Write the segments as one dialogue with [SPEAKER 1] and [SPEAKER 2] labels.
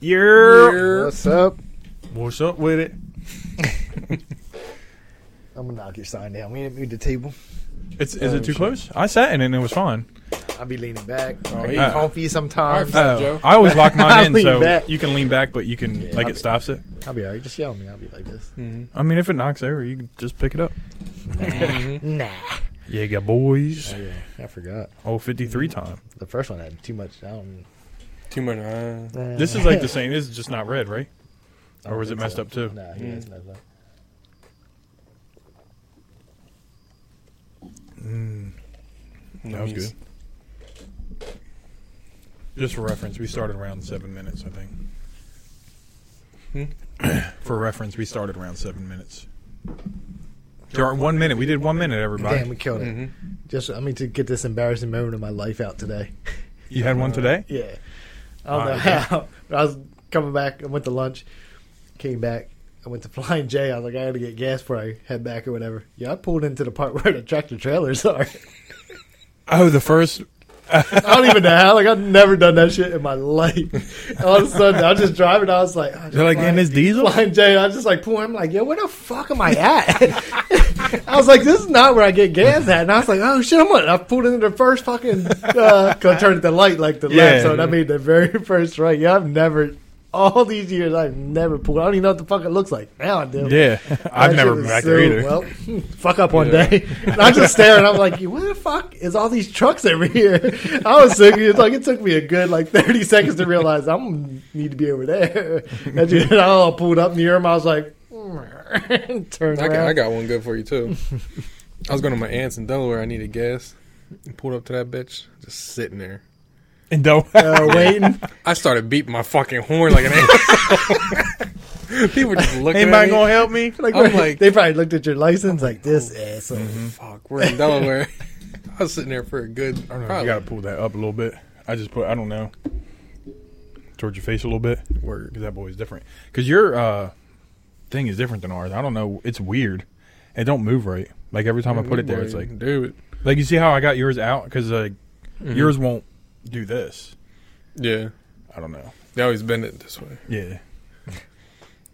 [SPEAKER 1] You're
[SPEAKER 2] What's up?
[SPEAKER 1] what's up with it?
[SPEAKER 2] I'm gonna knock your sign down. We didn't move the table.
[SPEAKER 1] It's is
[SPEAKER 2] Oh,
[SPEAKER 1] it too close? I sat in it and it was fine.
[SPEAKER 2] I'll be leaning back. I get
[SPEAKER 1] Oh, yeah.
[SPEAKER 2] comfy sometimes.
[SPEAKER 3] All right, Joe.
[SPEAKER 1] I always lock
[SPEAKER 2] Oh. I
[SPEAKER 1] mine in
[SPEAKER 2] lean
[SPEAKER 1] so
[SPEAKER 2] back.
[SPEAKER 1] you can lean back, but you can like
[SPEAKER 2] I'll
[SPEAKER 1] it stops it.
[SPEAKER 2] I'll be alright. Just yell at me. I'll be like this.
[SPEAKER 1] I mean, if it knocks over, you can just pick it up. Mm-hmm.
[SPEAKER 2] Nah.
[SPEAKER 1] Yeah, got boys.
[SPEAKER 2] Oh, yeah, I forgot.
[SPEAKER 1] Oh, 53 time.
[SPEAKER 2] The first one had too much. I don't.
[SPEAKER 3] Too much. Uh,
[SPEAKER 1] This is like the same. This is just not red, right?
[SPEAKER 2] I
[SPEAKER 1] Or was
[SPEAKER 2] don't
[SPEAKER 1] it
[SPEAKER 2] think
[SPEAKER 1] messed
[SPEAKER 2] so.
[SPEAKER 1] up too? Mm.
[SPEAKER 2] Nah, he has messed up.
[SPEAKER 1] That was
[SPEAKER 3] nice.
[SPEAKER 1] good. Just for reference, we started around seven minutes, I think.
[SPEAKER 3] Hmm?
[SPEAKER 1] for reference, we started around seven minutes. During one minute, we did one minute.
[SPEAKER 2] Damn,
[SPEAKER 1] Everybody,
[SPEAKER 2] we killed it.
[SPEAKER 3] Mm-hmm.
[SPEAKER 2] Just I mean to get this embarrassing moment of my life out today.
[SPEAKER 1] you had one today.
[SPEAKER 2] Uh, Yeah. I don't know
[SPEAKER 1] Alright.
[SPEAKER 2] how. But I was coming back. I went to lunch. Came back. I went to Flying J. I was like, I got to get gas before I head back or whatever. Yeah, I pulled into the part where the tractor trailers are.
[SPEAKER 1] Oh, the first.
[SPEAKER 2] I don't even know how. Like, I've never done that shit in my life. All of a sudden, I was just driving. I was like, oh,
[SPEAKER 1] They're like, and
[SPEAKER 2] Flying,
[SPEAKER 1] this diesel.
[SPEAKER 2] Flying J. I was just like, pulling. I'm like, yo, where the fuck am I at? I was like, this is not where I get gas at. And I was like, oh shit, I'm gonna. I pulled into the first fucking. Uh, 'cause I turned at the light like the
[SPEAKER 1] Yeah.
[SPEAKER 2] left, so I made the very first right. Yeah, I've never. All these years, I've never pulled. I don't even know what the fuck it looks like. Now I do.
[SPEAKER 1] Yeah, I've
[SPEAKER 2] That
[SPEAKER 1] never
[SPEAKER 2] shit
[SPEAKER 1] been
[SPEAKER 2] was
[SPEAKER 1] back
[SPEAKER 2] so-
[SPEAKER 1] there either.
[SPEAKER 2] Well, hmm, fuck up one day. And I'm just staring. I'm like, where the fuck is all these trucks over here? I was thinking, it's like it took me a good like 30 seconds to realize I'm need to be over there. And dude, I all pulled up near him. I was like, turn
[SPEAKER 3] I,
[SPEAKER 2] around.
[SPEAKER 3] got, I got one good for you too. I was going to my aunt's in Delaware. I needed gas. And pulled up to that bitch, just sitting there.
[SPEAKER 1] And don't.
[SPEAKER 2] uh, waiting.
[SPEAKER 3] I started beating my fucking horn like an asshole. People were just looking at
[SPEAKER 1] Anybody
[SPEAKER 3] me.
[SPEAKER 1] gonna help me?
[SPEAKER 2] Like,
[SPEAKER 3] I'm like- Mm-hmm.
[SPEAKER 2] they probably looked at your license like this asshole.
[SPEAKER 3] Fuck, we're in Delaware. I was sitting there for a
[SPEAKER 1] I
[SPEAKER 3] good.
[SPEAKER 1] don't know.
[SPEAKER 3] probably
[SPEAKER 1] You gotta pull that up a little bit. I just put. I don't know. Towards your face a little bit.
[SPEAKER 3] word.
[SPEAKER 1] because that boy is different. Because your uh, thing is different than ours. I don't know. It's weird. It don't move right. Like every time I put it there, it's like
[SPEAKER 3] dude.
[SPEAKER 1] like you see how I got yours out because like
[SPEAKER 2] Mm-hmm.
[SPEAKER 1] yours won't do this.
[SPEAKER 3] Yeah,
[SPEAKER 1] I don't know.
[SPEAKER 3] they always bend it this way.
[SPEAKER 1] Yeah,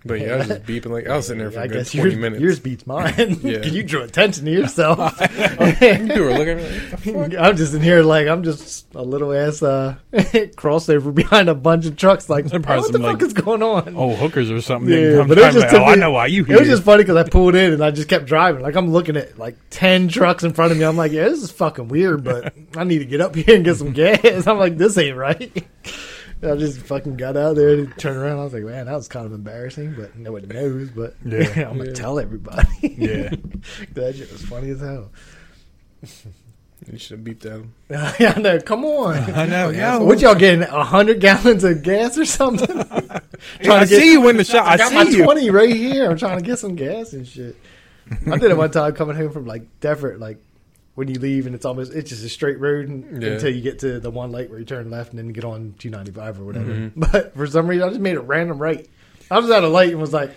[SPEAKER 3] But yeah, I was just beeping like I was sitting there for
[SPEAKER 2] I
[SPEAKER 3] a good
[SPEAKER 2] guess
[SPEAKER 3] twenty
[SPEAKER 2] yours,
[SPEAKER 3] minutes.
[SPEAKER 2] yours beats mine.
[SPEAKER 3] Yeah.
[SPEAKER 2] You drew attention to yourself.
[SPEAKER 3] People were looking at me like, "What the fuck?"
[SPEAKER 2] I'm just in here like I'm just a little ass uh, crossover behind a bunch of trucks. Like,
[SPEAKER 1] There probably
[SPEAKER 2] what the
[SPEAKER 1] some,
[SPEAKER 2] fuck
[SPEAKER 1] like-
[SPEAKER 2] is going on?
[SPEAKER 1] oh hookers or something.
[SPEAKER 2] Yeah,
[SPEAKER 1] I'm
[SPEAKER 2] but it
[SPEAKER 1] trying to-
[SPEAKER 2] just took
[SPEAKER 1] oh, I
[SPEAKER 2] me-
[SPEAKER 1] know why you
[SPEAKER 2] It
[SPEAKER 1] here.
[SPEAKER 2] was just funny because I pulled in and I just kept driving. Like I'm looking at like ten trucks in front of me. I'm like, yeah, this is fucking weird, but I need to get up here and get some gas. I'm like, this ain't right. And I just fucking got out there and turned around. I was like, man, that was kind of embarrassing, but nobody knows. But
[SPEAKER 1] Yeah.
[SPEAKER 2] I'm gonna tell everybody.
[SPEAKER 1] Yeah.
[SPEAKER 2] that shit was funny as hell.
[SPEAKER 3] You should have beeped at him.
[SPEAKER 2] yeah, I know. Come on.
[SPEAKER 1] I know. Yeah,
[SPEAKER 2] What y'all getting? A hundred gallons of gas or something? trying
[SPEAKER 1] I
[SPEAKER 2] to get,
[SPEAKER 1] see you in the shot. I
[SPEAKER 2] I got my
[SPEAKER 1] see you.
[SPEAKER 2] twenty right here. I'm trying to get some gas and shit. I did it one time coming home from like Deferett, like when you leave and it's almost it's just a straight road and,
[SPEAKER 3] Yeah.
[SPEAKER 2] until you get to the one light where you turn left and then you get on 295 or whatever.
[SPEAKER 1] Mm-hmm.
[SPEAKER 2] But for some reason, I just made a random right. I was at a light and was like.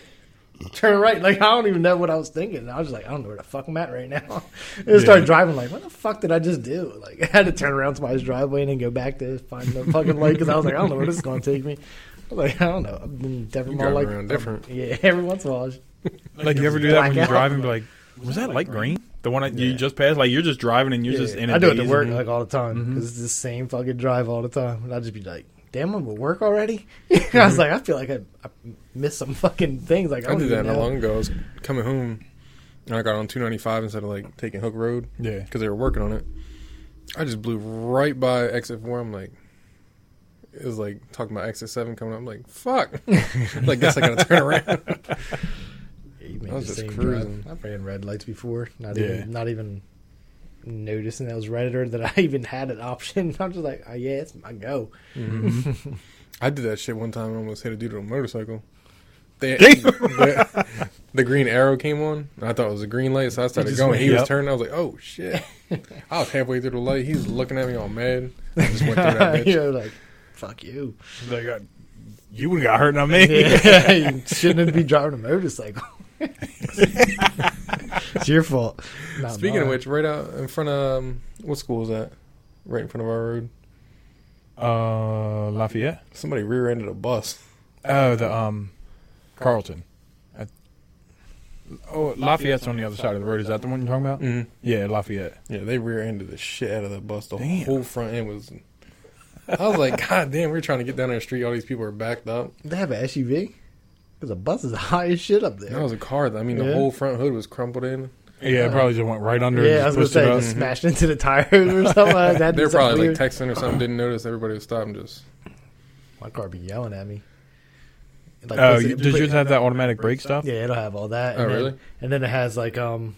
[SPEAKER 2] Turn right, like I don't even know what I was thinking. I was just like, I don't know where the fuck I'm at right now. And I started driving, like, what the fuck did I just do? Like, I had to turn around to my driveway and then go back to find the fucking light because I was like, I don't know where this is going to take me. I was like, I don't know. I've been different,
[SPEAKER 3] You
[SPEAKER 2] my
[SPEAKER 3] drive
[SPEAKER 2] life.
[SPEAKER 3] around different.
[SPEAKER 2] Yeah, every once in a while.
[SPEAKER 1] Like you ever do that when you're
[SPEAKER 2] Blackout.
[SPEAKER 1] driving? Be like, was that light green? The one that you just passed? Like you're just driving and you're just in. a
[SPEAKER 2] I do it to
[SPEAKER 1] daze.
[SPEAKER 3] Mm-hmm.
[SPEAKER 2] work like all the time because it's the same fucking drive all the time, and I just be like, "Damn, I'm at work already." I was like, I feel like I, I missed some fucking things. Like I,
[SPEAKER 3] Mm-hmm. I
[SPEAKER 2] don't
[SPEAKER 3] did that
[SPEAKER 2] even
[SPEAKER 3] not
[SPEAKER 2] know.
[SPEAKER 3] long ago. I was coming home and I got on 295 instead of like taking Hook Road
[SPEAKER 1] Yeah.
[SPEAKER 3] because they were working on it. I just blew right by exit four. I'm like, it was like talking about exit seven coming up. I'm like, fuck. like, guess I gotta turn around.
[SPEAKER 2] Yeah, you made
[SPEAKER 3] I was
[SPEAKER 2] the
[SPEAKER 3] just
[SPEAKER 2] same
[SPEAKER 3] cruising.
[SPEAKER 2] drive. I've ran red lights before, not
[SPEAKER 1] Yeah.
[SPEAKER 2] even not even noticing that was red or that I even had an option. I'm just like, oh, yeah, it's my go.
[SPEAKER 3] I did that shit one time and almost hit a dude on a motorcycle. They,
[SPEAKER 1] Damn.
[SPEAKER 3] the, the green arrow came on. and I thought it was a green light, so I started
[SPEAKER 1] just
[SPEAKER 3] going.
[SPEAKER 1] went,
[SPEAKER 3] He was
[SPEAKER 1] yep.
[SPEAKER 3] turning. I was like, "Oh shit!" I was halfway through the light. He was looking at me all mad. I just went through that bitch.
[SPEAKER 2] you know, like, fuck you.
[SPEAKER 1] Like, I- you would have got hurt, not me.
[SPEAKER 2] Yeah, you shouldn't be driving a motorcycle. it's your fault. not
[SPEAKER 3] Speaking of
[SPEAKER 2] mine.
[SPEAKER 3] which, right out in front of um, what school is that? Right in front of our road,
[SPEAKER 1] Uh, Lafayette.
[SPEAKER 3] somebody rear-ended a bus.
[SPEAKER 1] Oh, the um, Carlton. I, oh, Lafayette's on the other side of the road. Is that the one you're talking about?
[SPEAKER 3] Mhm.
[SPEAKER 2] Mm-hmm.
[SPEAKER 1] Yeah, Lafayette.
[SPEAKER 3] Yeah, they rear-ended the shit out of that bus. The
[SPEAKER 1] Damn.
[SPEAKER 3] whole front end was. I was like, God damn, we're trying to get down our street. All these people are backed up.
[SPEAKER 2] They have an SUV because a bus is high as shit up
[SPEAKER 3] That
[SPEAKER 2] there.
[SPEAKER 3] was a car. That, I mean, the
[SPEAKER 2] Yeah.
[SPEAKER 3] whole front hood was crumpled in.
[SPEAKER 1] Yeah, it probably just went right under.
[SPEAKER 2] yeah, I
[SPEAKER 1] and
[SPEAKER 2] was gonna
[SPEAKER 1] just
[SPEAKER 2] say
[SPEAKER 1] pushed it
[SPEAKER 2] just
[SPEAKER 1] up.
[SPEAKER 2] smashed into the tires or something. Like that.
[SPEAKER 3] They were
[SPEAKER 2] It's like
[SPEAKER 3] probably
[SPEAKER 2] weird.
[SPEAKER 3] like texting or something. Didn't notice. Everybody was stopping. Just
[SPEAKER 2] my car be yelling at me. Like,
[SPEAKER 1] Oh,
[SPEAKER 2] puts it-
[SPEAKER 1] you, did
[SPEAKER 2] put-
[SPEAKER 1] yours have that automatic brake stuff?
[SPEAKER 2] Yeah, it'll have all that.
[SPEAKER 3] Oh,
[SPEAKER 2] and then-
[SPEAKER 3] really?
[SPEAKER 2] And then it has like um,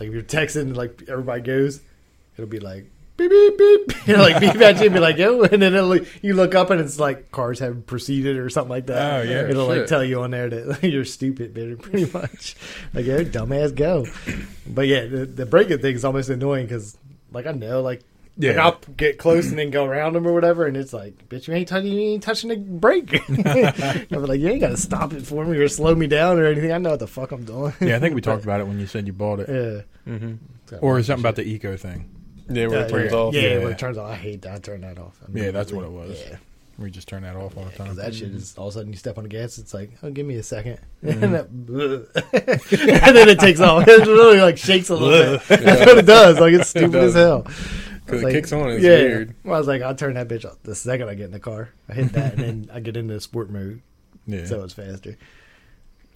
[SPEAKER 2] like if you're texting, like everybody goes, it'll be like beep beep beep. It'll like beep at you and be like yo, and then it'll, like, you look up and it's like cars have proceeded or something like
[SPEAKER 1] Oh,
[SPEAKER 2] that.
[SPEAKER 1] yeah,
[SPEAKER 2] it'll like
[SPEAKER 3] shit.
[SPEAKER 2] tell you on there that you're stupid, bitter, pretty much. like yo, dumbass, go. But yeah, the, the braking thing is almost annoying because like I know like.
[SPEAKER 1] Yeah.
[SPEAKER 2] Like I'll get close and then go around them or whatever, and it's like, bitch, you ain't touching, you ain't touching the brake. i will be like, you ain't gotta stop it for me or slow me down or anything. I know what the fuck I'm doing.
[SPEAKER 1] Yeah, I think we talked about it when you said you bought it,
[SPEAKER 2] yeah.
[SPEAKER 3] mm-hmm.
[SPEAKER 1] or something about the eco thing.
[SPEAKER 3] yeah, where
[SPEAKER 2] Yeah,
[SPEAKER 3] it turns
[SPEAKER 2] yeah.
[SPEAKER 3] off.
[SPEAKER 2] Yeah,
[SPEAKER 1] Yeah.
[SPEAKER 2] where it turns off. I hate that. I turn that off. I mean,
[SPEAKER 1] Yeah, that's what it was.
[SPEAKER 2] Yeah,
[SPEAKER 1] We just turn that off all the time.
[SPEAKER 2] because that shit is all of a sudden you step on the gas, it's like, oh, give me a 2nd
[SPEAKER 1] Mm.
[SPEAKER 2] and, that- and then it takes off. It really like shakes a little bit. That's what it does. Like it's stupid as
[SPEAKER 3] does.
[SPEAKER 2] hell. I
[SPEAKER 3] Because
[SPEAKER 2] was
[SPEAKER 3] it
[SPEAKER 2] like,
[SPEAKER 3] kicks on. It's
[SPEAKER 2] yeah.
[SPEAKER 3] weird.
[SPEAKER 2] Well, I was like, I'll turn that bitch off the second I get in the car. I hit that, and then I get into sport mode,
[SPEAKER 1] Yeah.
[SPEAKER 2] so it's faster.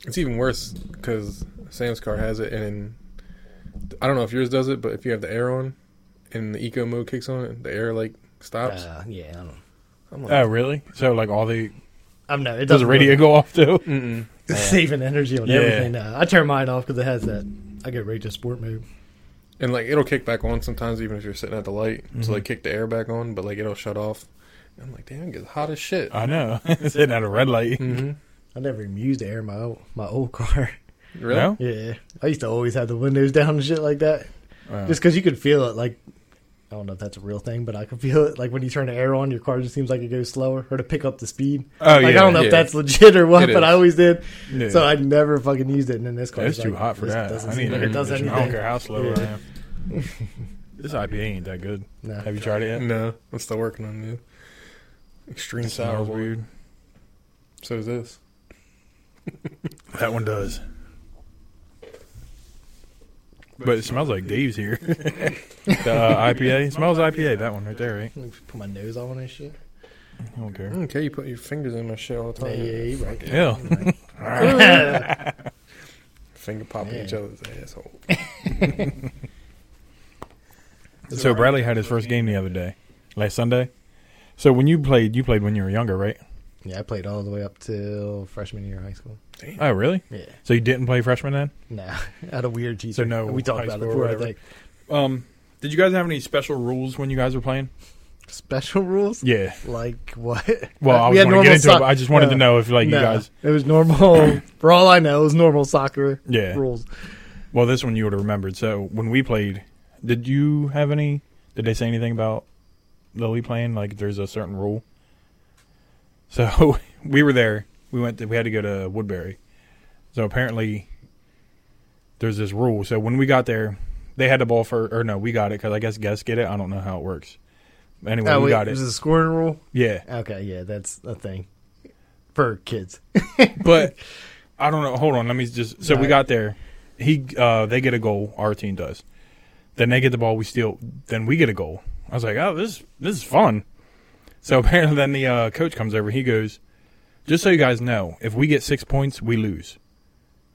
[SPEAKER 3] It's even worse because Sam's car has it, and I don't know if yours does it, but if you have the air on and the eco mode kicks on, the air like stops.
[SPEAKER 2] Uh, yeah, I don't know.
[SPEAKER 3] I'm like,
[SPEAKER 1] oh, really? So like all the
[SPEAKER 2] I'm no. It
[SPEAKER 1] does the
[SPEAKER 2] doesn't really-
[SPEAKER 1] radio go off too?
[SPEAKER 3] mm-mm.
[SPEAKER 2] saving energy on
[SPEAKER 1] Yeah.
[SPEAKER 2] everything now. I turn mine off because it has that. I get ready to sport mode.
[SPEAKER 3] and like it'll kick back on sometimes, even if you're sitting at the light. So
[SPEAKER 1] Mm-hmm.
[SPEAKER 3] like kick the air back on, but like it'll shut off. And I'm like, damn, it gets hot as shit.
[SPEAKER 1] I know. Sitting at a red light.
[SPEAKER 3] mm-hmm.
[SPEAKER 2] I never even used the air in my old, my old car.
[SPEAKER 3] Really?
[SPEAKER 1] No?
[SPEAKER 2] yeah, I used to always have the windows down and shit like that,
[SPEAKER 3] Oh.
[SPEAKER 1] Wow.
[SPEAKER 2] just because you could feel it. Like I don't know if that's a real thing, but I could feel it. Like when you turn the air on, your car just seems like it goes slower or to pick up the speed.
[SPEAKER 1] oh
[SPEAKER 2] like
[SPEAKER 1] yeah.
[SPEAKER 2] I don't know
[SPEAKER 3] yeah.
[SPEAKER 2] if that's legit or what,
[SPEAKER 3] It
[SPEAKER 2] but I
[SPEAKER 3] is.
[SPEAKER 2] always did.
[SPEAKER 1] Yeah.
[SPEAKER 2] So I never fucking used it. And then this car
[SPEAKER 1] it's
[SPEAKER 2] is
[SPEAKER 1] too
[SPEAKER 2] like,
[SPEAKER 1] hot for
[SPEAKER 2] this
[SPEAKER 1] that.
[SPEAKER 2] Doesn't
[SPEAKER 1] I
[SPEAKER 2] seem
[SPEAKER 1] need
[SPEAKER 2] like
[SPEAKER 1] air
[SPEAKER 2] it does
[SPEAKER 1] conditioning.
[SPEAKER 2] anything.
[SPEAKER 1] I don't care how slow I
[SPEAKER 2] Yeah.
[SPEAKER 1] am. this IPA ain't that good.
[SPEAKER 2] Nah.
[SPEAKER 1] Have you tried it yet?
[SPEAKER 3] No, I'm still working on it. Extreme
[SPEAKER 1] It sours
[SPEAKER 3] sour.
[SPEAKER 1] weird.
[SPEAKER 3] So does this.
[SPEAKER 1] That one does. But it smells like Dave's here. the uh, IPA. It smells IPA, that one right there, right?
[SPEAKER 2] Let me Put my nose on and shit.
[SPEAKER 1] I don't care.
[SPEAKER 2] Mm.
[SPEAKER 3] Okay, you put your fingers in my shit all the
[SPEAKER 1] Oh,
[SPEAKER 2] Yeah,
[SPEAKER 3] time.
[SPEAKER 2] yeah, you're right.
[SPEAKER 1] Ew.
[SPEAKER 3] Finger popping
[SPEAKER 2] Man.
[SPEAKER 3] each other's asshole.
[SPEAKER 1] So Bradley had his first game the other day, last Sunday. So when you played, you played when you were younger, right?
[SPEAKER 2] Yeah, I played all the way up till freshman year of high school.
[SPEAKER 1] Oh, really?
[SPEAKER 2] Yeah.
[SPEAKER 1] So you didn't play freshman then?
[SPEAKER 2] Nah, I had a weird teacher.
[SPEAKER 1] So no
[SPEAKER 2] we
[SPEAKER 1] high
[SPEAKER 2] talked about it
[SPEAKER 1] school or
[SPEAKER 2] before. I
[SPEAKER 1] whatever.
[SPEAKER 2] think
[SPEAKER 1] Um, did you guys have any special rules when you guys were playing?
[SPEAKER 2] special rules.
[SPEAKER 1] Yeah.
[SPEAKER 2] Like what?
[SPEAKER 1] Well, I was
[SPEAKER 2] We had
[SPEAKER 1] going to
[SPEAKER 2] normal
[SPEAKER 1] get into it.
[SPEAKER 2] soc-
[SPEAKER 1] But I just wanted
[SPEAKER 2] No,
[SPEAKER 1] to know if like you
[SPEAKER 2] no.
[SPEAKER 1] guys.
[SPEAKER 2] It was normal. for all I know, it was normal soccer
[SPEAKER 1] Yeah.
[SPEAKER 2] rules.
[SPEAKER 1] Well, this one you would have remembered. So when we played, did you have any? Did they say anything about Lily playing? Like there's a certain rule. So we were there. We went. To, we had to go to Woodbury. So apparently, there's this rule. So when we got there, they had the ball for, or no, we got it because I guess guests get it. I don't know how it works. Anyway,
[SPEAKER 2] oh,
[SPEAKER 1] we
[SPEAKER 2] wait,
[SPEAKER 1] got it.
[SPEAKER 2] it was a scoring rule.
[SPEAKER 1] yeah,
[SPEAKER 2] Okay, yeah, that's a thing for kids.
[SPEAKER 1] but I don't know. Hold on, let me just. So we
[SPEAKER 2] Alright.
[SPEAKER 1] got there. He, uh, they get a goal. Our team does. Then they get the ball. We steal. Then we get a goal. I was like, oh, this this is fun. So apparently, then the uh, coach comes over. He goes, just so you guys know, if we get six points, we lose.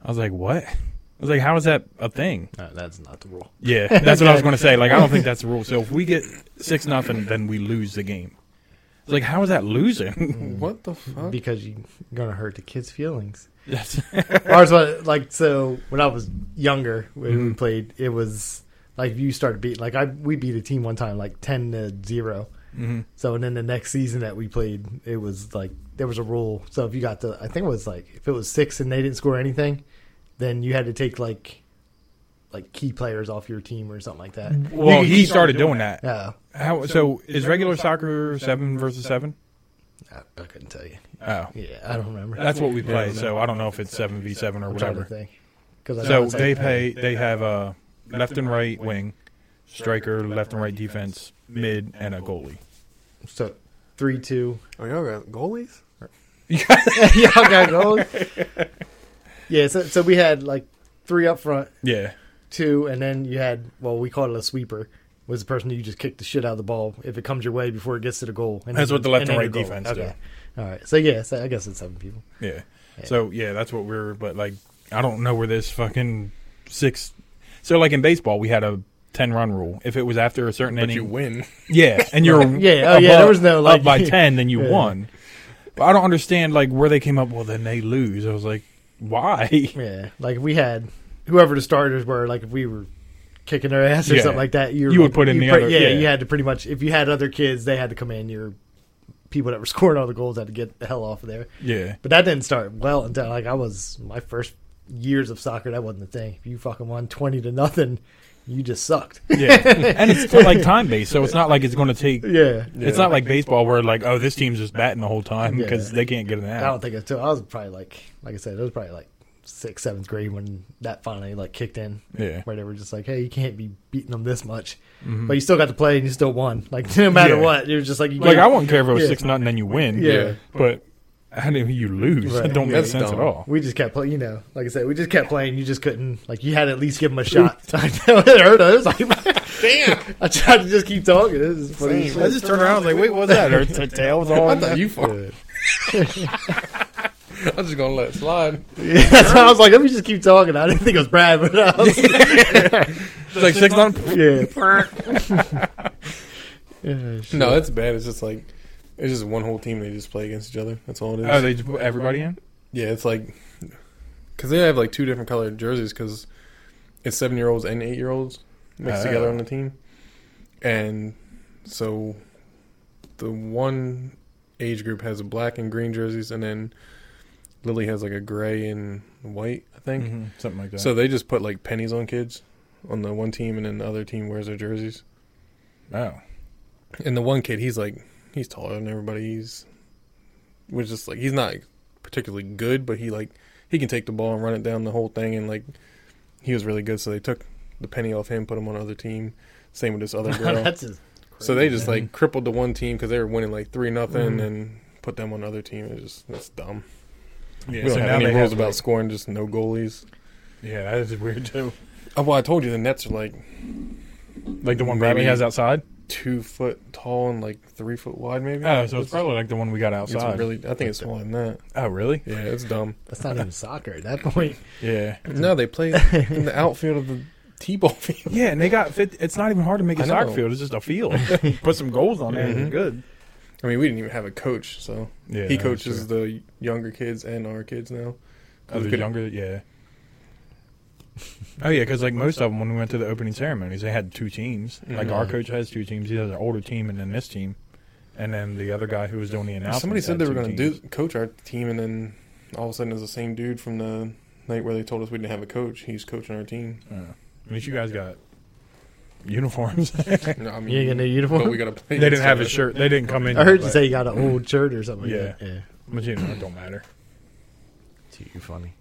[SPEAKER 1] I was like, what? I was like, how is that a thing?
[SPEAKER 2] No, that's not the rule.
[SPEAKER 1] Yeah, that's what I was going to say. Like, I don't think that's the rule. So if we get six nothing, then we lose the game. It's like, how is that losing?
[SPEAKER 3] What the fuck?
[SPEAKER 2] Because you're gonna hurt the kids' feelings.
[SPEAKER 1] that's,
[SPEAKER 2] ours was like so when I was younger when we played it was like you started beat like I we beat a team one time like ten to 0
[SPEAKER 1] Mhm.
[SPEAKER 2] So and then the next season that we played it was like there was a rule. So if you got the I think it was like if it was six and they didn't score anything, then you had to take like like key players off your team or something like that.
[SPEAKER 1] well, he started doing that.
[SPEAKER 2] Yeah,
[SPEAKER 1] How so? is regular soccer seven versus seven?
[SPEAKER 2] I, I couldn't tell you.
[SPEAKER 1] Oh,
[SPEAKER 2] Yeah, I don't remember.
[SPEAKER 1] that's what we
[SPEAKER 3] Yeah, I
[SPEAKER 1] play.
[SPEAKER 3] don't know.
[SPEAKER 1] So I don't know if it's seven v seven or
[SPEAKER 2] I'm trying to
[SPEAKER 1] whatever.
[SPEAKER 2] think. 'Cause I know
[SPEAKER 1] So
[SPEAKER 2] it's
[SPEAKER 1] they
[SPEAKER 2] like-
[SPEAKER 1] pay. They have a left and right wing, striker, left and right defense, mid, and a goalie.
[SPEAKER 2] so three two.
[SPEAKER 3] Oh, y'all got goalies?
[SPEAKER 2] Y'all got goals. Yeah, so, so we had like three up front,
[SPEAKER 1] yeah.
[SPEAKER 2] two, and then you had well, we called it a sweeper. Was the person you just kick the shit out of the ball if it comes your way before it gets to the goal. And
[SPEAKER 1] That's
[SPEAKER 2] then-
[SPEAKER 1] what the left and
[SPEAKER 2] then
[SPEAKER 1] right
[SPEAKER 2] the goal.
[SPEAKER 1] defense
[SPEAKER 2] Okay. All right. So yeah, so I guess it's seven people.
[SPEAKER 1] Yeah.
[SPEAKER 2] Yeah.
[SPEAKER 1] So yeah, that's what we're. But like, I don't know where this fucking six. So like in baseball, we had a ten run rule. If it was after a certain
[SPEAKER 3] But
[SPEAKER 1] inning,
[SPEAKER 3] you win.
[SPEAKER 1] yeah, and you're
[SPEAKER 2] Yeah, oh, yeah, there was no, like-
[SPEAKER 1] up by ten, then you
[SPEAKER 2] Yeah.
[SPEAKER 1] won. But I don't understand like where they came up. Well, then they lose. I was like, why?
[SPEAKER 2] Yeah, like if we had whoever the starters were, like if we were kicking their ass or
[SPEAKER 1] Yeah.
[SPEAKER 2] something like that, you, were-
[SPEAKER 1] You would put in
[SPEAKER 2] you
[SPEAKER 1] the
[SPEAKER 2] pre-
[SPEAKER 1] other-
[SPEAKER 2] Yeah,
[SPEAKER 1] yeah.
[SPEAKER 2] you had to pretty much. If you had other kids, they had to come in. Your people that were scoring all the goals had to get the hell off of there.
[SPEAKER 1] Yeah,
[SPEAKER 2] But that didn't start well until like I was my first years of soccer. That wasn't the thing. If you fucking won twenty to nothing, you just sucked.
[SPEAKER 1] yeah, and it's still like time based, so it's not like it's going to take.
[SPEAKER 2] yeah.
[SPEAKER 1] It's not like baseball where like oh this team's just batting the whole time
[SPEAKER 2] Yeah.
[SPEAKER 1] because they can't get an
[SPEAKER 2] I don't
[SPEAKER 1] out.
[SPEAKER 2] think until I was probably like, like I said, it was probably like sixth, seventh grade when that finally like kicked in.
[SPEAKER 1] Yeah. Mm-hmm.
[SPEAKER 2] where they were just like, hey, you can't be beating them this much, but you still got to play and you still won. Like no matter
[SPEAKER 1] Yeah.
[SPEAKER 2] what, it was just like you
[SPEAKER 1] Like
[SPEAKER 2] gave-
[SPEAKER 1] I wouldn't care if it was
[SPEAKER 2] Yeah.
[SPEAKER 1] six nothing, then you win.
[SPEAKER 2] Yeah.
[SPEAKER 1] but how do you lose?
[SPEAKER 2] Right.
[SPEAKER 1] That don't make
[SPEAKER 3] That's
[SPEAKER 1] sense
[SPEAKER 3] dumb.
[SPEAKER 1] at all.
[SPEAKER 2] We just kept playing, you know. Like I said, we just kept playing. You just couldn't, like, you had to at least give them a shot. I know, it hurt. I was like,
[SPEAKER 3] Damn.
[SPEAKER 2] I tried to just keep talking. This is funny. as
[SPEAKER 3] Same.
[SPEAKER 2] shit.
[SPEAKER 1] I just turned around, I was like, "Wait, what's that?" Her t- tail was all.
[SPEAKER 3] I thought you fucked. I'm just gonna let it slide.
[SPEAKER 2] Yeah, so I was like, let me just keep talking. I didn't think it was Brad, but I was like,
[SPEAKER 1] It's like six nine.
[SPEAKER 2] yeah. Yeah, shit.
[SPEAKER 3] No, it's bad. It's just like it's just one whole team. They just play against each other. That's all it is.
[SPEAKER 1] Oh, they just put everybody in.
[SPEAKER 3] yeah, it's like because they have like two different colored jerseys because it's seven year olds and eight year olds mixed
[SPEAKER 1] Oh.
[SPEAKER 3] together on the team, and so the one age group has black and green jerseys, and then Lily has like a gray and white, I think.
[SPEAKER 2] Mm-hmm.
[SPEAKER 1] Something like that.
[SPEAKER 3] So they just put like pennies on kids on the one team, and then the other team wears their jerseys.
[SPEAKER 1] oh,
[SPEAKER 3] And the one kid, he's like, he's taller than everybody. He's, which is like, he's not particularly good, but he like, he can take the ball and run it down the whole thing. And like, he was really good. So they took the penny off him, put him on the other team. Same with this other girl.
[SPEAKER 2] That's just crazy.
[SPEAKER 3] so they just like crippled the one team because they were winning like three nothing
[SPEAKER 1] Mm.
[SPEAKER 3] and put them on the other team. It's just that's dumb.
[SPEAKER 1] yeah.
[SPEAKER 3] we don't
[SPEAKER 1] so now
[SPEAKER 3] have any
[SPEAKER 1] they
[SPEAKER 3] rules
[SPEAKER 1] have,
[SPEAKER 3] about
[SPEAKER 1] like-
[SPEAKER 3] scoring, just no goalies.
[SPEAKER 1] yeah, that is weird too.
[SPEAKER 3] Oh, well, I told you the Nets are like
[SPEAKER 1] Like the one
[SPEAKER 3] Maybe-
[SPEAKER 1] Bradley has outside.
[SPEAKER 3] two foot tall and like three foot wide, maybe.
[SPEAKER 1] Oh, so it's probably like the one we got outside.
[SPEAKER 3] It's really, I think it's smaller than that.
[SPEAKER 1] oh, really?
[SPEAKER 3] Yeah, it's dumb.
[SPEAKER 2] that's not even soccer at that point.
[SPEAKER 1] Yeah.
[SPEAKER 3] No, they play in the outfield of the t-ball field.
[SPEAKER 1] Yeah, and they got fit. It's not even hard to make
[SPEAKER 3] I
[SPEAKER 1] a soccer
[SPEAKER 3] know.
[SPEAKER 1] field. It's just a field. Put some goals on there. and
[SPEAKER 3] Mhm.
[SPEAKER 1] you're Good.
[SPEAKER 3] I mean, we didn't even have a coach, so
[SPEAKER 1] Yeah.
[SPEAKER 3] he
[SPEAKER 1] that's
[SPEAKER 3] coaches
[SPEAKER 1] true.
[SPEAKER 3] the younger kids and our kids now.
[SPEAKER 1] Oh, the
[SPEAKER 3] Good-
[SPEAKER 1] younger. Yeah. Oh yeah, because like most of them, when we went to the opening ceremonies, they had two teams. Like our
[SPEAKER 2] Mhm.
[SPEAKER 1] coach has two teams. He has an older team and then this team, and then the other guy who was doing the announcement.
[SPEAKER 3] Somebody said they were going to do coach our team, and then all of a sudden, it's the same dude from the night where they told us we didn't have a coach. He's coaching our team.
[SPEAKER 1] At least you guys got uniforms.
[SPEAKER 3] No, I mean,
[SPEAKER 2] You ain't got no uniform?
[SPEAKER 3] But we got to play.
[SPEAKER 1] they didn't
[SPEAKER 3] against
[SPEAKER 1] have
[SPEAKER 3] each
[SPEAKER 1] a
[SPEAKER 3] other.
[SPEAKER 1] shirt. They didn't come in.
[SPEAKER 2] I heard you
[SPEAKER 1] but-
[SPEAKER 2] say you got an old shirt or something.
[SPEAKER 1] Yeah.
[SPEAKER 2] Like that. Yeah.
[SPEAKER 1] But you know, it don't matter.
[SPEAKER 2] Too funny.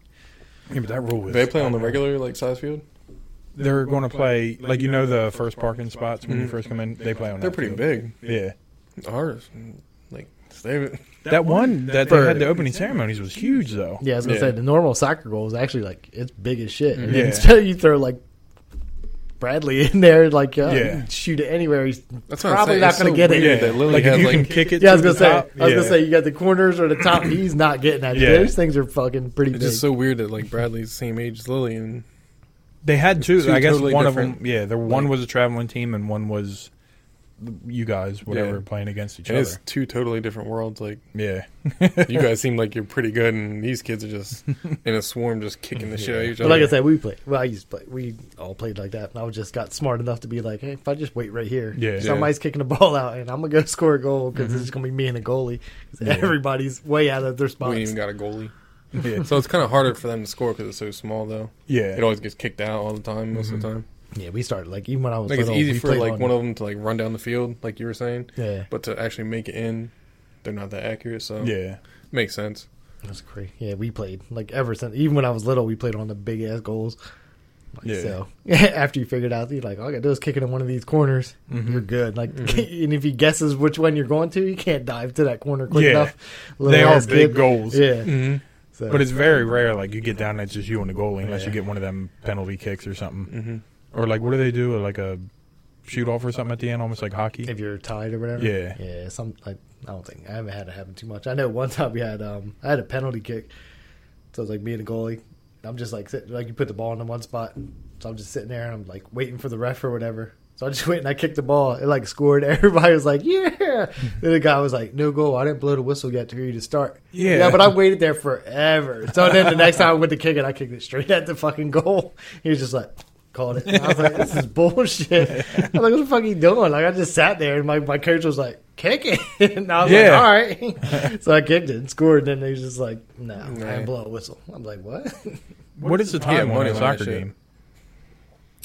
[SPEAKER 1] Yeah, but that rule was.
[SPEAKER 3] They play on the regular like size field.
[SPEAKER 1] They're going to play like you know the first parking spots Mm-hmm. when you
[SPEAKER 3] Mhm.
[SPEAKER 1] first come in. They play on.
[SPEAKER 3] They're
[SPEAKER 1] that
[SPEAKER 3] pretty
[SPEAKER 1] field.
[SPEAKER 3] big.
[SPEAKER 1] Yeah,
[SPEAKER 3] Ours, like they
[SPEAKER 1] that one that they had the opening ceremonies was huge though.
[SPEAKER 2] Yeah, I was gonna
[SPEAKER 3] Yeah.
[SPEAKER 2] say the normal soccer goal is actually like it's big as shit. And
[SPEAKER 1] Yeah.
[SPEAKER 2] instead you throw like Bradley in there, like uh,
[SPEAKER 1] Yeah.
[SPEAKER 2] you can shoot it anywhere. He's
[SPEAKER 3] That's what I'm
[SPEAKER 2] probably
[SPEAKER 3] saying.
[SPEAKER 2] not
[SPEAKER 3] It's
[SPEAKER 2] gonna
[SPEAKER 3] so
[SPEAKER 2] get it.
[SPEAKER 3] weird that Lily
[SPEAKER 1] like
[SPEAKER 3] has,
[SPEAKER 1] if you
[SPEAKER 3] like-
[SPEAKER 1] can kick it.
[SPEAKER 2] Yeah, I was
[SPEAKER 1] to
[SPEAKER 2] gonna
[SPEAKER 1] the
[SPEAKER 2] say.
[SPEAKER 1] top,
[SPEAKER 2] I was
[SPEAKER 1] yeah.
[SPEAKER 2] gonna say you got the corners or the top. He's not getting that.
[SPEAKER 1] Yeah.
[SPEAKER 2] Those things are fucking pretty
[SPEAKER 3] It's
[SPEAKER 2] big.
[SPEAKER 3] just so weird that like Bradley's the same age as Lily, and
[SPEAKER 1] They had two.
[SPEAKER 3] Two
[SPEAKER 1] I guess
[SPEAKER 3] totally
[SPEAKER 1] one of
[SPEAKER 3] different-
[SPEAKER 1] them. Yeah, the one
[SPEAKER 3] like-
[SPEAKER 1] was a traveling team and one was you guys, whatever,
[SPEAKER 3] Yeah.
[SPEAKER 1] playing against each
[SPEAKER 3] and it's
[SPEAKER 1] other.
[SPEAKER 3] two totally different worlds. Like
[SPEAKER 1] Yeah,
[SPEAKER 3] you guys seem like you're pretty good, and these kids are just in a swarm, just kicking the shit out of each
[SPEAKER 2] but
[SPEAKER 3] other.
[SPEAKER 2] like I said, we play. Well, I used to play. We all played like that. And I just got smart enough to be like, hey, if I just wait right here,
[SPEAKER 1] Yeah.
[SPEAKER 2] somebody's kicking the ball out, and I'm gonna go score a goal because it's gonna be me and a goalie. 'Cause
[SPEAKER 1] Yeah.
[SPEAKER 2] Everybody's way out of their
[SPEAKER 3] Mm-hmm. we ain't
[SPEAKER 2] spots.
[SPEAKER 3] even got a goalie,
[SPEAKER 1] yeah,
[SPEAKER 3] so it's kind of harder for them to score because it's so small. Though it
[SPEAKER 1] yeah.
[SPEAKER 3] always gets kicked out all the time, most of the time.
[SPEAKER 2] yeah, we started like even when I was
[SPEAKER 3] Like it's
[SPEAKER 2] Mm-hmm. little,
[SPEAKER 3] easy
[SPEAKER 2] we
[SPEAKER 3] for
[SPEAKER 2] played
[SPEAKER 3] like
[SPEAKER 2] on-
[SPEAKER 3] one of them to like run down the field, like you were saying,
[SPEAKER 2] Yeah,
[SPEAKER 3] but to actually make it in, they're not that accurate. So
[SPEAKER 1] yeah.
[SPEAKER 3] makes sense.
[SPEAKER 2] that's crazy. Yeah, we played like ever since. Even when I was little, we played on the big ass goals. Like,
[SPEAKER 1] Yeah.
[SPEAKER 2] So after you figured out, you're like, all I got to do is kick it in one of these corners.
[SPEAKER 1] Mm-hmm.
[SPEAKER 2] You're good. Like, and if he guesses which one you're going to, you can't dive to that corner quick
[SPEAKER 1] Yeah.
[SPEAKER 2] enough.
[SPEAKER 1] they
[SPEAKER 2] Little
[SPEAKER 1] are
[SPEAKER 2] ass
[SPEAKER 1] big
[SPEAKER 2] kid.
[SPEAKER 1] goals. Mm.
[SPEAKER 2] Yeah.
[SPEAKER 3] Mm-hmm.
[SPEAKER 2] So,
[SPEAKER 1] But it's very rare, like you get down and it's just you and the goalie, unless you
[SPEAKER 2] Yeah.
[SPEAKER 1] get one of them penalty kicks or something,
[SPEAKER 3] Mm-hmm.
[SPEAKER 1] or like what do they do, like a shoot off or something at the end, almost like hockey.
[SPEAKER 2] if you're tied or whatever.
[SPEAKER 1] Yeah.
[SPEAKER 2] Yeah. Some like I don't think I haven't had it happen too much. I know one time we had um I had a penalty kick, so it's like me and a goalie. I'm just like sitting, like you put the ball in the one spot, so I'm just sitting there and I'm like waiting for the ref or whatever. So I just wait and I kicked the ball. It like scored. Everybody was like, "Yeah!" Then the guy was like, "No goal. I didn't blow the whistle yet to hear you to start."
[SPEAKER 1] Yeah.
[SPEAKER 2] yeah. But I waited there forever. So then the next time I went to kick it, I kicked it straight at the fucking goal. He was just like, called it. And I was like, this is bullshit. I'm like, what the fuck are you doing? Like, I just sat there and my, my coach was like, kick it. And I was
[SPEAKER 1] Yeah.
[SPEAKER 2] like, all right. so I kicked it and scored. And then they was just like, no, I didn't
[SPEAKER 3] Right.
[SPEAKER 2] blow a whistle. I'm like, what?
[SPEAKER 1] what is the time
[SPEAKER 3] Yeah,
[SPEAKER 1] on
[SPEAKER 3] money
[SPEAKER 1] a
[SPEAKER 3] line
[SPEAKER 1] soccer
[SPEAKER 3] shit.
[SPEAKER 1] game?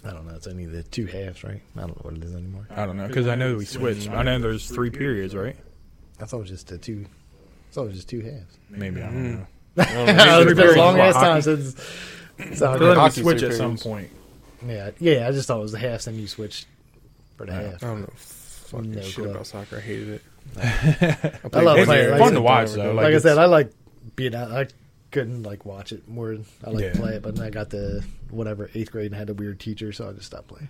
[SPEAKER 2] I don't know. It's only the two halves, right? I don't know what it is anymore.
[SPEAKER 1] I don't know because I know we switched. I know there's three periods, right?
[SPEAKER 2] I thought it was just the two. I thought it was just two halves.
[SPEAKER 1] Maybe I don't know.
[SPEAKER 2] it's been a
[SPEAKER 1] periods
[SPEAKER 2] long
[SPEAKER 1] is
[SPEAKER 2] ass
[SPEAKER 1] hockey.
[SPEAKER 2] time since.
[SPEAKER 1] I
[SPEAKER 2] so-
[SPEAKER 1] feel like
[SPEAKER 3] Hockey's
[SPEAKER 1] we switch
[SPEAKER 3] three
[SPEAKER 1] at some
[SPEAKER 3] periods.
[SPEAKER 1] point.
[SPEAKER 2] yeah, yeah. I just thought it was the halves, and you switched for the
[SPEAKER 1] Yeah.
[SPEAKER 2] half.
[SPEAKER 3] I don't know fucking
[SPEAKER 2] No
[SPEAKER 3] shit
[SPEAKER 2] clue.
[SPEAKER 3] about soccer. I hated it. I,
[SPEAKER 2] love
[SPEAKER 3] one
[SPEAKER 2] playing
[SPEAKER 3] year.
[SPEAKER 2] it.
[SPEAKER 3] I
[SPEAKER 2] Fun to
[SPEAKER 3] don't
[SPEAKER 1] watch,
[SPEAKER 3] ever
[SPEAKER 1] though,
[SPEAKER 3] do it.
[SPEAKER 1] like-
[SPEAKER 2] like, I said,
[SPEAKER 1] it's-
[SPEAKER 2] I like being out. I couldn't like watch it more. I like
[SPEAKER 1] Yeah.
[SPEAKER 2] play it, but then I got the whatever eighth grade and had a weird teacher, so I just stopped playing.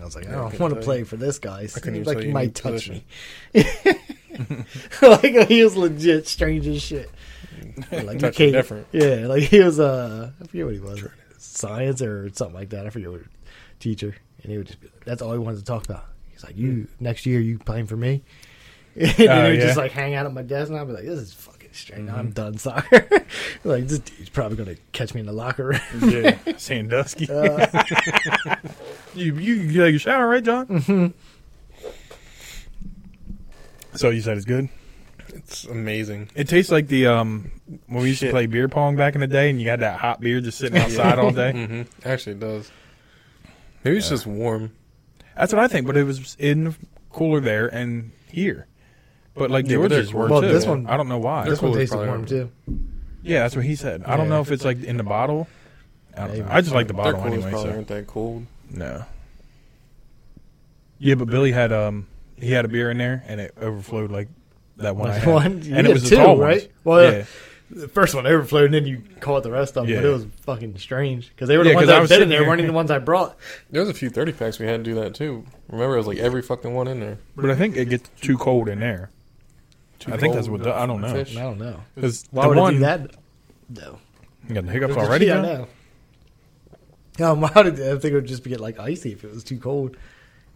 [SPEAKER 2] I was like, I
[SPEAKER 3] Yeah, I
[SPEAKER 2] don't
[SPEAKER 3] couldn't
[SPEAKER 2] want to
[SPEAKER 3] tell
[SPEAKER 2] play for this guy. He
[SPEAKER 3] couldn't
[SPEAKER 2] seems
[SPEAKER 3] even
[SPEAKER 2] like
[SPEAKER 3] tell
[SPEAKER 2] he
[SPEAKER 3] you
[SPEAKER 2] might
[SPEAKER 3] any
[SPEAKER 2] touch
[SPEAKER 3] position.
[SPEAKER 2] me. like he was legit strange as shit. Like you
[SPEAKER 3] Touch
[SPEAKER 2] can't,
[SPEAKER 3] different.
[SPEAKER 2] yeah. Like he was, uh, I forget what he was, science or something like that. I forget what teacher, and he would just be, that's all he wanted to talk about. He's like, you next year, you playing for me? and then
[SPEAKER 1] Hmm. Oh,
[SPEAKER 2] he would just
[SPEAKER 1] yeah. Mm-hmm.
[SPEAKER 2] like hang out at my desk, and I'd be like, this is fucking strange. I'm done soccer. like this dude's probably gonna catch me in the locker room.
[SPEAKER 1] Yeah, Sandusky. you you get a shower, right, John? Mm-hmm. So you said it's good.
[SPEAKER 3] It's amazing.
[SPEAKER 1] It tastes like the um when we used to
[SPEAKER 3] Shit.
[SPEAKER 1] play beer pong back in the day, and you had that hot beer just sitting outside all day.
[SPEAKER 3] hmm Actually, it does. Maybe it's just warm.
[SPEAKER 1] That's what I think. But it was in the cooler there and here. But like
[SPEAKER 3] Yeah, but they're
[SPEAKER 1] George's were
[SPEAKER 2] Well,
[SPEAKER 1] too.
[SPEAKER 2] this one-
[SPEAKER 1] I don't know why.
[SPEAKER 2] this one
[SPEAKER 3] cool,
[SPEAKER 2] tasted
[SPEAKER 3] probably.
[SPEAKER 2] warm too.
[SPEAKER 1] yeah, that's what he said. I don't
[SPEAKER 2] Yeah.
[SPEAKER 1] know if it's like in the bottle. I don't know.
[SPEAKER 2] Maybe.
[SPEAKER 1] I just like the
[SPEAKER 3] Their
[SPEAKER 1] bottle
[SPEAKER 3] coolers
[SPEAKER 1] anyway.
[SPEAKER 3] probably
[SPEAKER 1] So
[SPEAKER 3] aren't that cold.
[SPEAKER 1] no. Yeah, but Billy had um he had a beer in there and it overflowed like that one. I had.
[SPEAKER 2] One- you
[SPEAKER 1] and it
[SPEAKER 2] had
[SPEAKER 1] was the
[SPEAKER 2] two,
[SPEAKER 1] tall ones.
[SPEAKER 2] right? Well, uh, yeah.
[SPEAKER 1] yeah.
[SPEAKER 2] The first one overflowed, and then you caught the rest of them. But
[SPEAKER 1] Yeah.
[SPEAKER 2] it was fucking strange because they were the
[SPEAKER 1] Yeah, 'cause
[SPEAKER 2] ones
[SPEAKER 1] I
[SPEAKER 2] that
[SPEAKER 1] was
[SPEAKER 2] fit in
[SPEAKER 1] sitting
[SPEAKER 2] there,
[SPEAKER 1] here.
[SPEAKER 2] weren't even the ones I brought.
[SPEAKER 3] There was a few 30 packs we had to do that too. Remember, it was like every fucking one in there.
[SPEAKER 1] but I think it gets too cold in there.
[SPEAKER 3] Too
[SPEAKER 1] I think
[SPEAKER 3] cold
[SPEAKER 1] that's what
[SPEAKER 3] to
[SPEAKER 1] the- I don't know.
[SPEAKER 2] I
[SPEAKER 3] fish.
[SPEAKER 2] don't know.
[SPEAKER 1] 'Cause
[SPEAKER 2] Why
[SPEAKER 1] the
[SPEAKER 2] would
[SPEAKER 1] one
[SPEAKER 2] it do that though?
[SPEAKER 1] You got the hiccups already.
[SPEAKER 2] Yeah, I
[SPEAKER 1] John?
[SPEAKER 2] know. Um, I would- I think it would just be like icy if it was too cold.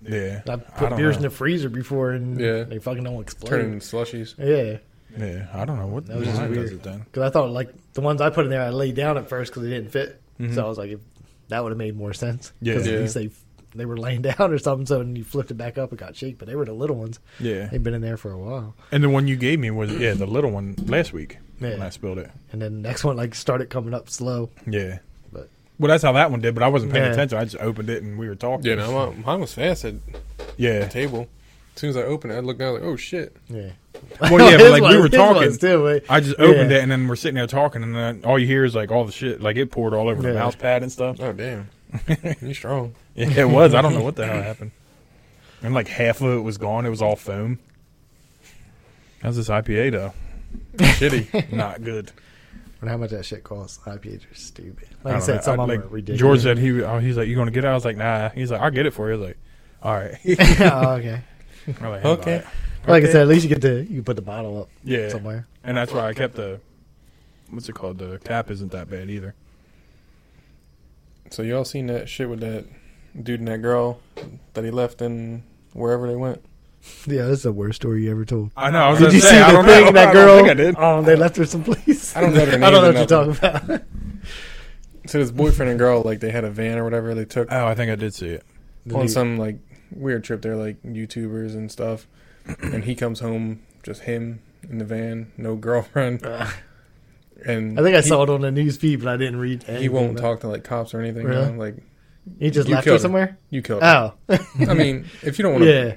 [SPEAKER 1] Yeah,
[SPEAKER 2] I
[SPEAKER 1] I
[SPEAKER 2] put
[SPEAKER 1] don't
[SPEAKER 2] beers
[SPEAKER 1] know.
[SPEAKER 2] in the freazer before, and
[SPEAKER 3] Yeah.
[SPEAKER 2] they fucking don't explode.
[SPEAKER 3] Turning into slushies.
[SPEAKER 2] Yeah,
[SPEAKER 1] Yeah, I don't know what
[SPEAKER 2] That was just
[SPEAKER 1] why it
[SPEAKER 2] weird.
[SPEAKER 1] does it then.
[SPEAKER 2] because I thought like the ones I put in there, I laid down at first because they didn't fit. So I was like, if, that would have made more sense.
[SPEAKER 1] Mm-hmm. Yeah.
[SPEAKER 2] because
[SPEAKER 3] Yeah.
[SPEAKER 2] at least they they were laying down or something. So then you flipped it back up, it got shake. But they were the little ones.
[SPEAKER 1] Yeah,
[SPEAKER 2] They've been in there for a while.
[SPEAKER 1] and the one you gave me was yeah the little one last week when
[SPEAKER 2] Yeah.
[SPEAKER 1] I spilled it.
[SPEAKER 2] And then the next one like started coming up slow.
[SPEAKER 1] Yeah,
[SPEAKER 2] But-
[SPEAKER 1] well, that's how that one did. But I wasn't paying
[SPEAKER 2] Yeah.
[SPEAKER 1] attention. I just opened it and we were talking.
[SPEAKER 3] Yeah, no, mine- mine was fast at the
[SPEAKER 1] yeah.
[SPEAKER 3] table. As soon as I opened it, I looked down like, oh shit.
[SPEAKER 2] Yeah.
[SPEAKER 1] Well, yeah,
[SPEAKER 2] His
[SPEAKER 1] but like we
[SPEAKER 2] was-
[SPEAKER 1] were
[SPEAKER 2] his was
[SPEAKER 1] talking.
[SPEAKER 2] too, but-
[SPEAKER 1] I just opened
[SPEAKER 2] Yeah.
[SPEAKER 1] it and then we're sitting there talking, and then all you hear is like all the shit, like it poured all over the
[SPEAKER 2] Yeah.
[SPEAKER 1] mouse pad and stuff.
[SPEAKER 3] Oh damn, you strong.
[SPEAKER 1] Yeah, it was. I don't know what the hell happened. And like half of it was gone. It was all foam. How's this IPA though?
[SPEAKER 3] Shitty.
[SPEAKER 1] Not good.
[SPEAKER 2] But how much that shit costs? IPAs are stupid.
[SPEAKER 1] I
[SPEAKER 2] Like
[SPEAKER 1] don't
[SPEAKER 2] I,
[SPEAKER 1] know.
[SPEAKER 2] said, some
[SPEAKER 1] I-
[SPEAKER 2] of them
[SPEAKER 1] like,
[SPEAKER 2] are ridiculous.
[SPEAKER 1] George said he oh, he's like, "You gonna get it?" I was like, "Nah." He's like, "I'll get it for you." I was like, "All right."
[SPEAKER 2] oh, okay.
[SPEAKER 1] I let him buy
[SPEAKER 3] Okay.
[SPEAKER 1] it.
[SPEAKER 2] Like I
[SPEAKER 1] Okay.
[SPEAKER 2] said, at least you get the you can put the bottle up
[SPEAKER 1] Yeah.
[SPEAKER 2] somewhere.
[SPEAKER 1] And that's why I kept the what's it called? The cap isn't that bad either.
[SPEAKER 3] So y'all seen that shit with that dude and that girl that he left in wherever they went?
[SPEAKER 2] Yeah, that's the worst story you ever told.
[SPEAKER 1] I know. I was
[SPEAKER 2] Did
[SPEAKER 1] gonna
[SPEAKER 2] you
[SPEAKER 1] say,
[SPEAKER 2] see
[SPEAKER 1] I
[SPEAKER 2] the
[SPEAKER 1] don't
[SPEAKER 2] thing?
[SPEAKER 1] know.
[SPEAKER 2] That
[SPEAKER 1] I don't
[SPEAKER 2] girl.
[SPEAKER 1] think I did.
[SPEAKER 2] Um, they left her someplace.
[SPEAKER 3] I don't know their
[SPEAKER 2] I don't know what
[SPEAKER 3] names
[SPEAKER 2] you're
[SPEAKER 3] or
[SPEAKER 2] talking about.
[SPEAKER 3] So this boyfriend and girl like they had a van or whatever they took
[SPEAKER 1] Oh, I think I did see it.
[SPEAKER 3] on some like weird trip. They're like YouTubers and stuff, and he comes home just him in the van, no girlfriend.
[SPEAKER 2] Uh,
[SPEAKER 3] And
[SPEAKER 2] I think I
[SPEAKER 3] he-
[SPEAKER 2] saw it on the news feed, but I didn't read.
[SPEAKER 3] He
[SPEAKER 2] anything
[SPEAKER 3] won't
[SPEAKER 2] about
[SPEAKER 3] talk to like cops or anything.
[SPEAKER 2] Really?
[SPEAKER 3] now. Like
[SPEAKER 2] it. He just
[SPEAKER 3] You
[SPEAKER 2] left her
[SPEAKER 3] killed her.
[SPEAKER 2] somewhere.
[SPEAKER 3] you killed. her.
[SPEAKER 2] Oh,
[SPEAKER 3] I mean, if you don't want to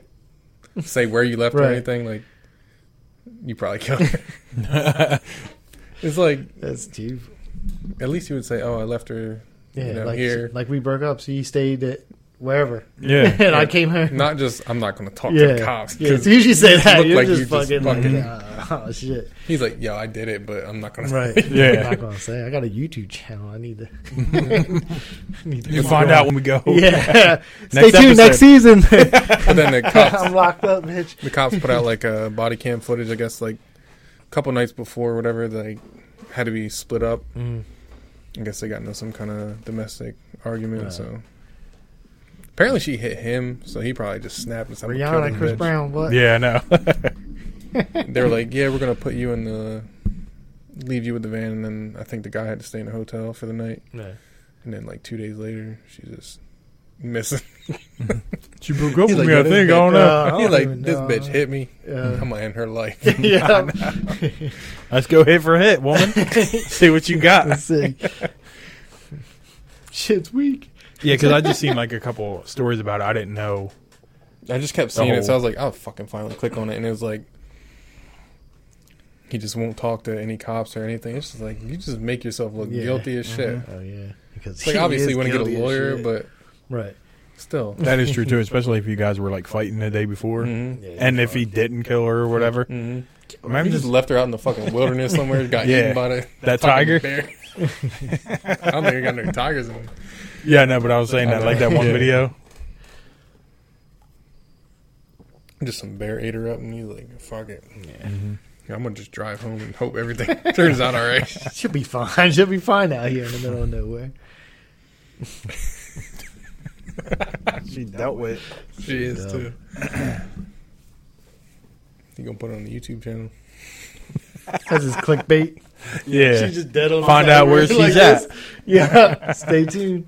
[SPEAKER 2] yeah.
[SPEAKER 3] say where you left or
[SPEAKER 2] Right.
[SPEAKER 3] anything, like you probably killed her. it's like
[SPEAKER 2] That's too
[SPEAKER 3] At least he would say, "Oh, I left her."
[SPEAKER 2] Yeah,
[SPEAKER 3] You know,
[SPEAKER 2] like
[SPEAKER 3] here.
[SPEAKER 2] like we broke up, so you stayed at wherever,
[SPEAKER 1] Yeah.
[SPEAKER 2] and I came here.
[SPEAKER 3] Not just I'm not going to talk to the cops.
[SPEAKER 2] Yeah,
[SPEAKER 3] 'cause
[SPEAKER 2] so you should say that.
[SPEAKER 3] looked
[SPEAKER 2] You're
[SPEAKER 3] like
[SPEAKER 2] just
[SPEAKER 3] you just
[SPEAKER 2] fucking, like,
[SPEAKER 3] fucking-
[SPEAKER 2] "Ah, oh shit.
[SPEAKER 3] he's like, "Yo, I did it, but I'm not going to."
[SPEAKER 2] Right.
[SPEAKER 1] Yeah.
[SPEAKER 2] I'm not gonna say. I got a YouTube channel. I need to. need to
[SPEAKER 1] You find out when we go.
[SPEAKER 2] Yeah. Stay
[SPEAKER 1] Next
[SPEAKER 2] tuned next season.
[SPEAKER 3] But then the cops,
[SPEAKER 2] I'm locked up, bitch.
[SPEAKER 3] the cops put out like a body cam footage. I guess like a couple nights before, or whatever. They had to be split up.
[SPEAKER 1] Mm.
[SPEAKER 3] I guess they got into some kind of domestic argument.
[SPEAKER 2] Right.
[SPEAKER 3] So apparently, she hit him. So he probably just snapped and said, "I'm gonna kill
[SPEAKER 2] Rihanna,
[SPEAKER 3] this
[SPEAKER 2] Chris
[SPEAKER 3] bitch."
[SPEAKER 2] Brown. What?
[SPEAKER 1] Yeah, I know.
[SPEAKER 3] they were like, "Yeah, we're gonna put you in the, leave you with the van," and then I think the guy had to stay in a hotel for the night.
[SPEAKER 2] Yeah.
[SPEAKER 3] And then like two days later, she just missing.
[SPEAKER 1] she broke up
[SPEAKER 3] He's
[SPEAKER 1] with
[SPEAKER 3] like,
[SPEAKER 1] me,
[SPEAKER 3] "Yo,
[SPEAKER 1] I
[SPEAKER 3] this
[SPEAKER 1] think. I
[SPEAKER 3] bitch- uh,"
[SPEAKER 1] don't know.
[SPEAKER 2] I don't
[SPEAKER 3] He's
[SPEAKER 2] even
[SPEAKER 3] like, "This
[SPEAKER 2] know."
[SPEAKER 3] bitch hit me.
[SPEAKER 2] Yeah.
[SPEAKER 3] I'm gonna end her life."
[SPEAKER 2] yeah.
[SPEAKER 1] Let's go hit for hit, woman. See what you got.
[SPEAKER 2] That's sick. Shit's weak.
[SPEAKER 1] Yeah, because I just seen like a couple stories about it. I didn't know.
[SPEAKER 3] I just kept
[SPEAKER 1] The
[SPEAKER 3] seeing it, so I
[SPEAKER 1] whole-
[SPEAKER 3] was like, "I'll fucking finally click on it," and it was like. He just won't talk to any cops or anything. It's just like you just make yourself look
[SPEAKER 2] Yeah.
[SPEAKER 3] guilty as shit.
[SPEAKER 2] Oh yeah. Because
[SPEAKER 3] It's like
[SPEAKER 2] he
[SPEAKER 3] obviously
[SPEAKER 2] is
[SPEAKER 3] you want to get
[SPEAKER 2] guilty
[SPEAKER 3] a
[SPEAKER 2] as
[SPEAKER 3] lawyer,
[SPEAKER 2] shit.
[SPEAKER 3] but
[SPEAKER 2] right.
[SPEAKER 3] still.
[SPEAKER 1] That is true too, especially if you guys were like fighting the day before,
[SPEAKER 2] Mm.
[SPEAKER 3] Mm-hmm.
[SPEAKER 2] Yeah,
[SPEAKER 1] and if he didn't kill her or whatever.
[SPEAKER 3] Mm-hmm.
[SPEAKER 1] Remember
[SPEAKER 3] just
[SPEAKER 1] this-
[SPEAKER 3] left her out in the fucking wilderness somewhere. Got
[SPEAKER 1] Yeah.
[SPEAKER 3] eaten by the,
[SPEAKER 1] That
[SPEAKER 3] fucking
[SPEAKER 1] tiger?
[SPEAKER 3] bear. I don't think I got no tigers in. it.
[SPEAKER 1] Yeah, no, but I was saying that like that one
[SPEAKER 3] Yeah.
[SPEAKER 1] video.
[SPEAKER 3] Just some bear ate her up, and he's like, "Fuck it,
[SPEAKER 1] Mm-hmm.
[SPEAKER 3] Yeah, I'm gonna just drive home and hope everything turns out all right."
[SPEAKER 2] She'll be fine. She'll be fine out here in the middle of nowhere.
[SPEAKER 1] She dealt with.
[SPEAKER 3] she is
[SPEAKER 2] Yeah.
[SPEAKER 3] too. you gonna put it on the YouTube channel?
[SPEAKER 2] That's his clickbait.
[SPEAKER 1] Yeah,
[SPEAKER 2] She's just dead on. the
[SPEAKER 1] Find
[SPEAKER 2] side
[SPEAKER 1] out
[SPEAKER 2] of the
[SPEAKER 1] where
[SPEAKER 2] road
[SPEAKER 1] she's
[SPEAKER 2] like
[SPEAKER 1] at.
[SPEAKER 2] this. Yeah. Stay tuned.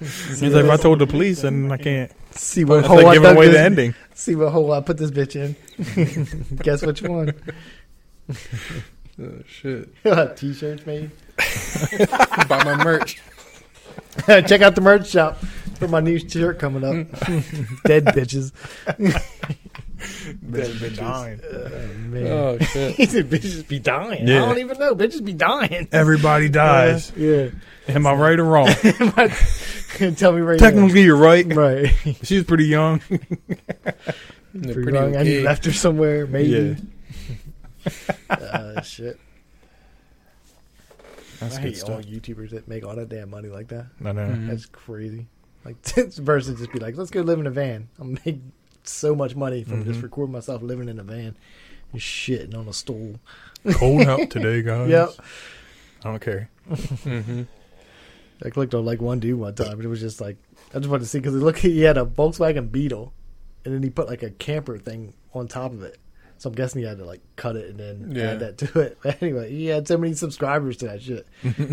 [SPEAKER 1] he's like, if I told the police, then I can't.
[SPEAKER 2] See what
[SPEAKER 1] It's
[SPEAKER 2] hole
[SPEAKER 1] like
[SPEAKER 2] I
[SPEAKER 1] giving
[SPEAKER 2] dug
[SPEAKER 1] away
[SPEAKER 2] this-
[SPEAKER 1] the ending.
[SPEAKER 2] See what hole I put this bitch in. Guess which one?
[SPEAKER 3] Oh, shit!
[SPEAKER 2] T-shirts made.
[SPEAKER 3] Buy my merch.
[SPEAKER 2] Check out the merch shop for my new shirt coming up. Dead bitches.
[SPEAKER 1] Bitch, bitch, dying.
[SPEAKER 2] Oh, man.
[SPEAKER 3] Oh shit!
[SPEAKER 2] He said bitches be dying.
[SPEAKER 1] Yeah.
[SPEAKER 2] I don't even know. Bitches be dying.
[SPEAKER 1] Everybody dies.
[SPEAKER 2] Yeah.
[SPEAKER 1] Am I right or wrong?
[SPEAKER 2] Tell me right now.
[SPEAKER 1] Technically, you're right.
[SPEAKER 2] Right.
[SPEAKER 1] She was pretty young.
[SPEAKER 3] They're
[SPEAKER 2] Pretty
[SPEAKER 3] pretty
[SPEAKER 2] wrong. And
[SPEAKER 3] okay.
[SPEAKER 2] you left her somewhere, maybe. Uh, shit.
[SPEAKER 1] That's
[SPEAKER 2] I
[SPEAKER 1] good
[SPEAKER 2] hate all
[SPEAKER 1] stuff. Mm-hmm.
[SPEAKER 2] YouTubers that make all that damn money like that.
[SPEAKER 1] I know.
[SPEAKER 3] Mhm.
[SPEAKER 2] That's crazy. Like, this person just be like, let's go live in a van. I'll make so much money from just
[SPEAKER 1] Mhm.
[SPEAKER 2] recording myself living in a van and shitting on a stool.
[SPEAKER 1] Cold out today, guys.
[SPEAKER 2] Yep.
[SPEAKER 1] I don't care.
[SPEAKER 3] Mhm.
[SPEAKER 2] I clicked on like one dude one time, and it was just like I just wanted to see because look, he had a Volkswagen Beetle, and then he put like a camper thing on top of it. So I'm guessing he had to like cut it and then
[SPEAKER 3] Yeah.
[SPEAKER 2] add that to it. But anyway, he had so many subscribers to that shit.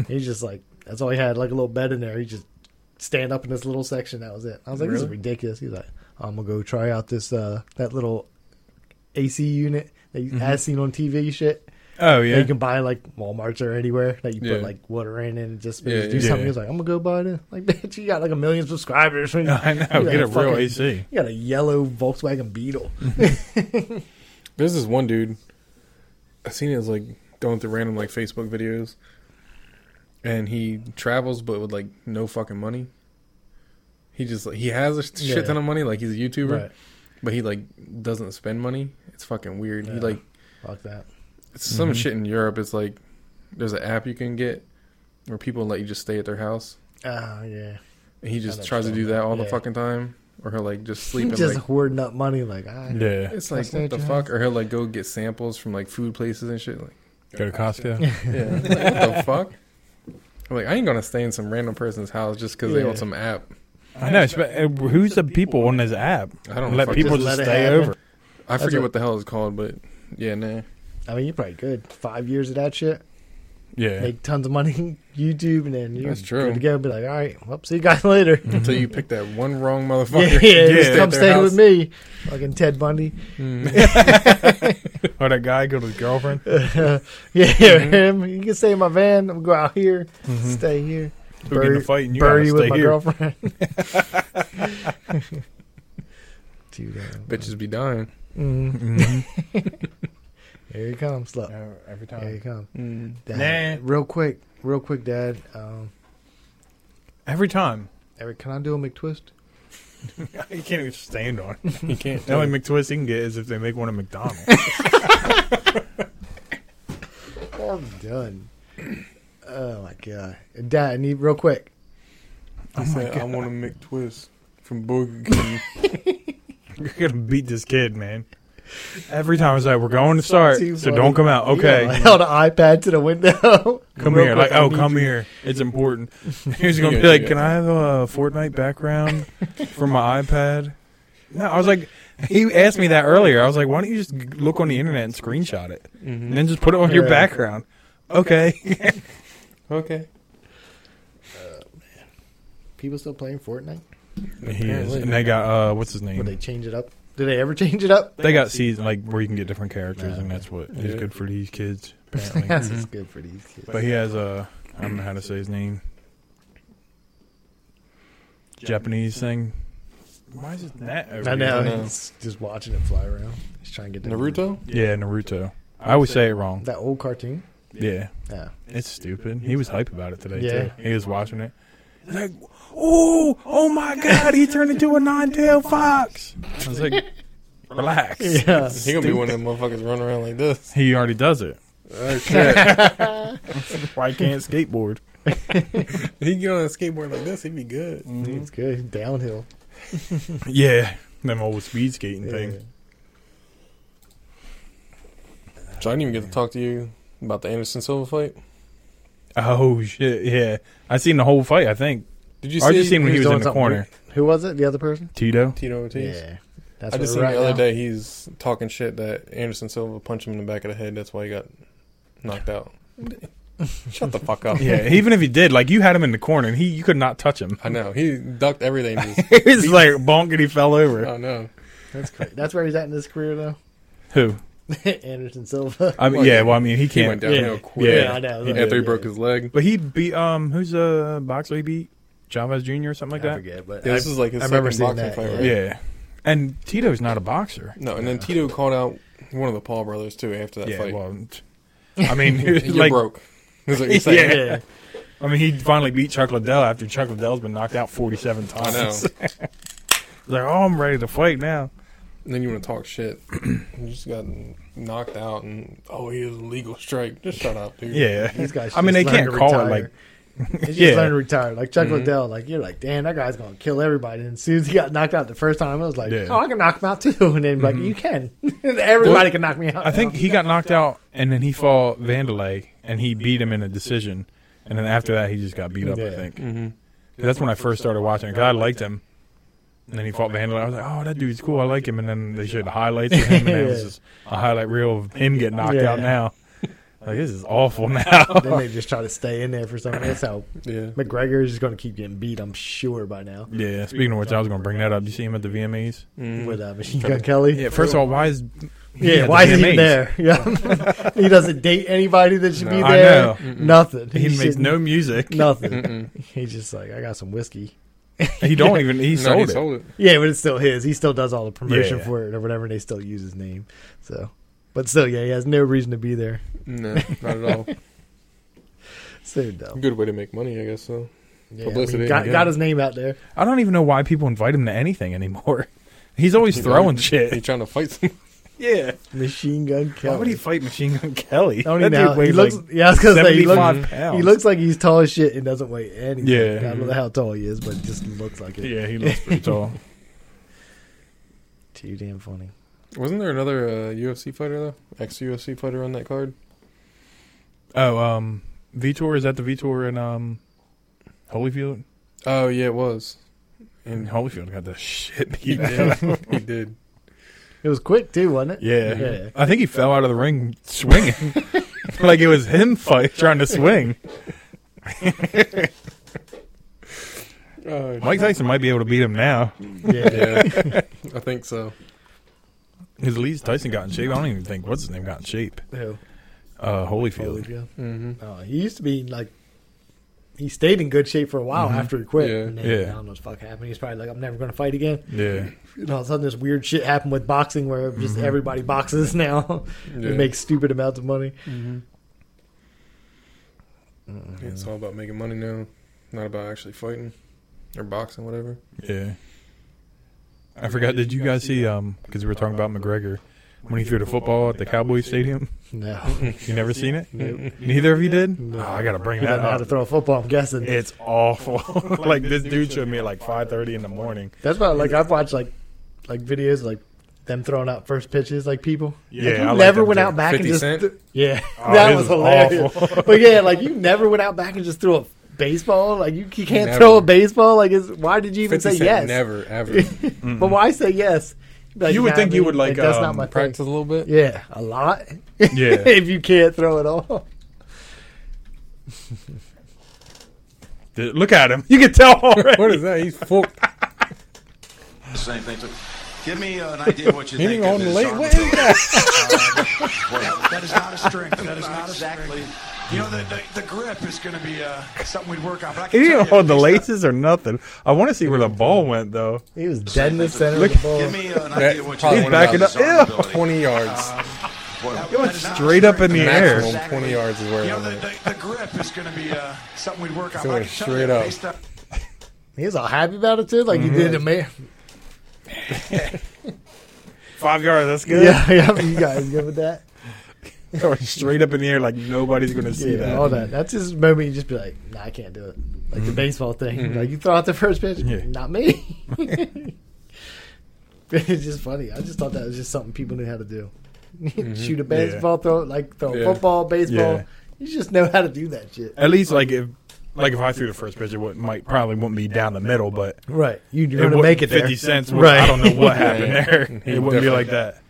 [SPEAKER 2] He's just like that's all he had, like a little bed in there. He just stand up in this little section. That was it. I was like, this is
[SPEAKER 3] Really?
[SPEAKER 2] ridiculous. He's like, I'm gonna go try out this uh that little AC unit that
[SPEAKER 3] Mm-hmm.
[SPEAKER 2] you as seen on TV shit.
[SPEAKER 1] Oh
[SPEAKER 2] Yeah.
[SPEAKER 1] yeah.
[SPEAKER 2] you can buy like Walmart's or anywhere that you
[SPEAKER 3] Yeah.
[SPEAKER 2] put like water in and just
[SPEAKER 3] Yeah,
[SPEAKER 2] do
[SPEAKER 3] yeah.
[SPEAKER 2] something.
[SPEAKER 1] Yeah.
[SPEAKER 2] It's like, I'm gonna go buy this. Like, bitch, you got like a million subscribers. When you,
[SPEAKER 1] I know.
[SPEAKER 2] you got
[SPEAKER 1] Get a real
[SPEAKER 2] fucking-
[SPEAKER 1] AC.
[SPEAKER 2] You got a yellow Volkswagen Beetle.
[SPEAKER 3] There's this one dude. I seen it as like going through random like Facebook videos, and he travels but with like no fucking money. He just like he has a shit
[SPEAKER 2] Yeah.
[SPEAKER 3] ton of money, like he's a YouTuber,
[SPEAKER 2] right.
[SPEAKER 3] but he like doesn't spend money. It's fucking weird. He
[SPEAKER 2] Yeah.
[SPEAKER 3] like
[SPEAKER 2] Fuck that.
[SPEAKER 3] it's some
[SPEAKER 2] Mm-hmm.
[SPEAKER 1] Mhm.
[SPEAKER 3] shit in Europe. It's like there's an app you can get where people let you just stay at their house,
[SPEAKER 2] Oh, yeah.
[SPEAKER 3] and he
[SPEAKER 2] know
[SPEAKER 3] just tries to
[SPEAKER 2] what
[SPEAKER 3] do
[SPEAKER 2] you're
[SPEAKER 3] that all the
[SPEAKER 2] Yeah.
[SPEAKER 3] fucking time, or he'll like just sleep
[SPEAKER 2] Sleep
[SPEAKER 3] and
[SPEAKER 2] just
[SPEAKER 3] like.
[SPEAKER 2] hoarding up money. Like, I,
[SPEAKER 1] Yeah.
[SPEAKER 3] It's like
[SPEAKER 2] That's not
[SPEAKER 3] what the
[SPEAKER 2] your
[SPEAKER 3] fuck, or he'll like go get samples from like food places and shit. Like,
[SPEAKER 1] Go to Costco.
[SPEAKER 3] Yeah. Like, what the fuck? I'm Like, I ain't gonna stay in some random person's house just because they
[SPEAKER 2] Yeah.
[SPEAKER 3] want some app.
[SPEAKER 1] I know. It's, uh, who's the people on this app?
[SPEAKER 3] I don't
[SPEAKER 1] let
[SPEAKER 3] fuck-
[SPEAKER 1] people
[SPEAKER 2] Just
[SPEAKER 1] just,
[SPEAKER 2] let it
[SPEAKER 1] stay
[SPEAKER 2] happen.
[SPEAKER 1] over.
[SPEAKER 3] I
[SPEAKER 2] That's Mm-hmm.
[SPEAKER 3] forget
[SPEAKER 2] what-
[SPEAKER 3] what the hell it's called, but yeah, nah.
[SPEAKER 2] I mean, you're probably good. Five years of that shit.
[SPEAKER 1] Yeah.
[SPEAKER 2] Make tons of money YouTube, and then you're
[SPEAKER 3] That's true.
[SPEAKER 2] good to go. Be like, all right, well, see you guys later.
[SPEAKER 3] Until you pick that one wrong
[SPEAKER 2] Yeah,
[SPEAKER 3] motherfucker.
[SPEAKER 2] yeah, just
[SPEAKER 1] at
[SPEAKER 2] come stay with me. Fucking Ted Bundy.
[SPEAKER 3] me.
[SPEAKER 1] Or that guy go to his girlfriend.
[SPEAKER 2] yeah,
[SPEAKER 1] Mm-hmm.
[SPEAKER 2] him. You can stay in my van. I'm gonna go out here, stay here,
[SPEAKER 1] We'll get in a fight and you
[SPEAKER 2] bury
[SPEAKER 1] gotta
[SPEAKER 2] with
[SPEAKER 1] stay
[SPEAKER 2] my
[SPEAKER 1] here.
[SPEAKER 2] girlfriend. Dude, uh,
[SPEAKER 3] Bitches be dying.
[SPEAKER 1] Mm-hmm. Mhm.
[SPEAKER 2] mm, Here he comes. Look,
[SPEAKER 1] Uh, every
[SPEAKER 2] here he
[SPEAKER 1] time.
[SPEAKER 2] comes.
[SPEAKER 3] Mm.
[SPEAKER 2] Dad,
[SPEAKER 1] Nah.
[SPEAKER 2] real quick, real quick, Dad. Um,
[SPEAKER 1] Every time.
[SPEAKER 2] Eric, can I do a McTwist?
[SPEAKER 1] I can't even stand on. it.
[SPEAKER 3] You can't.
[SPEAKER 1] the only McTwist you can get is if they make one at McDonald's.
[SPEAKER 2] Well done. Oh my god, Dad, I need real quick. Oh
[SPEAKER 3] I said I want a McTwist from Burger King.
[SPEAKER 1] You're gonna beat this kid, man. Every time I was like, "We're going to start,
[SPEAKER 2] Too
[SPEAKER 1] so
[SPEAKER 2] funny.
[SPEAKER 1] don't come out." Okay,
[SPEAKER 2] Yeah, I held an iPad to the window.
[SPEAKER 1] come
[SPEAKER 2] Real
[SPEAKER 1] here.
[SPEAKER 2] quick,
[SPEAKER 1] Like, oh,
[SPEAKER 2] I need
[SPEAKER 1] come
[SPEAKER 2] you.
[SPEAKER 1] here. It's important. He's gonna
[SPEAKER 3] Yeah,
[SPEAKER 1] be like,
[SPEAKER 3] yeah.
[SPEAKER 1] "Can I have a Fortnite background from my iPad?" No, I was like, he asked me that earlier. I was like, "Why don't you just look on the internet and screenshot it, and
[SPEAKER 3] mm-hmm.
[SPEAKER 1] then just put it on your
[SPEAKER 2] Yeah.
[SPEAKER 1] background?" Okay.
[SPEAKER 3] Okay.
[SPEAKER 2] People still playing Fortnite?
[SPEAKER 1] he is,
[SPEAKER 3] Apparently.
[SPEAKER 1] and they got uh, what's his
[SPEAKER 2] Would they
[SPEAKER 1] name?
[SPEAKER 2] change it up? Do they ever change it up?
[SPEAKER 1] They got season like where you can get different characters,
[SPEAKER 2] Nah.
[SPEAKER 1] and that's what
[SPEAKER 3] Yeah.
[SPEAKER 1] is good for these kids. Apparently.
[SPEAKER 2] That's just good for these kids.
[SPEAKER 1] But he has a I don't know how to say his name. Japanese thing. Why is it that?
[SPEAKER 2] I know.
[SPEAKER 3] know.
[SPEAKER 2] He's just watching it fly around. He's trying to get to
[SPEAKER 3] Uh, Naruto.
[SPEAKER 1] Yeah, Naruto. I always say it wrong.
[SPEAKER 2] That old cartoon.
[SPEAKER 1] Yeah,
[SPEAKER 2] Yeah.
[SPEAKER 1] it's stupid. He was hype about it today
[SPEAKER 2] Yeah.
[SPEAKER 1] too. He was watching it. He's like, oh, oh my God, he turned into a nine-tailed fox. I was like, relax.
[SPEAKER 2] Yeah.
[SPEAKER 3] He gonna be one of them motherfuckers running around like this.
[SPEAKER 1] He already does it.
[SPEAKER 3] Oh shit!
[SPEAKER 1] Why can't skateboard?
[SPEAKER 3] he get on a skateboard like this, he'd be good.
[SPEAKER 1] Mm-hmm.
[SPEAKER 2] It's good. Downhill.
[SPEAKER 1] Yeah, them old speed skating
[SPEAKER 2] Yeah.
[SPEAKER 1] thing.
[SPEAKER 3] So I didn't even get to talk to you about the Anderson Silva fight.
[SPEAKER 1] Oh shit, yeah. I seen the whole fight. I think
[SPEAKER 3] Did you?
[SPEAKER 1] I
[SPEAKER 3] see
[SPEAKER 1] just seen when he was
[SPEAKER 2] doing
[SPEAKER 1] in the
[SPEAKER 2] something
[SPEAKER 1] corner.
[SPEAKER 2] Who was it? The other person?
[SPEAKER 1] Tito.
[SPEAKER 3] Tito Ortiz.
[SPEAKER 2] Yeah. That's
[SPEAKER 3] I
[SPEAKER 2] what
[SPEAKER 3] just seen
[SPEAKER 2] we're at
[SPEAKER 3] the other
[SPEAKER 2] now.
[SPEAKER 3] day he's talking shit that Anderson Silva punched him in the back of the head. That's why he got knocked out. Shut the fuck up.
[SPEAKER 1] Yeah, even if he did, like you had him in the corner, and he you could not touch him.
[SPEAKER 3] I know. He ducked everything. Just,
[SPEAKER 1] He was like bonk, and he fell over.
[SPEAKER 3] oh no.
[SPEAKER 2] That's crazy. That's where he's at in his career though.
[SPEAKER 1] Who?
[SPEAKER 2] Anderson Silva.
[SPEAKER 1] I mean,
[SPEAKER 3] Well,
[SPEAKER 1] yeah.
[SPEAKER 3] yeah.
[SPEAKER 1] Well, I mean, he
[SPEAKER 3] He
[SPEAKER 1] can't.
[SPEAKER 3] went down
[SPEAKER 2] yeah.
[SPEAKER 3] real quick.
[SPEAKER 1] Yeah,
[SPEAKER 2] I know.
[SPEAKER 1] He
[SPEAKER 3] After he broke his leg.
[SPEAKER 1] but he beat um, who's a boxer he beat? Chavez Jr. or something like
[SPEAKER 2] I
[SPEAKER 1] that.
[SPEAKER 2] forget, but
[SPEAKER 3] Yeah,
[SPEAKER 2] I-
[SPEAKER 3] this is like his
[SPEAKER 2] I
[SPEAKER 3] second
[SPEAKER 2] remember
[SPEAKER 3] boxing
[SPEAKER 2] seeing that,
[SPEAKER 3] fight,
[SPEAKER 2] yeah.
[SPEAKER 3] right?
[SPEAKER 1] Yeah, and Tito's not a boxer.
[SPEAKER 3] No, and then Tito called out one of the Paul brothers too after that
[SPEAKER 1] yeah,
[SPEAKER 3] fight.
[SPEAKER 1] well, t- I mean, it was
[SPEAKER 3] You're
[SPEAKER 1] like,
[SPEAKER 3] broke. That's what you're saying.
[SPEAKER 1] Yeah. I mean, he finally beat Chuck Liddell after Chuck Liddell's been knocked out forty-seven
[SPEAKER 3] I
[SPEAKER 1] times.
[SPEAKER 3] know.
[SPEAKER 1] like, oh, I'm ready to fight now.
[SPEAKER 3] And then you want to talk shit. you just got knocked out, and oh, he has a legal strike. Just shut up, dude.
[SPEAKER 1] Yeah,
[SPEAKER 2] These guys
[SPEAKER 1] I mean, they
[SPEAKER 2] just learn
[SPEAKER 1] can't
[SPEAKER 2] to
[SPEAKER 1] call
[SPEAKER 2] retire.
[SPEAKER 1] it like
[SPEAKER 2] They just
[SPEAKER 1] Yeah. Mm-hmm.
[SPEAKER 2] learned to retire. Like Chuck
[SPEAKER 3] Mhm.
[SPEAKER 2] Liddell, like you're like, damn, that guy's gonna kill everybody. And as soon as he got knocked out the first time, I was like,
[SPEAKER 1] Yeah. Mm-hmm.
[SPEAKER 2] oh, I can knock him out too. And then like, you can. everybody
[SPEAKER 1] Well,
[SPEAKER 2] can knock me out.
[SPEAKER 1] I think
[SPEAKER 2] now.
[SPEAKER 1] he got knocked out, and then he fought Vandalay, and he beat him in a decision. And then after that, he just got beat up. I
[SPEAKER 2] Yeah.
[SPEAKER 1] think 'Cause
[SPEAKER 3] hmm
[SPEAKER 1] that's when I first started watching. Cause I liked him, and then he fought Vandalay. I was like, "Oh, that dude's cool. I like him." And then they showed highlights of him, and it was
[SPEAKER 2] Yeah.
[SPEAKER 1] just a highlight reel of him getting knocked
[SPEAKER 2] Yeah.
[SPEAKER 1] out. Now, like this is awful. Now,
[SPEAKER 2] Then they just try to stay in there for something. That's how
[SPEAKER 3] Yeah.
[SPEAKER 2] McGregor is just gonna keep getting beat. I'm sure by now
[SPEAKER 1] yeah. Speaking of which, I was going to bring that up. Did you see him at the VMAs?
[SPEAKER 3] Mhm.
[SPEAKER 2] with uh, Machine Gun Kelly.
[SPEAKER 1] Mm-hmm. Yeah. First of all, why is
[SPEAKER 2] Yeah,
[SPEAKER 1] at the
[SPEAKER 2] why is he
[SPEAKER 1] VMAs?
[SPEAKER 2] there? Yeah, he doesn't date anybody that should be
[SPEAKER 1] No. I
[SPEAKER 2] there.
[SPEAKER 1] know.
[SPEAKER 2] Nothing.
[SPEAKER 1] He makes
[SPEAKER 2] shouldn't-
[SPEAKER 1] no music.
[SPEAKER 2] nothing.
[SPEAKER 3] Mm-mm.
[SPEAKER 2] He's just like, I got some whiskey.
[SPEAKER 1] He don't even. He
[SPEAKER 3] No,
[SPEAKER 1] sold it.
[SPEAKER 3] sold it.
[SPEAKER 2] Yeah, but it's still his. He still does all the promotion
[SPEAKER 1] Yeah.
[SPEAKER 2] for it or whatever. And they still use his name. So, but still, yeah, he has no reason to be there.
[SPEAKER 3] No, not at all.
[SPEAKER 2] So dumb.
[SPEAKER 3] Good way to make money, I guess. So
[SPEAKER 2] Yeah,
[SPEAKER 3] Publicity
[SPEAKER 2] I mean, got,
[SPEAKER 3] again.
[SPEAKER 2] got his name out there.
[SPEAKER 1] I don't even know why people invite him to anything anymore. He's always throwing
[SPEAKER 3] He
[SPEAKER 1] shit.
[SPEAKER 3] trying to fight someone.
[SPEAKER 1] Yeah.
[SPEAKER 2] Machine Gun Kelly.
[SPEAKER 1] Why would he fight Machine Gun Kelly?
[SPEAKER 2] I don't even know. He looks, yeah, I was gonna say he looks,
[SPEAKER 1] 75 pounds.
[SPEAKER 2] he looks like he's tall as shit and doesn't weigh anything.
[SPEAKER 1] Yeah.
[SPEAKER 2] I don't know how tall he is, but just looks like it.
[SPEAKER 1] Yeah, he looks pretty tall.
[SPEAKER 2] Too damn funny.
[SPEAKER 3] Wasn't there another uh, UFC fighter though? Ex UFC fighter on that card?
[SPEAKER 1] Oh, um, Vitor is that the Vitor in um, Holyfield?
[SPEAKER 3] Oh yeah, it was.
[SPEAKER 1] And
[SPEAKER 3] And
[SPEAKER 1] Holyfield got the shit
[SPEAKER 3] he
[SPEAKER 1] beat. out of him.
[SPEAKER 3] did. he did.
[SPEAKER 2] It was quick too, wasn't it?
[SPEAKER 1] Yeah.
[SPEAKER 2] Yeah.
[SPEAKER 1] I think he fell out of the ring swinging, like it was him fight trying to swing.
[SPEAKER 3] Oh,
[SPEAKER 1] Mike Tyson might be able to beat him now.
[SPEAKER 2] Yeah.
[SPEAKER 3] yeah, I think so.
[SPEAKER 1] Because at least Tyson got in shape. I don't even think what's his name got in shape.
[SPEAKER 2] Who?
[SPEAKER 1] Uh, Holyfield.
[SPEAKER 2] Holyfield.
[SPEAKER 3] Mm-hmm.
[SPEAKER 2] Oh, he used to be like he stayed in good shape for a while
[SPEAKER 1] Mhm.
[SPEAKER 2] after he quit.
[SPEAKER 3] Yeah.
[SPEAKER 2] And then,
[SPEAKER 1] Yeah.
[SPEAKER 2] I don't know what the fuck happened. He's probably like, I'm never going to fight again.
[SPEAKER 1] Yeah.
[SPEAKER 2] And all of a sudden, this weird shit happened with boxing where just
[SPEAKER 1] Mhm.
[SPEAKER 2] everybody boxes now and
[SPEAKER 3] Yeah.
[SPEAKER 2] makes stupid amounts of money.
[SPEAKER 3] Mhm.
[SPEAKER 2] Mm-hmm.
[SPEAKER 3] Yeah, it's all about making money now, not about actually fighting or boxing, whatever.
[SPEAKER 1] Yeah. I forgot. Did you guys see? Um, because we were talking about McGregor when he threw the football at the Cowboys Stadium.
[SPEAKER 2] No.
[SPEAKER 1] You never seen it?
[SPEAKER 2] Nope.
[SPEAKER 1] Neither of you did.
[SPEAKER 2] No.
[SPEAKER 1] Oh, I gotta bring
[SPEAKER 2] He doesn't
[SPEAKER 1] that
[SPEAKER 2] know how to
[SPEAKER 1] up.
[SPEAKER 2] throw a football, I'm guessing.
[SPEAKER 1] It's awful. like this dude showed me at like five thirty in the morning.
[SPEAKER 2] That's why, like, I've watched, like, like videos, like, them throwing out first pitches, like, people.
[SPEAKER 1] Yeah,
[SPEAKER 2] Like,
[SPEAKER 1] I
[SPEAKER 2] you
[SPEAKER 1] like
[SPEAKER 2] never
[SPEAKER 1] them
[SPEAKER 2] went
[SPEAKER 1] too.
[SPEAKER 2] out back and
[SPEAKER 3] 50
[SPEAKER 2] just.
[SPEAKER 3] Cent?
[SPEAKER 2] th- yeah.
[SPEAKER 1] Oh,
[SPEAKER 2] that
[SPEAKER 1] this
[SPEAKER 2] was
[SPEAKER 1] is
[SPEAKER 2] hilarious.
[SPEAKER 1] awful.
[SPEAKER 2] but yeah, like, you never went out back and just threw a baseball. Like, you, you can't
[SPEAKER 3] Never.
[SPEAKER 2] throw a baseball. Like, is, why did you even
[SPEAKER 3] 50
[SPEAKER 2] say
[SPEAKER 3] Cent,
[SPEAKER 2] yes?
[SPEAKER 3] Never, ever.
[SPEAKER 2] But why say yes? Like,
[SPEAKER 1] You would
[SPEAKER 2] know
[SPEAKER 1] think
[SPEAKER 2] what I
[SPEAKER 1] you
[SPEAKER 2] mean?
[SPEAKER 1] would, like,
[SPEAKER 2] that's not
[SPEAKER 1] um,
[SPEAKER 2] my thing.
[SPEAKER 3] Practice a little bit.
[SPEAKER 2] Yeah, a lot.
[SPEAKER 1] Yeah.
[SPEAKER 2] if you can't throw it all.
[SPEAKER 1] Dude, Look at him. You can tell already.
[SPEAKER 3] What is that? He's full.
[SPEAKER 4] Same thing. So give me an idea of what you
[SPEAKER 3] Hitting
[SPEAKER 4] think. of
[SPEAKER 3] on
[SPEAKER 4] his
[SPEAKER 3] late.
[SPEAKER 4] arm
[SPEAKER 3] What is
[SPEAKER 4] ability.
[SPEAKER 3] that?
[SPEAKER 4] That, that is not a strength. That is not exactly. You know, the, the, the grip is going to be uh, something we'd work on. But I
[SPEAKER 1] He
[SPEAKER 4] can tell
[SPEAKER 1] didn't
[SPEAKER 4] you,
[SPEAKER 1] hold the
[SPEAKER 4] at least
[SPEAKER 1] laces or nothing. I want to see where the ball went though.
[SPEAKER 2] He was dead in the center
[SPEAKER 1] Look-
[SPEAKER 2] of the
[SPEAKER 4] that-
[SPEAKER 2] ball.
[SPEAKER 4] Give me an idea of what you
[SPEAKER 3] He's
[SPEAKER 4] think. of
[SPEAKER 1] backing
[SPEAKER 4] his
[SPEAKER 1] up.
[SPEAKER 4] arm
[SPEAKER 1] Ew.
[SPEAKER 4] ability.
[SPEAKER 3] 20 yards.
[SPEAKER 2] Ah,
[SPEAKER 4] Boy, that-
[SPEAKER 1] Going
[SPEAKER 4] that is not a
[SPEAKER 1] straight up in
[SPEAKER 4] strength.
[SPEAKER 1] the
[SPEAKER 4] That is
[SPEAKER 1] air.
[SPEAKER 4] not
[SPEAKER 3] Maximum 20 yards is where
[SPEAKER 4] You know,
[SPEAKER 3] I'm
[SPEAKER 4] the,
[SPEAKER 3] at.
[SPEAKER 4] the, the grip is going to be uh, something we'd work on. But I
[SPEAKER 3] Going
[SPEAKER 4] can tell you,
[SPEAKER 3] straight up.
[SPEAKER 4] based on-
[SPEAKER 2] He was all happy about it too, like he did it, man.
[SPEAKER 1] Mm-hmm. Five yards. That's good.
[SPEAKER 2] Yeah, yeah. You guys good with that?
[SPEAKER 1] Going straight up in the air like nobody's gonna see
[SPEAKER 2] Yeah,
[SPEAKER 1] that. Mm-hmm.
[SPEAKER 2] all that. That's his moment. You just be like, Nah, I can't do it. Like the baseball thing. Like you throw out the first pitch,
[SPEAKER 1] Yeah.
[SPEAKER 2] not me. it's just funny. I just thought that was just something people knew how to do. Shoot a baseball, throw like throw a
[SPEAKER 3] Yeah.
[SPEAKER 2] football, baseball.
[SPEAKER 1] Mm-hmm. Yeah.
[SPEAKER 2] You just know how to do that shit.
[SPEAKER 1] At least like if like if I threw the first pitch, it would, might probably wouldn't be down the middle, but
[SPEAKER 2] Right. You, you're
[SPEAKER 1] it
[SPEAKER 2] gonna
[SPEAKER 1] wouldn't-
[SPEAKER 2] make it there.
[SPEAKER 1] Fifty cents. would-
[SPEAKER 2] Right.
[SPEAKER 1] I don't know what happened there.
[SPEAKER 3] He
[SPEAKER 1] It wouldn't be
[SPEAKER 3] definitely-
[SPEAKER 1] like that.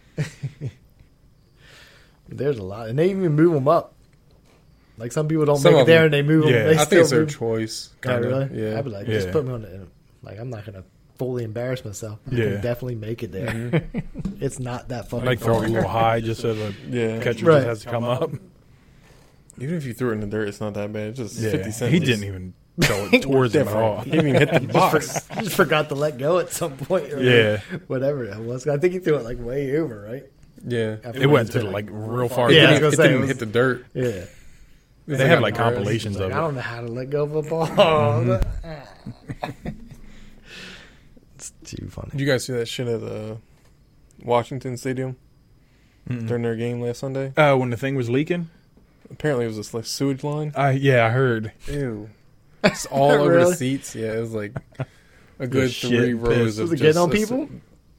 [SPEAKER 2] There's a lot, and they even move them up. Like some people don't
[SPEAKER 3] Some
[SPEAKER 2] make it
[SPEAKER 3] of
[SPEAKER 2] there, and
[SPEAKER 3] them.
[SPEAKER 2] they move
[SPEAKER 1] Yeah.
[SPEAKER 2] them. They still
[SPEAKER 3] I think it's their
[SPEAKER 2] move-
[SPEAKER 3] choice.
[SPEAKER 2] Oh,
[SPEAKER 3] Kind of.
[SPEAKER 2] really? I'd be
[SPEAKER 3] Yeah.
[SPEAKER 2] like, just
[SPEAKER 1] Yeah.
[SPEAKER 2] put me on the. Like I'm not gonna fully embarrass myself. I
[SPEAKER 1] Yeah.
[SPEAKER 2] can definitely make it there.
[SPEAKER 3] Mm-hmm.
[SPEAKER 2] it's not that fucking.
[SPEAKER 1] Like throw it a
[SPEAKER 2] fun.
[SPEAKER 1] little high just so the
[SPEAKER 3] Yeah.
[SPEAKER 1] catcher
[SPEAKER 2] Right.
[SPEAKER 1] just has to come up.
[SPEAKER 3] Even if you threw it in the dirt, it's not that bad. It's just
[SPEAKER 1] Yeah.
[SPEAKER 3] 50 cents.
[SPEAKER 1] He didn't even throw it towards him at all.
[SPEAKER 3] He didn't even hit the box.
[SPEAKER 2] I just forgot to let go at some point. Or
[SPEAKER 1] Yeah.
[SPEAKER 2] Whatever it was, I think he threw it like way over, right?
[SPEAKER 3] Yeah.
[SPEAKER 1] It went to like real far.
[SPEAKER 2] Yeah, I was
[SPEAKER 3] it
[SPEAKER 2] gonna
[SPEAKER 1] down.
[SPEAKER 2] say,
[SPEAKER 3] didn't
[SPEAKER 2] it was-
[SPEAKER 3] hit the dirt.
[SPEAKER 2] Yeah.
[SPEAKER 1] they have like
[SPEAKER 3] Grass.
[SPEAKER 1] compilations of
[SPEAKER 2] Like, I
[SPEAKER 1] it.
[SPEAKER 2] don't know how to let go of a ball. it's too
[SPEAKER 3] Did
[SPEAKER 2] funny.
[SPEAKER 3] you guys see that shit at the Washington Stadium during their game last Sunday?
[SPEAKER 1] Uh, when the thing was leaking,
[SPEAKER 3] Apparently, it was this like sewage line.
[SPEAKER 1] I yeah, I heard.
[SPEAKER 3] Ew, it's all over
[SPEAKER 2] Really?
[SPEAKER 3] the seats. Yeah, it was like a good
[SPEAKER 1] shit
[SPEAKER 3] three
[SPEAKER 1] and piss.
[SPEAKER 3] rows of
[SPEAKER 2] Was it
[SPEAKER 3] just
[SPEAKER 2] getting on
[SPEAKER 3] a se-
[SPEAKER 2] people?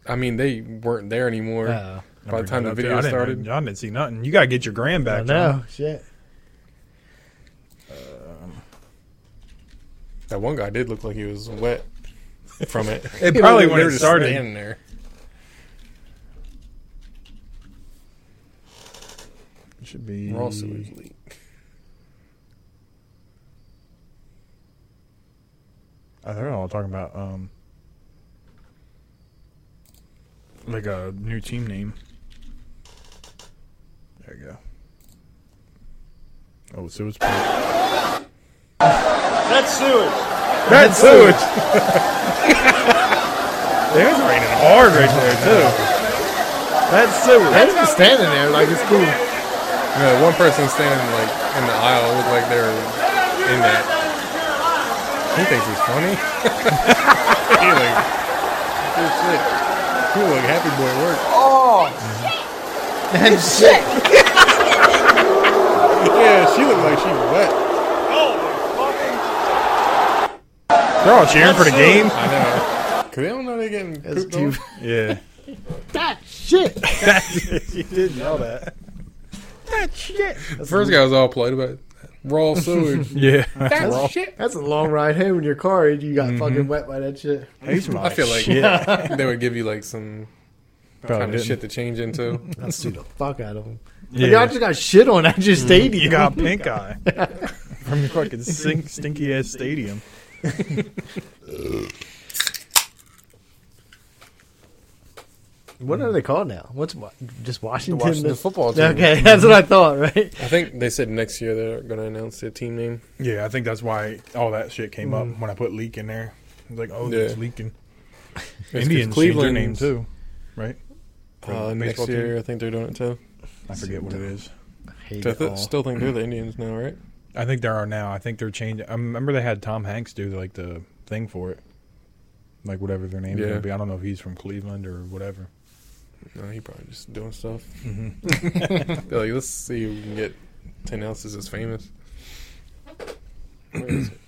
[SPEAKER 3] I mean, they weren't there anymore
[SPEAKER 2] Oh.
[SPEAKER 3] by the time the
[SPEAKER 1] I forgot
[SPEAKER 3] video
[SPEAKER 1] that. I
[SPEAKER 3] started.
[SPEAKER 1] didn't, I didn't see nothing. You gotta get your gram
[SPEAKER 2] I
[SPEAKER 1] back.
[SPEAKER 2] know. Shit.
[SPEAKER 3] That one guy did look like he was wet from it.
[SPEAKER 1] It probably when
[SPEAKER 3] They were
[SPEAKER 1] it
[SPEAKER 3] just
[SPEAKER 1] started.
[SPEAKER 3] standing there.
[SPEAKER 1] It should be
[SPEAKER 3] Raw sewage leak.
[SPEAKER 1] I don't know. I'm talking about um, like a new team name. There you go. Oh, sewage. That's sewage. That's sewage. There's raining hard right there too. That's sewage.
[SPEAKER 2] That's just standing there like it's cool.
[SPEAKER 3] No, one person standing like in the aisle looked like they were in that. He thinks he's funny. he like, good shit. Cool, like happy boy work.
[SPEAKER 2] And shit.
[SPEAKER 3] Yeah, she looked like she was wet.
[SPEAKER 1] They're all cheering for the game.
[SPEAKER 3] I know. Cause they don't know they're getting
[SPEAKER 2] That's
[SPEAKER 3] pooped
[SPEAKER 2] too.
[SPEAKER 3] on.
[SPEAKER 1] Yeah.
[SPEAKER 2] That shit.
[SPEAKER 1] you did know that.
[SPEAKER 2] That shit.
[SPEAKER 3] The first guy was all polite about it. raw sewage.
[SPEAKER 1] Yeah.
[SPEAKER 3] That's shit.
[SPEAKER 2] That's a long ride home in your car and you got
[SPEAKER 1] Mm-hmm.
[SPEAKER 2] fucking wet by that shit.
[SPEAKER 1] I
[SPEAKER 3] I feel like
[SPEAKER 1] shit.
[SPEAKER 3] they would give you like some kind of shit to change into.
[SPEAKER 2] I'll sue the fuck out of them.
[SPEAKER 1] Yeah.
[SPEAKER 2] Y'all just got shit on at your stadium.
[SPEAKER 1] You got pink eye Mm. from your fucking stink, stinky ass stadium.
[SPEAKER 2] What are they called now? What's wa- just Washington?
[SPEAKER 5] Washington football team.
[SPEAKER 2] Okay, that's what I thought. Right?
[SPEAKER 3] I think they said next year they're going to announce their team name.
[SPEAKER 1] Yeah, I think that's why all that shit came
[SPEAKER 2] Mm.
[SPEAKER 1] up when I put leak in there. It's like, oh,
[SPEAKER 3] Yeah.
[SPEAKER 1] it's leaking.
[SPEAKER 3] It's 'cause
[SPEAKER 1] Indians changed their name
[SPEAKER 3] Cleveland's,
[SPEAKER 1] too, right?
[SPEAKER 3] Uh, next
[SPEAKER 1] Baseball team?
[SPEAKER 3] year, I think they're doing it too.
[SPEAKER 1] I forget what it is.
[SPEAKER 2] I hate
[SPEAKER 3] So I
[SPEAKER 2] it
[SPEAKER 3] th-
[SPEAKER 2] all.
[SPEAKER 3] still think they're the Indians now, right?
[SPEAKER 1] I think there are now. I think they're changing. I remember they had Tom Hanks do like the thing for it, like whatever their name is
[SPEAKER 3] Yeah.
[SPEAKER 1] going to be. I don't know if he's from Cleveland or whatever.
[SPEAKER 3] No, he probably just doing stuff. They're like, let's see if we can get ten ounces as famous. Where is it?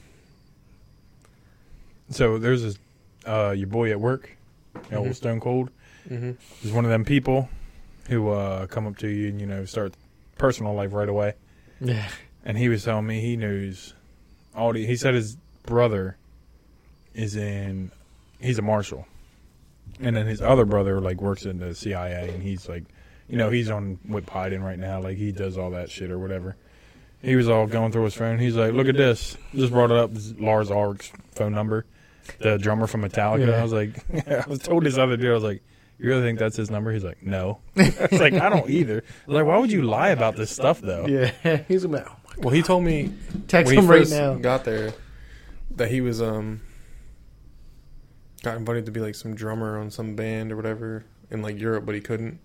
[SPEAKER 1] So there's this, uh, your boy at work, you know,
[SPEAKER 3] Mm-hmm.
[SPEAKER 1] old Stone Cold.
[SPEAKER 3] Mhm.
[SPEAKER 1] He's one of them people who uh, come up to you and you know start personal life right away.
[SPEAKER 2] Yeah.
[SPEAKER 1] and he was telling me he knows all the, he said his brother is in he's a marshal and then his other brother like works in the cia and he's like you know he's on with biden right now like he does all that shit or whatever he was all going through his phone he's like look at this just brought it up this is lars Ulrich's phone number the drummer from metallica
[SPEAKER 2] Yeah.
[SPEAKER 1] i was like i was told this other dude i was like you really think that's his number he's like no it's like i don't either like why would you lie about this stuff though
[SPEAKER 2] Yeah. He's gonna be like, oh, my-
[SPEAKER 3] Well, he told me
[SPEAKER 2] text
[SPEAKER 3] when he
[SPEAKER 2] him right
[SPEAKER 3] first
[SPEAKER 2] now.
[SPEAKER 3] got there that he was um got invited to be like some drummer on some band or whatever in like Europe, but he couldn't.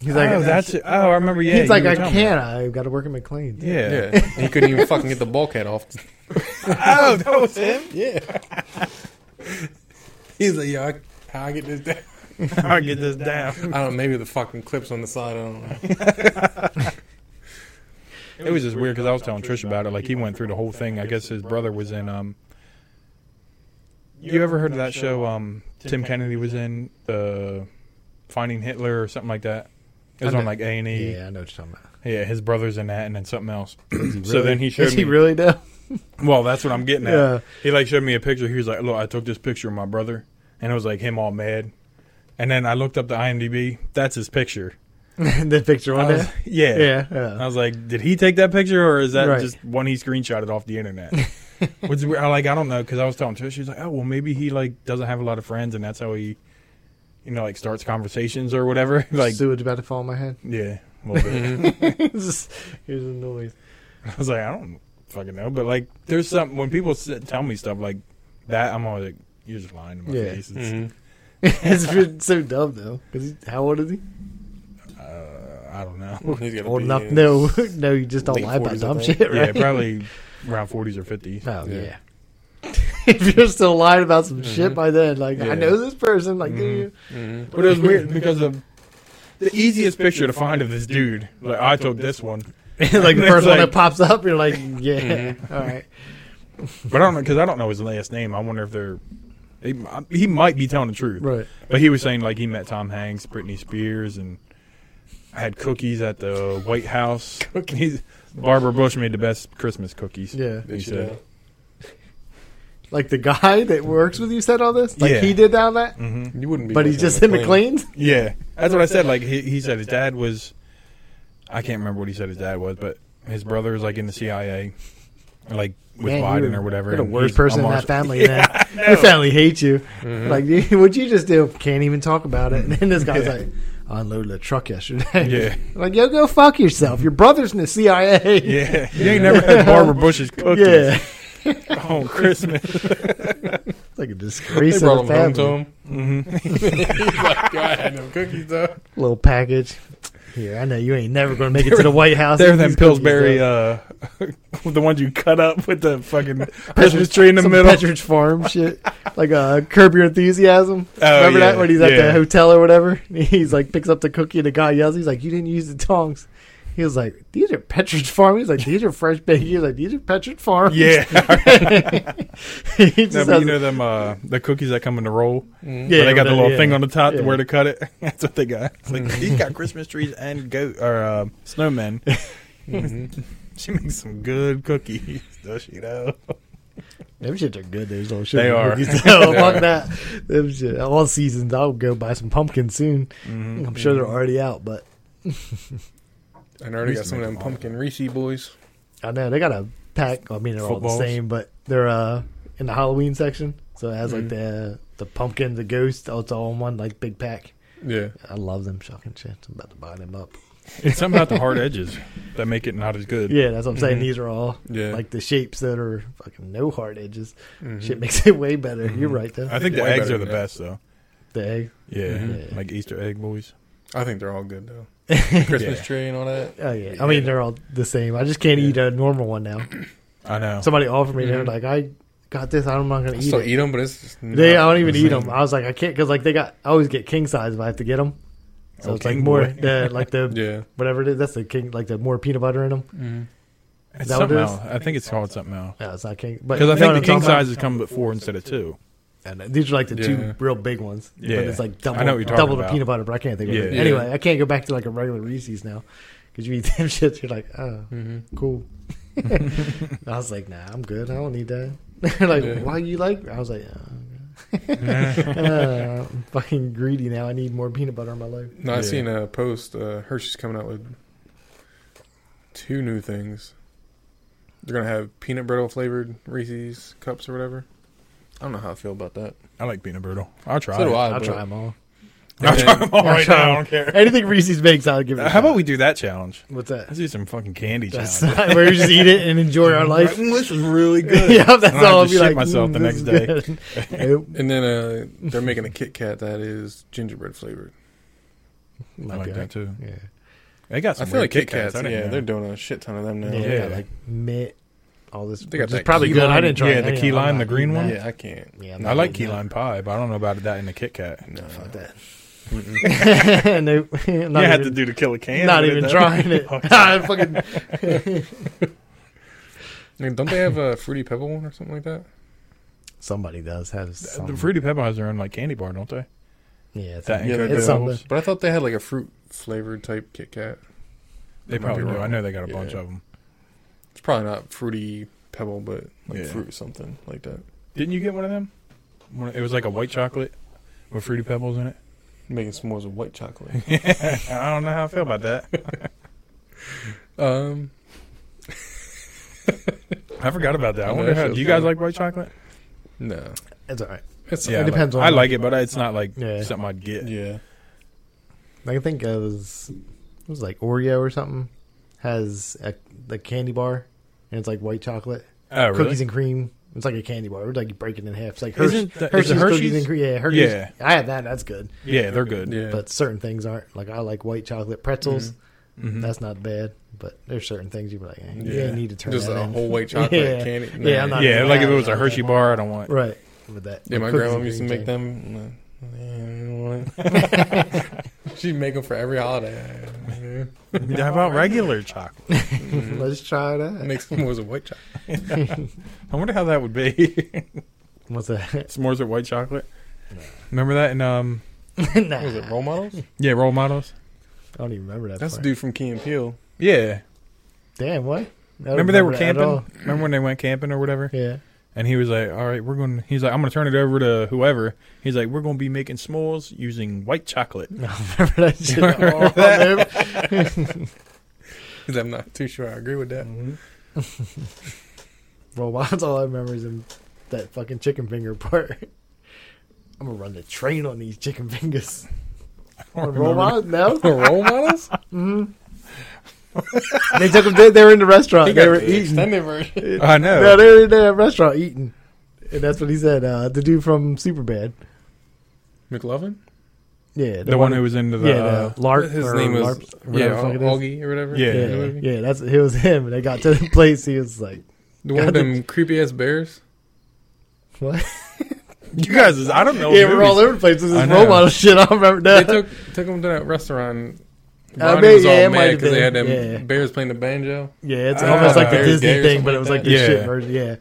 [SPEAKER 2] He's like,
[SPEAKER 1] oh, that's it. Oh, I remember. Yeah,
[SPEAKER 2] he's like,
[SPEAKER 1] you were
[SPEAKER 2] I
[SPEAKER 1] telling me.
[SPEAKER 2] can't. I've got to work at McLean.
[SPEAKER 1] Yeah.
[SPEAKER 3] Yeah, he couldn't even fucking get the bulkhead off.
[SPEAKER 1] Oh, that was him.
[SPEAKER 3] Yeah, he's like, yeah, I, how I get this down?
[SPEAKER 1] I get this down.
[SPEAKER 3] I don't. know, Maybe the fucking clips on the side. I don't know.
[SPEAKER 1] It was just weird because I was telling Trish about it. Like he went through the whole thing. I guess his brother was in. Um, you ever heard of that show? Um, Tim Kennedy was in the Finding Hitler or something like that. It was on like A and E.
[SPEAKER 2] Yeah, I know what you're talking about.
[SPEAKER 1] Yeah, his brother's in that, and then something else. So then he showed
[SPEAKER 2] Is he
[SPEAKER 1] me.
[SPEAKER 2] really though?
[SPEAKER 1] Well, that's what I'm getting at.
[SPEAKER 2] Yeah.
[SPEAKER 1] He like showed me a picture. He was like, "Look, I took this picture of my brother," and it was like him all mad. And then I looked up the IMDb. That's his picture.
[SPEAKER 2] the picture
[SPEAKER 1] I
[SPEAKER 2] on
[SPEAKER 1] was-
[SPEAKER 2] there.
[SPEAKER 1] yeah.
[SPEAKER 2] Yeah, yeah.
[SPEAKER 1] I was like, did he take that picture or is that
[SPEAKER 2] Right.
[SPEAKER 1] just one he screenshotted off the internet? Which is weird. I like I don't know because I was telling Trish, she was like, oh well, maybe he like doesn't have a lot of friends and that's how he, you know, like starts conversations or whatever. like,
[SPEAKER 2] sewage about to fall on my head.
[SPEAKER 1] yeah, a little bit.
[SPEAKER 2] It's just- Here's the noise.
[SPEAKER 1] I was like, I don't fucking know, but like, there's something when people s tell me stuff like that, I'm always like, you're just lying to my
[SPEAKER 2] Yeah.
[SPEAKER 1] face. It's,
[SPEAKER 3] Mhm.
[SPEAKER 2] it's been so dumb though. 'cause he, how old is he?
[SPEAKER 1] uh, I don't know.
[SPEAKER 3] He's gotta
[SPEAKER 2] Old
[SPEAKER 3] be
[SPEAKER 2] enough?
[SPEAKER 3] in
[SPEAKER 2] No, no. You just don't
[SPEAKER 3] late
[SPEAKER 2] lie about
[SPEAKER 3] 40s, I
[SPEAKER 2] dumb
[SPEAKER 3] think.
[SPEAKER 2] shit,
[SPEAKER 1] Yeah,
[SPEAKER 2] right?
[SPEAKER 1] probably around 40s or 50s.
[SPEAKER 2] Oh yeah.
[SPEAKER 3] Yeah.
[SPEAKER 2] if you're still lying about some shit by then, like
[SPEAKER 1] Yeah.
[SPEAKER 2] I know this person, like do you?
[SPEAKER 1] But it was weird because of the easiest picture to find of this dude. Like I took this one,
[SPEAKER 2] like the
[SPEAKER 1] It's
[SPEAKER 2] first one
[SPEAKER 1] like-
[SPEAKER 2] that pops up, you're like, yeah, all right.
[SPEAKER 1] but I don't know because I don't know his last name. I wonder if they're he, he might be telling the truth,
[SPEAKER 2] Right.
[SPEAKER 1] But he was saying like he met Tom Hanks, Britney Spears, and had cookies at the White House. Cookies. Barbara Bush made the best Christmas cookies.
[SPEAKER 2] Yeah.
[SPEAKER 1] he
[SPEAKER 3] Did she
[SPEAKER 1] said.
[SPEAKER 3] know?
[SPEAKER 2] Like the guy that works with you said all this, like
[SPEAKER 1] Yeah.
[SPEAKER 2] he did down that,
[SPEAKER 3] You wouldn't be.
[SPEAKER 2] but he's
[SPEAKER 3] working
[SPEAKER 2] just
[SPEAKER 3] on
[SPEAKER 2] in McLean's.
[SPEAKER 1] Yeah, that's what I said. Like he, he said, his dad was. I can't remember what he said his dad was, but his brother was like in the CIA, like with
[SPEAKER 2] Man,
[SPEAKER 1] Biden
[SPEAKER 2] you're-
[SPEAKER 1] or whatever.
[SPEAKER 2] You're the
[SPEAKER 1] and
[SPEAKER 2] worst
[SPEAKER 1] he's a
[SPEAKER 2] person in that
[SPEAKER 1] marshal.
[SPEAKER 2] family. man. Your family hates you.
[SPEAKER 1] Mm-hmm.
[SPEAKER 2] Like, dude, what'd you just do? Can't even talk about it. And then this guy's like, I unloaded a truck yesterday.
[SPEAKER 1] Yeah.
[SPEAKER 2] like, yo, go fuck yourself. Your brother's in the CIA.
[SPEAKER 1] Yeah, you ain't never had Barbara Bush's cookies
[SPEAKER 2] Yeah.
[SPEAKER 1] on Christmas.
[SPEAKER 2] It's like a
[SPEAKER 3] They
[SPEAKER 2] disgrace
[SPEAKER 3] brought
[SPEAKER 2] of
[SPEAKER 3] him
[SPEAKER 2] the
[SPEAKER 3] home to
[SPEAKER 2] family.
[SPEAKER 3] him. Mm-hmm. he's like, "Yo, I had no cookies though.
[SPEAKER 2] Little package. Here, I know you ain't never going to make it to the White House.
[SPEAKER 1] They're
[SPEAKER 2] Eat
[SPEAKER 1] them
[SPEAKER 2] these cookies,
[SPEAKER 1] Pillsbury,
[SPEAKER 2] though.
[SPEAKER 1] uh, the ones you cut up with the fucking Christmas tree in the
[SPEAKER 2] Some
[SPEAKER 1] middle.
[SPEAKER 2] Petridge Farm shit. Like, uh, Curb Your Enthusiasm.
[SPEAKER 1] Oh,
[SPEAKER 2] Remember
[SPEAKER 1] yeah,
[SPEAKER 2] that when he's at
[SPEAKER 1] yeah.
[SPEAKER 2] the hotel or whatever? He's like, picks up the cookie and the guy yells. He's like, You didn't use the tongs. He was like, These are Petridge Farm. He's like, These are fresh baked. He's like, These are Petridge Farm.
[SPEAKER 1] Yeah,
[SPEAKER 2] he just
[SPEAKER 1] no, but
[SPEAKER 2] has-
[SPEAKER 1] you know them uh, the cookies that come in the roll.
[SPEAKER 2] yeah,
[SPEAKER 1] Where they got the
[SPEAKER 2] but,
[SPEAKER 1] little
[SPEAKER 2] yeah.
[SPEAKER 1] thing on the top to
[SPEAKER 2] Yeah.
[SPEAKER 1] where to cut it. That's what they got. It's like he's got Christmas trees and goat or uh, snowmen.
[SPEAKER 3] Mm-hmm.
[SPEAKER 1] she makes some good cookies, does she? Though
[SPEAKER 2] Them shits are good. Those little
[SPEAKER 1] They
[SPEAKER 2] sugar
[SPEAKER 1] are.
[SPEAKER 2] cookies. Oh, fuck that. Them shit. All seasons. I'll go buy some pumpkin soon.
[SPEAKER 1] Mm-hmm.
[SPEAKER 2] I'm sure they're already out, but
[SPEAKER 3] And I already got some of them pumpkin Reese boys.
[SPEAKER 2] I know they got a pack. I mean, they're all
[SPEAKER 1] Footballs.
[SPEAKER 2] the same, but they're uh in the Halloween section. So it has like the the pumpkin, the ghost. Oh, it's all in one like big pack.
[SPEAKER 3] Yeah.
[SPEAKER 2] I love them shocking shits. I'm about to buy them up.
[SPEAKER 1] It's something about the hard edges that make it not as good.
[SPEAKER 2] Yeah, that's what I'm saying. These are all
[SPEAKER 3] Yeah. Mm-hmm.
[SPEAKER 2] like the shapes that are fucking no hard edges. Shit makes it way better. You're right though.
[SPEAKER 1] I think the
[SPEAKER 3] Way
[SPEAKER 1] eggs
[SPEAKER 3] better
[SPEAKER 1] are the
[SPEAKER 3] than that.
[SPEAKER 1] best though.
[SPEAKER 2] the egg.
[SPEAKER 1] Yeah,
[SPEAKER 2] Mhm.
[SPEAKER 1] like Easter egg boys.
[SPEAKER 3] I think they're all good though. Christmas
[SPEAKER 1] Yeah.
[SPEAKER 3] tree and all that.
[SPEAKER 2] Oh yeah. I mean they're all the same. I just can't eat a normal one now.
[SPEAKER 1] I know.
[SPEAKER 2] Somebody offered me
[SPEAKER 3] Mhm.
[SPEAKER 2] they're like I got this. I'm not gonna
[SPEAKER 3] I
[SPEAKER 2] eat
[SPEAKER 3] still
[SPEAKER 2] it.
[SPEAKER 3] eat them, but it's just not
[SPEAKER 2] They, I don't even
[SPEAKER 3] the
[SPEAKER 2] eat
[SPEAKER 3] same.
[SPEAKER 2] them. I was like, I can't because like they got. I always get king size if I have to get them. So
[SPEAKER 1] Oh,
[SPEAKER 2] it's like
[SPEAKER 1] king
[SPEAKER 2] more
[SPEAKER 1] boy.
[SPEAKER 2] the like the
[SPEAKER 3] Yeah.
[SPEAKER 2] whatever it is. That's the king like the more peanut butter in them.
[SPEAKER 1] It's
[SPEAKER 2] that what
[SPEAKER 1] something
[SPEAKER 2] it is?
[SPEAKER 1] else. I think it's called something else.
[SPEAKER 2] No, it's not king. But
[SPEAKER 1] Because I
[SPEAKER 2] you
[SPEAKER 1] think
[SPEAKER 2] know
[SPEAKER 1] the
[SPEAKER 2] what I'm
[SPEAKER 1] king
[SPEAKER 2] talking about?
[SPEAKER 1] sizes come with four instead of two.
[SPEAKER 2] And these are like the
[SPEAKER 3] Yeah.
[SPEAKER 2] two real big ones.
[SPEAKER 1] Yeah.
[SPEAKER 2] but it's like double.
[SPEAKER 1] I know what you're talking
[SPEAKER 2] double the
[SPEAKER 1] about.
[SPEAKER 2] peanut butter, but I can't think of it.
[SPEAKER 1] Yeah.
[SPEAKER 2] Anyway,
[SPEAKER 3] Yeah.
[SPEAKER 2] I can't go back to like a regular Reese's now because you eat them shits. You're like, oh, cool. I was like, nah, I'm good. I don't need that. They're like,
[SPEAKER 3] Yeah.
[SPEAKER 2] why you like? I was like, "Uh, uh, I'm fucking greedy now. I need more peanut butter in my life.
[SPEAKER 3] No, I
[SPEAKER 1] Yeah.
[SPEAKER 3] seen a post. Uh, Hershey's coming out with two new things. They're gonna have peanut brittle flavored Reese's cups or whatever. I don't know how I feel about that.
[SPEAKER 1] I like peanut brittle. I'll try.
[SPEAKER 3] So do
[SPEAKER 1] it.
[SPEAKER 3] I.
[SPEAKER 2] I'll
[SPEAKER 3] but-
[SPEAKER 2] try them all.
[SPEAKER 1] I'll try them all
[SPEAKER 2] I'll
[SPEAKER 1] right
[SPEAKER 2] try
[SPEAKER 1] now. I
[SPEAKER 2] them.
[SPEAKER 1] don't care.
[SPEAKER 2] Anything Reese's makes, I'll give it. a
[SPEAKER 1] How about
[SPEAKER 2] shot.
[SPEAKER 1] we do that challenge?
[SPEAKER 2] What's that?
[SPEAKER 1] Let's do some fucking candy
[SPEAKER 2] That's
[SPEAKER 1] challenge.
[SPEAKER 2] not, where we just eat it and enjoy our life.
[SPEAKER 1] Mm, this is really good.
[SPEAKER 2] yeah, that's
[SPEAKER 1] And I
[SPEAKER 2] all. I'll
[SPEAKER 1] just
[SPEAKER 2] be
[SPEAKER 1] shit
[SPEAKER 2] like
[SPEAKER 1] myself
[SPEAKER 2] "Mm,
[SPEAKER 1] the
[SPEAKER 2] this
[SPEAKER 1] next
[SPEAKER 2] is good." Nope.
[SPEAKER 3] And then uh, they're making a Kit Kat that is gingerbread flavored.
[SPEAKER 1] I
[SPEAKER 2] Might
[SPEAKER 1] like
[SPEAKER 2] be
[SPEAKER 1] that
[SPEAKER 2] alright.
[SPEAKER 1] too.
[SPEAKER 2] Yeah.
[SPEAKER 1] They got some
[SPEAKER 3] I feel like
[SPEAKER 1] weird
[SPEAKER 3] Kit Kats.
[SPEAKER 1] I didn't
[SPEAKER 3] yeah,
[SPEAKER 1] know.
[SPEAKER 3] they're doing a shit ton of them now.
[SPEAKER 2] Yeah,
[SPEAKER 1] Yeah.
[SPEAKER 2] they got like mint, all this.
[SPEAKER 3] They got
[SPEAKER 2] which is
[SPEAKER 3] that
[SPEAKER 2] probably
[SPEAKER 3] key
[SPEAKER 2] good. I
[SPEAKER 3] lime-
[SPEAKER 2] didn't try.
[SPEAKER 1] yeah,
[SPEAKER 2] it.
[SPEAKER 1] the
[SPEAKER 2] I ain't
[SPEAKER 1] key
[SPEAKER 2] gonna- I'm
[SPEAKER 1] lime,
[SPEAKER 2] not
[SPEAKER 1] the green
[SPEAKER 2] eating
[SPEAKER 1] one?
[SPEAKER 2] that.
[SPEAKER 3] Yeah, I can't.
[SPEAKER 2] Yeah, I'm
[SPEAKER 1] I
[SPEAKER 2] not
[SPEAKER 1] like key
[SPEAKER 2] eating
[SPEAKER 1] lime pie, but I don't know about that in the Kit Kat.
[SPEAKER 3] No,
[SPEAKER 2] that. Fuck that. nope. Not
[SPEAKER 1] you had to
[SPEAKER 2] even-
[SPEAKER 1] do the killer can.
[SPEAKER 2] Not
[SPEAKER 1] with
[SPEAKER 2] even
[SPEAKER 1] though.
[SPEAKER 2] trying it. I fucking.
[SPEAKER 3] I mean, don't they have a fruity pebble one or something like that?
[SPEAKER 2] Somebody does have some.
[SPEAKER 1] the Fruity Pebble has their own like candy bar, don't they?
[SPEAKER 2] Yeah, it's
[SPEAKER 1] That
[SPEAKER 2] something.
[SPEAKER 1] Yeah,
[SPEAKER 3] they
[SPEAKER 1] they're
[SPEAKER 2] it's something.
[SPEAKER 3] But I thought they had like a fruit flavored type Kit Kat.
[SPEAKER 1] They
[SPEAKER 3] I might be
[SPEAKER 1] probably do. I
[SPEAKER 3] wrong.
[SPEAKER 1] know they got a
[SPEAKER 3] Yeah.
[SPEAKER 1] bunch of them.
[SPEAKER 3] It's probably not fruity pebble, but like
[SPEAKER 1] Yeah.
[SPEAKER 3] fruit something like that.
[SPEAKER 1] Didn't you get one of them? One- It was like a white chocolate with fruity pebbles in it.
[SPEAKER 3] Making s'mores with white chocolate.
[SPEAKER 1] I don't know how I feel about that.
[SPEAKER 3] um,
[SPEAKER 1] I forgot about that. I
[SPEAKER 3] Yeah,
[SPEAKER 1] wonder
[SPEAKER 3] that
[SPEAKER 1] how.
[SPEAKER 3] shit's
[SPEAKER 1] Do you guys
[SPEAKER 3] good.
[SPEAKER 1] like white chocolate?
[SPEAKER 3] no.
[SPEAKER 2] It's all right.
[SPEAKER 3] It's
[SPEAKER 1] I
[SPEAKER 2] it depends
[SPEAKER 1] like,
[SPEAKER 2] on.
[SPEAKER 1] I like it, but it's not like
[SPEAKER 2] Yeah.
[SPEAKER 1] something I'd get.
[SPEAKER 3] yeah.
[SPEAKER 2] Like, I think it was, it was like Oreo or something. Has a the candy bar, and it's like white chocolate,
[SPEAKER 1] Oh, really?
[SPEAKER 2] cookies and cream. It's like a candy bar. It's like you break it in half. It's like Hershey,
[SPEAKER 1] Isn't the- is
[SPEAKER 2] Hershey's,
[SPEAKER 1] it
[SPEAKER 2] cookies
[SPEAKER 1] Hershey's?
[SPEAKER 2] and cream. Yeah, Hershey's.
[SPEAKER 1] Yeah.
[SPEAKER 2] I have that. That's good.
[SPEAKER 1] yeah, they're good.
[SPEAKER 3] Yeah.
[SPEAKER 2] But certain things aren't. Like I like white chocolate pretzels. That's not bad. But there's certain things you're like, eh, you
[SPEAKER 3] Mm-hmm. Yeah.
[SPEAKER 2] ain't need to turn
[SPEAKER 3] Just
[SPEAKER 2] that
[SPEAKER 3] a
[SPEAKER 2] in.
[SPEAKER 3] whole white chocolate
[SPEAKER 2] Yeah.
[SPEAKER 3] candy.
[SPEAKER 2] Yeah, I'm not-
[SPEAKER 1] yeah, like if it was
[SPEAKER 2] Yeah.
[SPEAKER 1] a Hershey bar, I don't want.
[SPEAKER 2] right with that.
[SPEAKER 3] Yeah, my
[SPEAKER 2] cookies
[SPEAKER 3] grandma
[SPEAKER 2] and
[SPEAKER 3] used to
[SPEAKER 2] cream
[SPEAKER 3] make
[SPEAKER 2] thing.
[SPEAKER 3] them. uh, She'd make them for every holiday.
[SPEAKER 1] How about regular chocolate?
[SPEAKER 2] Let's try that.
[SPEAKER 3] Make s'mores with white chocolate.
[SPEAKER 1] I wonder how that would be.
[SPEAKER 2] What's that?
[SPEAKER 1] S'mores with white chocolate. Remember that in um
[SPEAKER 2] nah,
[SPEAKER 3] What was it? Role models?
[SPEAKER 1] yeah role models.
[SPEAKER 2] I don't even remember that.
[SPEAKER 3] That's the
[SPEAKER 2] part.
[SPEAKER 3] dude from Key and Peele.
[SPEAKER 1] Yeah.
[SPEAKER 2] Damn, what? I don't
[SPEAKER 1] Remember they were
[SPEAKER 2] that at
[SPEAKER 1] camping.
[SPEAKER 2] all.
[SPEAKER 1] Remember when they went camping or whatever?
[SPEAKER 2] Yeah.
[SPEAKER 1] And he was like, "All right, we're going." to He's like, "I'm going to turn it over to whoever." He's like, "We're going to be making s'mores using white chocolate."
[SPEAKER 2] I remember that shit.
[SPEAKER 1] Remember
[SPEAKER 2] all, man.
[SPEAKER 3] Because I'm not too sure I agree with that.
[SPEAKER 2] Mm-hmm. Bro, why is all I remember is in that fucking chicken finger part. I'm gonna run the train on these chicken fingers. Roll on, no.
[SPEAKER 3] The role models?
[SPEAKER 2] They took them. They, they were in the restaurant. They were
[SPEAKER 3] the
[SPEAKER 2] eating.
[SPEAKER 3] extended version.
[SPEAKER 1] I know.
[SPEAKER 2] No, they were in the restaurant eating, and that's what he said. Uh, the dude from Superbad.
[SPEAKER 3] McLovin?
[SPEAKER 2] Yeah,
[SPEAKER 1] the one who was into the,
[SPEAKER 2] yeah,
[SPEAKER 1] uh,
[SPEAKER 2] the Lark.
[SPEAKER 3] His
[SPEAKER 2] or
[SPEAKER 3] name was
[SPEAKER 2] Larp,
[SPEAKER 3] yeah,
[SPEAKER 2] whatever the fuck it is.
[SPEAKER 3] Augie or whatever.
[SPEAKER 1] Yeah.
[SPEAKER 3] in the, movie.
[SPEAKER 2] Yeah, yeah, that's it was him. And they got to the place. He was like,
[SPEAKER 3] the one
[SPEAKER 2] God,
[SPEAKER 3] with them creepy ass bears.
[SPEAKER 2] "What?"
[SPEAKER 1] you guys. Is, I don't know.
[SPEAKER 2] yeah, we're all
[SPEAKER 1] movies.
[SPEAKER 2] over the place. This
[SPEAKER 1] I
[SPEAKER 2] is
[SPEAKER 1] know.
[SPEAKER 2] role model shit. I don't remember
[SPEAKER 3] They
[SPEAKER 2] that.
[SPEAKER 3] took took them to that restaurant.
[SPEAKER 2] I
[SPEAKER 3] Ronnie
[SPEAKER 2] bet-
[SPEAKER 3] was
[SPEAKER 2] yeah,
[SPEAKER 3] all
[SPEAKER 2] it might
[SPEAKER 3] mad
[SPEAKER 2] have
[SPEAKER 3] because they had
[SPEAKER 2] been,
[SPEAKER 3] them
[SPEAKER 2] yeah.
[SPEAKER 3] bears playing the banjo.
[SPEAKER 2] yeah, it's
[SPEAKER 1] Ah,
[SPEAKER 2] almost like the
[SPEAKER 3] Barry's
[SPEAKER 2] Disney
[SPEAKER 3] Gay or
[SPEAKER 2] thing,
[SPEAKER 3] something
[SPEAKER 2] but it
[SPEAKER 3] like
[SPEAKER 2] was like
[SPEAKER 3] that.
[SPEAKER 2] the shit
[SPEAKER 1] Yeah.
[SPEAKER 2] version. Yeah,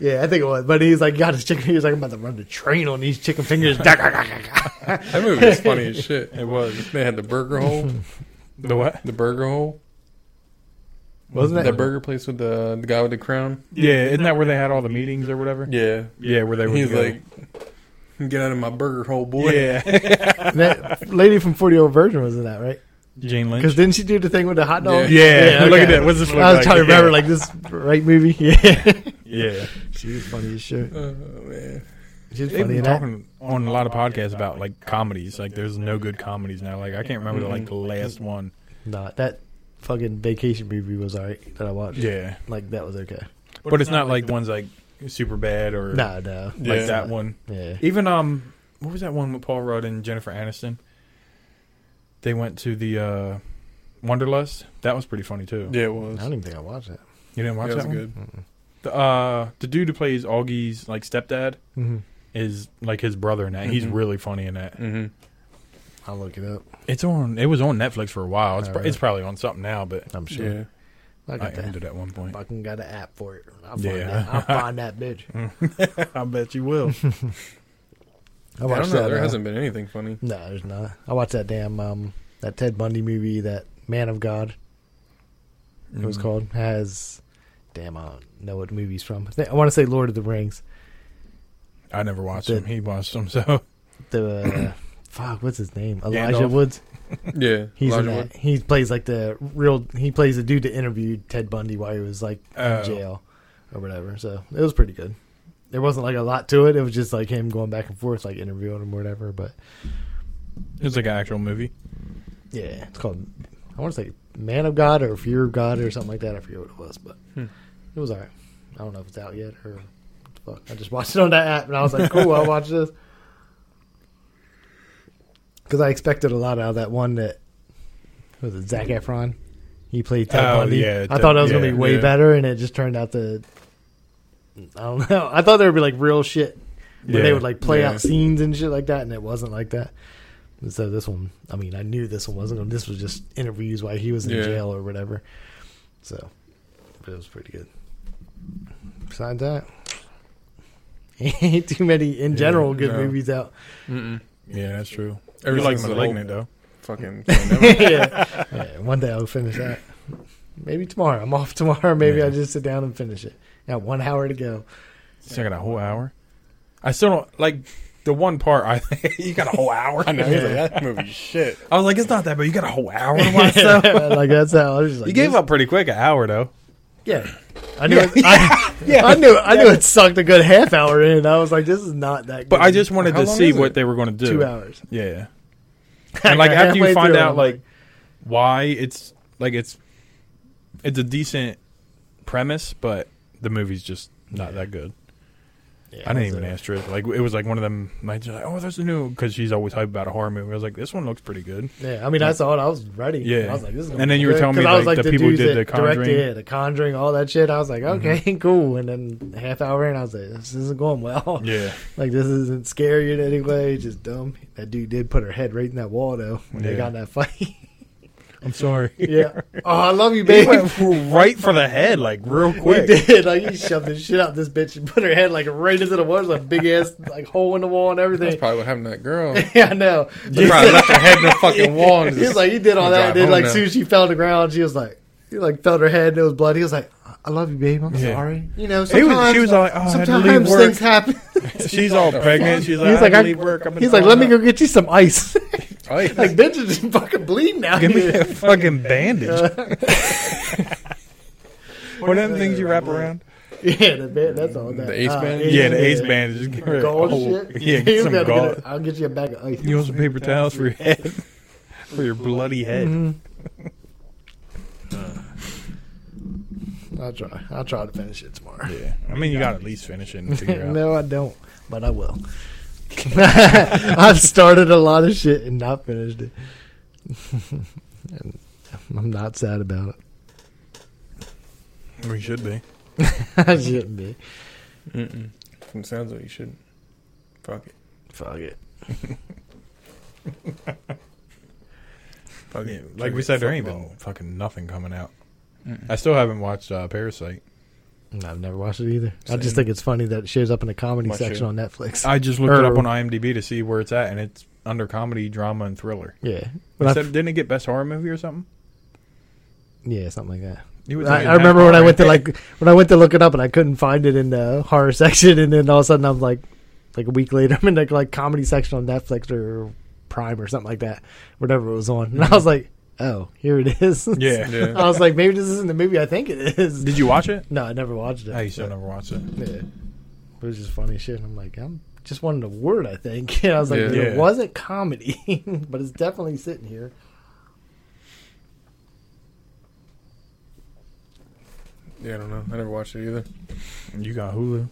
[SPEAKER 2] yeah, I think it was. But he's like, "Got his chicken." He was like, "I'm about to run the train on these chicken fingers."
[SPEAKER 3] That movie was funny as shit.
[SPEAKER 1] It was
[SPEAKER 3] They had the burger hole,
[SPEAKER 1] the what?
[SPEAKER 3] the burger hole,
[SPEAKER 2] Wasn't
[SPEAKER 3] that
[SPEAKER 2] that?
[SPEAKER 3] burger place with the, the guy with the crown.
[SPEAKER 1] Yeah, isn't that where they had all the meetings or whatever?
[SPEAKER 3] Yeah,
[SPEAKER 1] Yeah, where they were.
[SPEAKER 3] he's
[SPEAKER 1] together.
[SPEAKER 3] like, "Get out of my burger hole, boy."
[SPEAKER 1] yeah,
[SPEAKER 2] that lady from Forty Year Old Virgin was in that, right?
[SPEAKER 1] Jane Lynch.
[SPEAKER 2] Because didn't she do the thing with the hot dog?
[SPEAKER 3] Yeah.
[SPEAKER 1] look
[SPEAKER 2] okay.
[SPEAKER 1] at that. What's this? Look
[SPEAKER 2] I was
[SPEAKER 1] like?
[SPEAKER 2] trying to
[SPEAKER 1] Yeah.
[SPEAKER 2] remember like this right movie. Yeah,
[SPEAKER 1] yeah,
[SPEAKER 2] she was funny as shit.
[SPEAKER 3] Oh man,
[SPEAKER 2] She's
[SPEAKER 1] They've
[SPEAKER 2] funny
[SPEAKER 1] been
[SPEAKER 2] in that.
[SPEAKER 1] talking on a lot of podcasts about like comedies. Like, there's no good comedies now. Like, I can't remember the, like the last one.
[SPEAKER 2] Nah, that fucking vacation movie was alright that I watched.
[SPEAKER 1] Yeah,
[SPEAKER 2] Like that was okay.
[SPEAKER 1] but, it's not, like the ones like super bad or
[SPEAKER 2] Nah, no.
[SPEAKER 3] Yeah.
[SPEAKER 1] like that one.
[SPEAKER 2] Yeah.
[SPEAKER 1] Even um, what was that one with Paul Rudd and Jennifer Aniston? They went to the uh, Wonderlust. That was pretty funny too.
[SPEAKER 3] Yeah, it
[SPEAKER 2] I
[SPEAKER 3] was.
[SPEAKER 2] don't even think I watched it.
[SPEAKER 1] You didn't watch
[SPEAKER 3] Yeah, it was
[SPEAKER 1] that one?
[SPEAKER 3] good.
[SPEAKER 1] The, uh, the dude who plays Augie's like stepdad
[SPEAKER 2] Mhm.
[SPEAKER 1] is like his brother in that. He's
[SPEAKER 3] Mhm.
[SPEAKER 1] really funny in that.
[SPEAKER 3] hmm
[SPEAKER 2] I'll look it up.
[SPEAKER 1] It's on. It was on Netflix for a while. It's
[SPEAKER 2] Oh,
[SPEAKER 1] pro-
[SPEAKER 2] really?
[SPEAKER 1] it's probably on something now, but
[SPEAKER 2] I'm sure.
[SPEAKER 3] Yeah.
[SPEAKER 2] I
[SPEAKER 1] I
[SPEAKER 2] got
[SPEAKER 1] owned
[SPEAKER 2] that.
[SPEAKER 1] it at one point.
[SPEAKER 2] Fucking got an app for it. I'll find
[SPEAKER 1] Yeah.
[SPEAKER 2] that. I'll find that bitch.
[SPEAKER 1] I bet you will.
[SPEAKER 2] I
[SPEAKER 3] I
[SPEAKER 2] watched
[SPEAKER 3] don't know.
[SPEAKER 2] that.
[SPEAKER 3] There
[SPEAKER 2] uh,
[SPEAKER 3] hasn't been anything funny.
[SPEAKER 2] No, there's not. I watched that damn um that Ted Bundy movie that Man of God it was called has damn I don't know what movie's from. I, think, I want to say Lord of the Rings.
[SPEAKER 1] I never watched
[SPEAKER 2] The-
[SPEAKER 1] him. He watched him. So
[SPEAKER 2] The uh, fuck, what's his name?
[SPEAKER 1] Gandalf.
[SPEAKER 2] Elijah Woods.
[SPEAKER 3] Yeah.
[SPEAKER 2] He's in
[SPEAKER 3] Elijah
[SPEAKER 2] that.
[SPEAKER 3] Wood.
[SPEAKER 2] He plays like the real. He plays the dude that interviewed Ted Bundy while he was like in
[SPEAKER 1] Oh.
[SPEAKER 2] jail or whatever. So it was pretty good. There wasn't like a lot to it. It was just like him going back and forth, like interviewing him or whatever. But
[SPEAKER 1] it's like an actual movie.
[SPEAKER 2] Yeah, it's called. I want to say Man of God or Fear of God or something like that. I forget what it was, but
[SPEAKER 1] Hmm.
[SPEAKER 2] it was alright. I don't know if it's out yet or what the fuck. I just watched it on that app and I was like, cool, I'll watch this. Because I expected a lot out of that one that was it Zach Efron. He played Ted
[SPEAKER 1] Oh,
[SPEAKER 2] Bundy.
[SPEAKER 1] yeah,
[SPEAKER 2] I
[SPEAKER 1] Ted-
[SPEAKER 2] thought that was gonna
[SPEAKER 1] yeah,
[SPEAKER 2] be way
[SPEAKER 1] yeah.
[SPEAKER 2] better, and it just turned out to. I don't know. I thought there would be like real shit where they
[SPEAKER 1] Yeah,
[SPEAKER 2] would like play
[SPEAKER 3] yeah.
[SPEAKER 2] out scenes and shit like that, and it wasn't like that. And So this one, I mean, I knew this one wasn't. gonna This was just interviews while he was in
[SPEAKER 3] Yeah.
[SPEAKER 2] jail or whatever. So, but it was pretty good. Besides that, ain't too many in general good
[SPEAKER 3] no.
[SPEAKER 2] movies out.
[SPEAKER 3] Mm-mm.
[SPEAKER 1] Yeah, that's true.
[SPEAKER 3] Ever
[SPEAKER 1] you like
[SPEAKER 3] since the
[SPEAKER 1] Malignant though.
[SPEAKER 3] Fucking. pandemic.
[SPEAKER 2] yeah. Yeah, one day I'll finish that. Maybe tomorrow. I'm off tomorrow. Maybe
[SPEAKER 1] Yeah.
[SPEAKER 2] I just sit down and finish it. Got one hour to go.
[SPEAKER 1] It's like a whole hour. I still don't like the one part. I you got a whole hour.
[SPEAKER 3] I know. He's like, that movie's shit.
[SPEAKER 1] I was like, it's not that, but you got a whole hour to watch. stuff.
[SPEAKER 2] like that's how I was just like
[SPEAKER 1] You gave
[SPEAKER 2] this-
[SPEAKER 1] up pretty quick. An hour though.
[SPEAKER 2] Yeah. I knew it, I, I knew I knew it sucked a good half hour in. I was like, this is not that good.
[SPEAKER 1] But I just wanted
[SPEAKER 3] How
[SPEAKER 1] to
[SPEAKER 3] long
[SPEAKER 1] see
[SPEAKER 3] is
[SPEAKER 1] what
[SPEAKER 3] it?
[SPEAKER 1] they were going to do.
[SPEAKER 2] two hours.
[SPEAKER 1] Yeah. And like after you
[SPEAKER 2] Halfway
[SPEAKER 1] find
[SPEAKER 2] through,
[SPEAKER 1] out
[SPEAKER 2] I'm
[SPEAKER 1] like why it's like it's it's a decent premise, but the movie's just not that good.
[SPEAKER 2] Yeah,
[SPEAKER 1] I didn't
[SPEAKER 2] it was
[SPEAKER 1] even
[SPEAKER 2] a-
[SPEAKER 1] ask her. Like it was like one of them. Like, she's like oh, there's a new because she's always hyped about a horror movie. I was like, this one looks pretty good.
[SPEAKER 2] Yeah, I mean, I saw it. I was ready.
[SPEAKER 1] Yeah.
[SPEAKER 2] I was like, this is
[SPEAKER 1] And then you were telling me, like, the people did The Conjuring. Mm-hmm.
[SPEAKER 2] yeah, the Conjuring, all that shit. I was like, okay, cool. And then a half hour in, I was like, this isn't going well.
[SPEAKER 1] Yeah,
[SPEAKER 2] Like this isn't scary in any way. Just dumb. That dude did put her head right in that wall though when they
[SPEAKER 1] Yeah.
[SPEAKER 2] got in that fight.
[SPEAKER 1] I'm sorry.
[SPEAKER 2] yeah. Oh, I love you,
[SPEAKER 1] They
[SPEAKER 2] babe.
[SPEAKER 1] went right for the head, like real
[SPEAKER 2] We
[SPEAKER 1] quick.
[SPEAKER 2] did. Like he shoved the shit out this bitch and put her head like right into the wall, There's a big ass like hole in the wall and
[SPEAKER 3] That's
[SPEAKER 2] everything.
[SPEAKER 3] probably what happened to that girl.
[SPEAKER 2] yeah, I know.
[SPEAKER 3] They probably left her head in the fucking wall. And
[SPEAKER 2] He was
[SPEAKER 3] just,
[SPEAKER 2] like, he did all
[SPEAKER 3] I'll
[SPEAKER 2] that. And
[SPEAKER 3] drive
[SPEAKER 2] then,
[SPEAKER 3] home
[SPEAKER 2] like,
[SPEAKER 3] now.
[SPEAKER 2] soon as she fell on the ground, she was like, he like felt her head and it was bloody. He was like, "I- I love you, babe. I'm
[SPEAKER 1] Yeah.
[SPEAKER 2] sorry. You know,
[SPEAKER 1] He
[SPEAKER 2] sometimes,
[SPEAKER 1] was, she was like, oh, I had to leave
[SPEAKER 2] sometimes
[SPEAKER 1] work.
[SPEAKER 2] things happen.
[SPEAKER 1] She's all pregnant. She's like,
[SPEAKER 2] He's
[SPEAKER 1] I had
[SPEAKER 2] like,
[SPEAKER 1] to
[SPEAKER 2] I-
[SPEAKER 1] leave work. I've been
[SPEAKER 2] He's like,
[SPEAKER 1] thrown
[SPEAKER 2] let me
[SPEAKER 1] up."
[SPEAKER 2] go get you some ice.
[SPEAKER 3] oh, yeah.
[SPEAKER 2] like, bitch is just fucking bleeding out
[SPEAKER 1] Give me
[SPEAKER 2] here.
[SPEAKER 1] a fucking bandage. One of them things you wrap around.
[SPEAKER 2] Yeah, the band, that's all that.
[SPEAKER 3] The ace band?
[SPEAKER 1] Yeah, the ace bandage. Get rid of
[SPEAKER 2] Gold
[SPEAKER 1] all-
[SPEAKER 2] shit.
[SPEAKER 1] Yeah,
[SPEAKER 2] He
[SPEAKER 1] get
[SPEAKER 2] was
[SPEAKER 1] some
[SPEAKER 2] gonna get
[SPEAKER 1] gold.
[SPEAKER 2] a- I'll get you a bag of ice.
[SPEAKER 1] You want some paper towels for your head, for your bloody head.
[SPEAKER 2] Mhm. I'll try. I'll try to finish it tomorrow.
[SPEAKER 1] Yeah, I mean, you got to at least finish it and figure out.
[SPEAKER 2] no, I don't, but I will. I've started a lot of shit and not finished it. and I'm not sad about it.
[SPEAKER 1] We should be.
[SPEAKER 2] I shouldn't be.
[SPEAKER 3] Mm-mm. From the sounds of it, you should. Fuck it.
[SPEAKER 2] Fuck it.
[SPEAKER 3] Fuck
[SPEAKER 1] Yeah,
[SPEAKER 3] it.
[SPEAKER 1] like
[SPEAKER 3] Fuck
[SPEAKER 1] we
[SPEAKER 3] it.
[SPEAKER 1] said, there ain't
[SPEAKER 3] Football.
[SPEAKER 1] been fucking nothing coming out. I still haven't watched uh, Parasite.
[SPEAKER 2] I've never watched it either. I
[SPEAKER 3] Same.
[SPEAKER 2] just think it's funny that it shows up in the comedy
[SPEAKER 3] My
[SPEAKER 2] section
[SPEAKER 3] shit.
[SPEAKER 2] on Netflix.
[SPEAKER 1] I just looked it up
[SPEAKER 2] Or-
[SPEAKER 1] on IMDb to see where it's at, and it's under comedy, drama, and thriller.
[SPEAKER 2] yeah. When I-
[SPEAKER 1] Instead, didn't it get best horror movie or something?
[SPEAKER 2] yeah, something like that.
[SPEAKER 1] You would
[SPEAKER 2] I,
[SPEAKER 1] think
[SPEAKER 2] I
[SPEAKER 1] it
[SPEAKER 2] remember when I
[SPEAKER 1] had
[SPEAKER 2] went to
[SPEAKER 1] horror.
[SPEAKER 2] like when I went to look it up and I couldn't find it in the horror section, and then all of a sudden I'm like, like a week later I'm in like like comedy section on Netflix or Prime or something like that, whatever it was on, and I was like, oh, here it is.
[SPEAKER 1] Mm-hmm. Yeah.
[SPEAKER 3] Yeah.
[SPEAKER 2] I was like, maybe this isn't the movie I think it is.
[SPEAKER 1] Did you watch it?
[SPEAKER 2] No, I never watched it.
[SPEAKER 1] I you still never watched it.
[SPEAKER 2] Yeah. It was just funny shit. I'm like, I'm just wanted a word, I think. And I was like,
[SPEAKER 3] Yeah.
[SPEAKER 2] it
[SPEAKER 1] Yeah.
[SPEAKER 2] wasn't comedy, but it's definitely sitting here.
[SPEAKER 3] Yeah, I don't know. I never watched it either.
[SPEAKER 1] You got Hulu.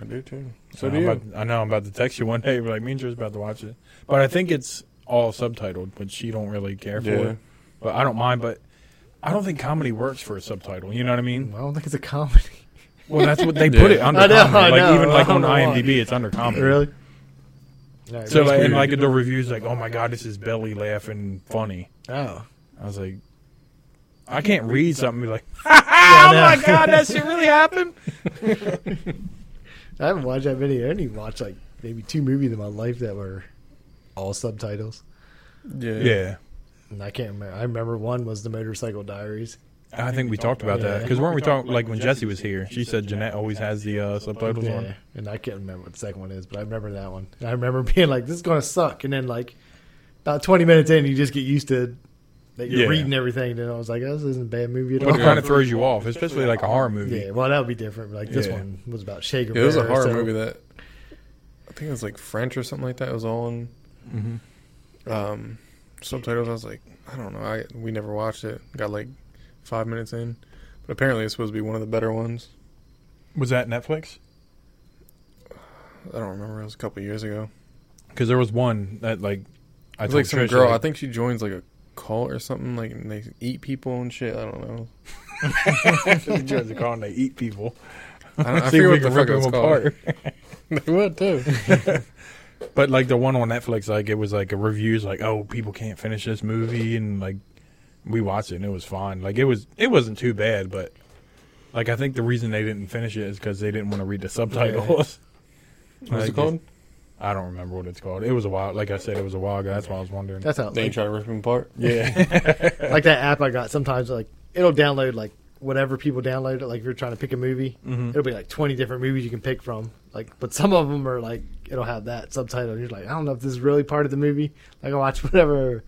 [SPEAKER 3] I do too. So
[SPEAKER 1] I
[SPEAKER 3] do
[SPEAKER 1] know
[SPEAKER 3] you.
[SPEAKER 1] I'm about- I know I'm about to text you one day, but like me and Drew's about to watch it. But I think it's all subtitled, which you don't really care for.
[SPEAKER 3] Yeah.
[SPEAKER 1] But I don't mind. But I don't think comedy works for a subtitle. You know what I mean?
[SPEAKER 2] Well, I don't think it's a comedy.
[SPEAKER 1] Well, that's what they put it under.
[SPEAKER 2] I know,
[SPEAKER 1] comedy.
[SPEAKER 2] I
[SPEAKER 1] like
[SPEAKER 2] know.
[SPEAKER 1] even like
[SPEAKER 2] I
[SPEAKER 1] on
[SPEAKER 2] don't know why.
[SPEAKER 1] IMDb, it's under comedy.
[SPEAKER 2] All right,
[SPEAKER 1] So
[SPEAKER 2] that's
[SPEAKER 1] like, and
[SPEAKER 2] weird.
[SPEAKER 1] like the reviews, like, oh my god, this is belly laughing funny.
[SPEAKER 2] oh.
[SPEAKER 1] I was like, I can't read something and be like,
[SPEAKER 2] Yeah,
[SPEAKER 1] oh
[SPEAKER 2] no.
[SPEAKER 1] my god, that shit really happened.
[SPEAKER 2] I haven't watched that video. I only watched like maybe two movies in my life that were all subtitles.
[SPEAKER 3] Yeah.
[SPEAKER 1] Yeah,
[SPEAKER 2] And I can't remember. I remember one was the Motorcycle Diaries.
[SPEAKER 1] I think we talked about that
[SPEAKER 2] Yeah.
[SPEAKER 1] because weren't we talking like when Jesse was here? She said Jeanette always has the uh, subtitles
[SPEAKER 2] Yeah.
[SPEAKER 1] on.
[SPEAKER 2] And I can't remember what the second one is, but I remember that one. And I remember being like, this is going to suck. And then, like, about 20 minutes in, you just get used to that you're
[SPEAKER 1] Yeah.
[SPEAKER 2] reading everything. And I was like, oh, this isn't a bad movie at
[SPEAKER 1] But
[SPEAKER 2] all.
[SPEAKER 1] it kind of throws you off, especially like a horror movie.
[SPEAKER 2] yeah, well, that would be different. Like, this
[SPEAKER 1] Yeah.
[SPEAKER 2] one was about Shaker.
[SPEAKER 3] Yeah, it was a
[SPEAKER 2] Bear,
[SPEAKER 3] horror
[SPEAKER 2] so-
[SPEAKER 3] movie that I think it was like French or something like that. It was all in
[SPEAKER 1] Mm-hmm.
[SPEAKER 3] um, subtitles. I was like, I don't know. I we never watched it. Got like five minutes in, but apparently it's supposed to be one of the better ones.
[SPEAKER 1] Was that Netflix?
[SPEAKER 3] I don't remember. It was a couple years ago.
[SPEAKER 1] Because there was one that like I
[SPEAKER 3] It's
[SPEAKER 1] told
[SPEAKER 3] like some
[SPEAKER 1] Trish,
[SPEAKER 3] girl.
[SPEAKER 1] like,
[SPEAKER 3] I think she joins like a cult or something. Like and they eat people and shit. I don't know.
[SPEAKER 1] she joins the car and they eat people.
[SPEAKER 3] I, don't, I
[SPEAKER 1] See
[SPEAKER 3] forget
[SPEAKER 1] if we
[SPEAKER 3] what the
[SPEAKER 1] can
[SPEAKER 3] fuck
[SPEAKER 1] rip
[SPEAKER 3] it was
[SPEAKER 1] them
[SPEAKER 3] called.
[SPEAKER 1] apart.
[SPEAKER 3] they would too.
[SPEAKER 1] But like the one on Netflix, like it was like a reviews, like oh people can't finish this movie, and like we watched it and it was fine. Like it was, it wasn't too bad, but like I think the reason they didn't finish it is because they didn't want to read the subtitles.
[SPEAKER 3] What's
[SPEAKER 1] Like,
[SPEAKER 3] it called?
[SPEAKER 1] I don't remember what it's called. It was a while, like I said, it was a while ago. That's why I was wondering.
[SPEAKER 2] That's how
[SPEAKER 3] They
[SPEAKER 2] like,
[SPEAKER 3] try to rip them apart.
[SPEAKER 1] yeah,
[SPEAKER 2] like that app I got sometimes like it'll download like whatever people download it like if you're trying to pick a movie
[SPEAKER 3] Mm-hmm.
[SPEAKER 2] it'll be like 20 different movies you can pick from like but some of them are like it'll have that subtitle and you're like I don't know if this is really part of the movie like I watched whatever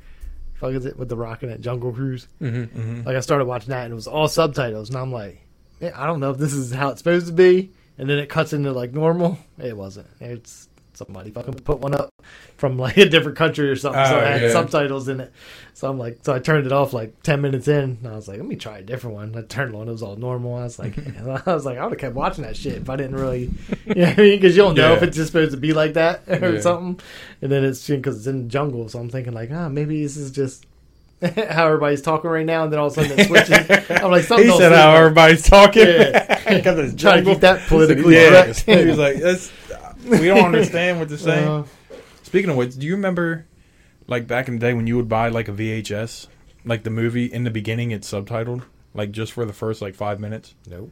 [SPEAKER 2] fuck is it with the rock and that Jungle Cruise
[SPEAKER 3] Mm-hmm.
[SPEAKER 2] like I started watching that and it was all subtitles and I'm like man, I don't know if this is how it's supposed to be and then it cuts into like normal it wasn't it's somebody fucking put one up from like a different country or something so
[SPEAKER 1] Oh,
[SPEAKER 2] it had
[SPEAKER 3] yeah.
[SPEAKER 2] subtitles in it so I'm like so I turned it off like 10 minutes in and I was like let me try a different one I turned it on it was all normal I was like I was like I would have kept watching that shit if I didn't really you know what I mean because you don't know if
[SPEAKER 1] Yeah.
[SPEAKER 2] it's just supposed to be like that or
[SPEAKER 3] Yeah.
[SPEAKER 2] something and then it's because it's in the jungle so I'm thinking like ah maybe this is just how everybody's talking right now, and then all of a sudden it switches. I'm like, something
[SPEAKER 1] he
[SPEAKER 2] don't
[SPEAKER 1] said
[SPEAKER 2] sit
[SPEAKER 1] how
[SPEAKER 2] right.
[SPEAKER 1] everybody's talking.
[SPEAKER 2] Yeah.
[SPEAKER 1] 'Cause it's
[SPEAKER 2] Trying to
[SPEAKER 1] jungle.
[SPEAKER 2] keep that politically
[SPEAKER 1] yeah,
[SPEAKER 2] correct.
[SPEAKER 1] he was like, that's, we don't understand what they're saying.
[SPEAKER 2] Uh,
[SPEAKER 1] Speaking of which, do you remember, like back in the day when you would buy like a VHS, like the movie in the beginning it's subtitled, like just for the first like five minutes?
[SPEAKER 2] nope.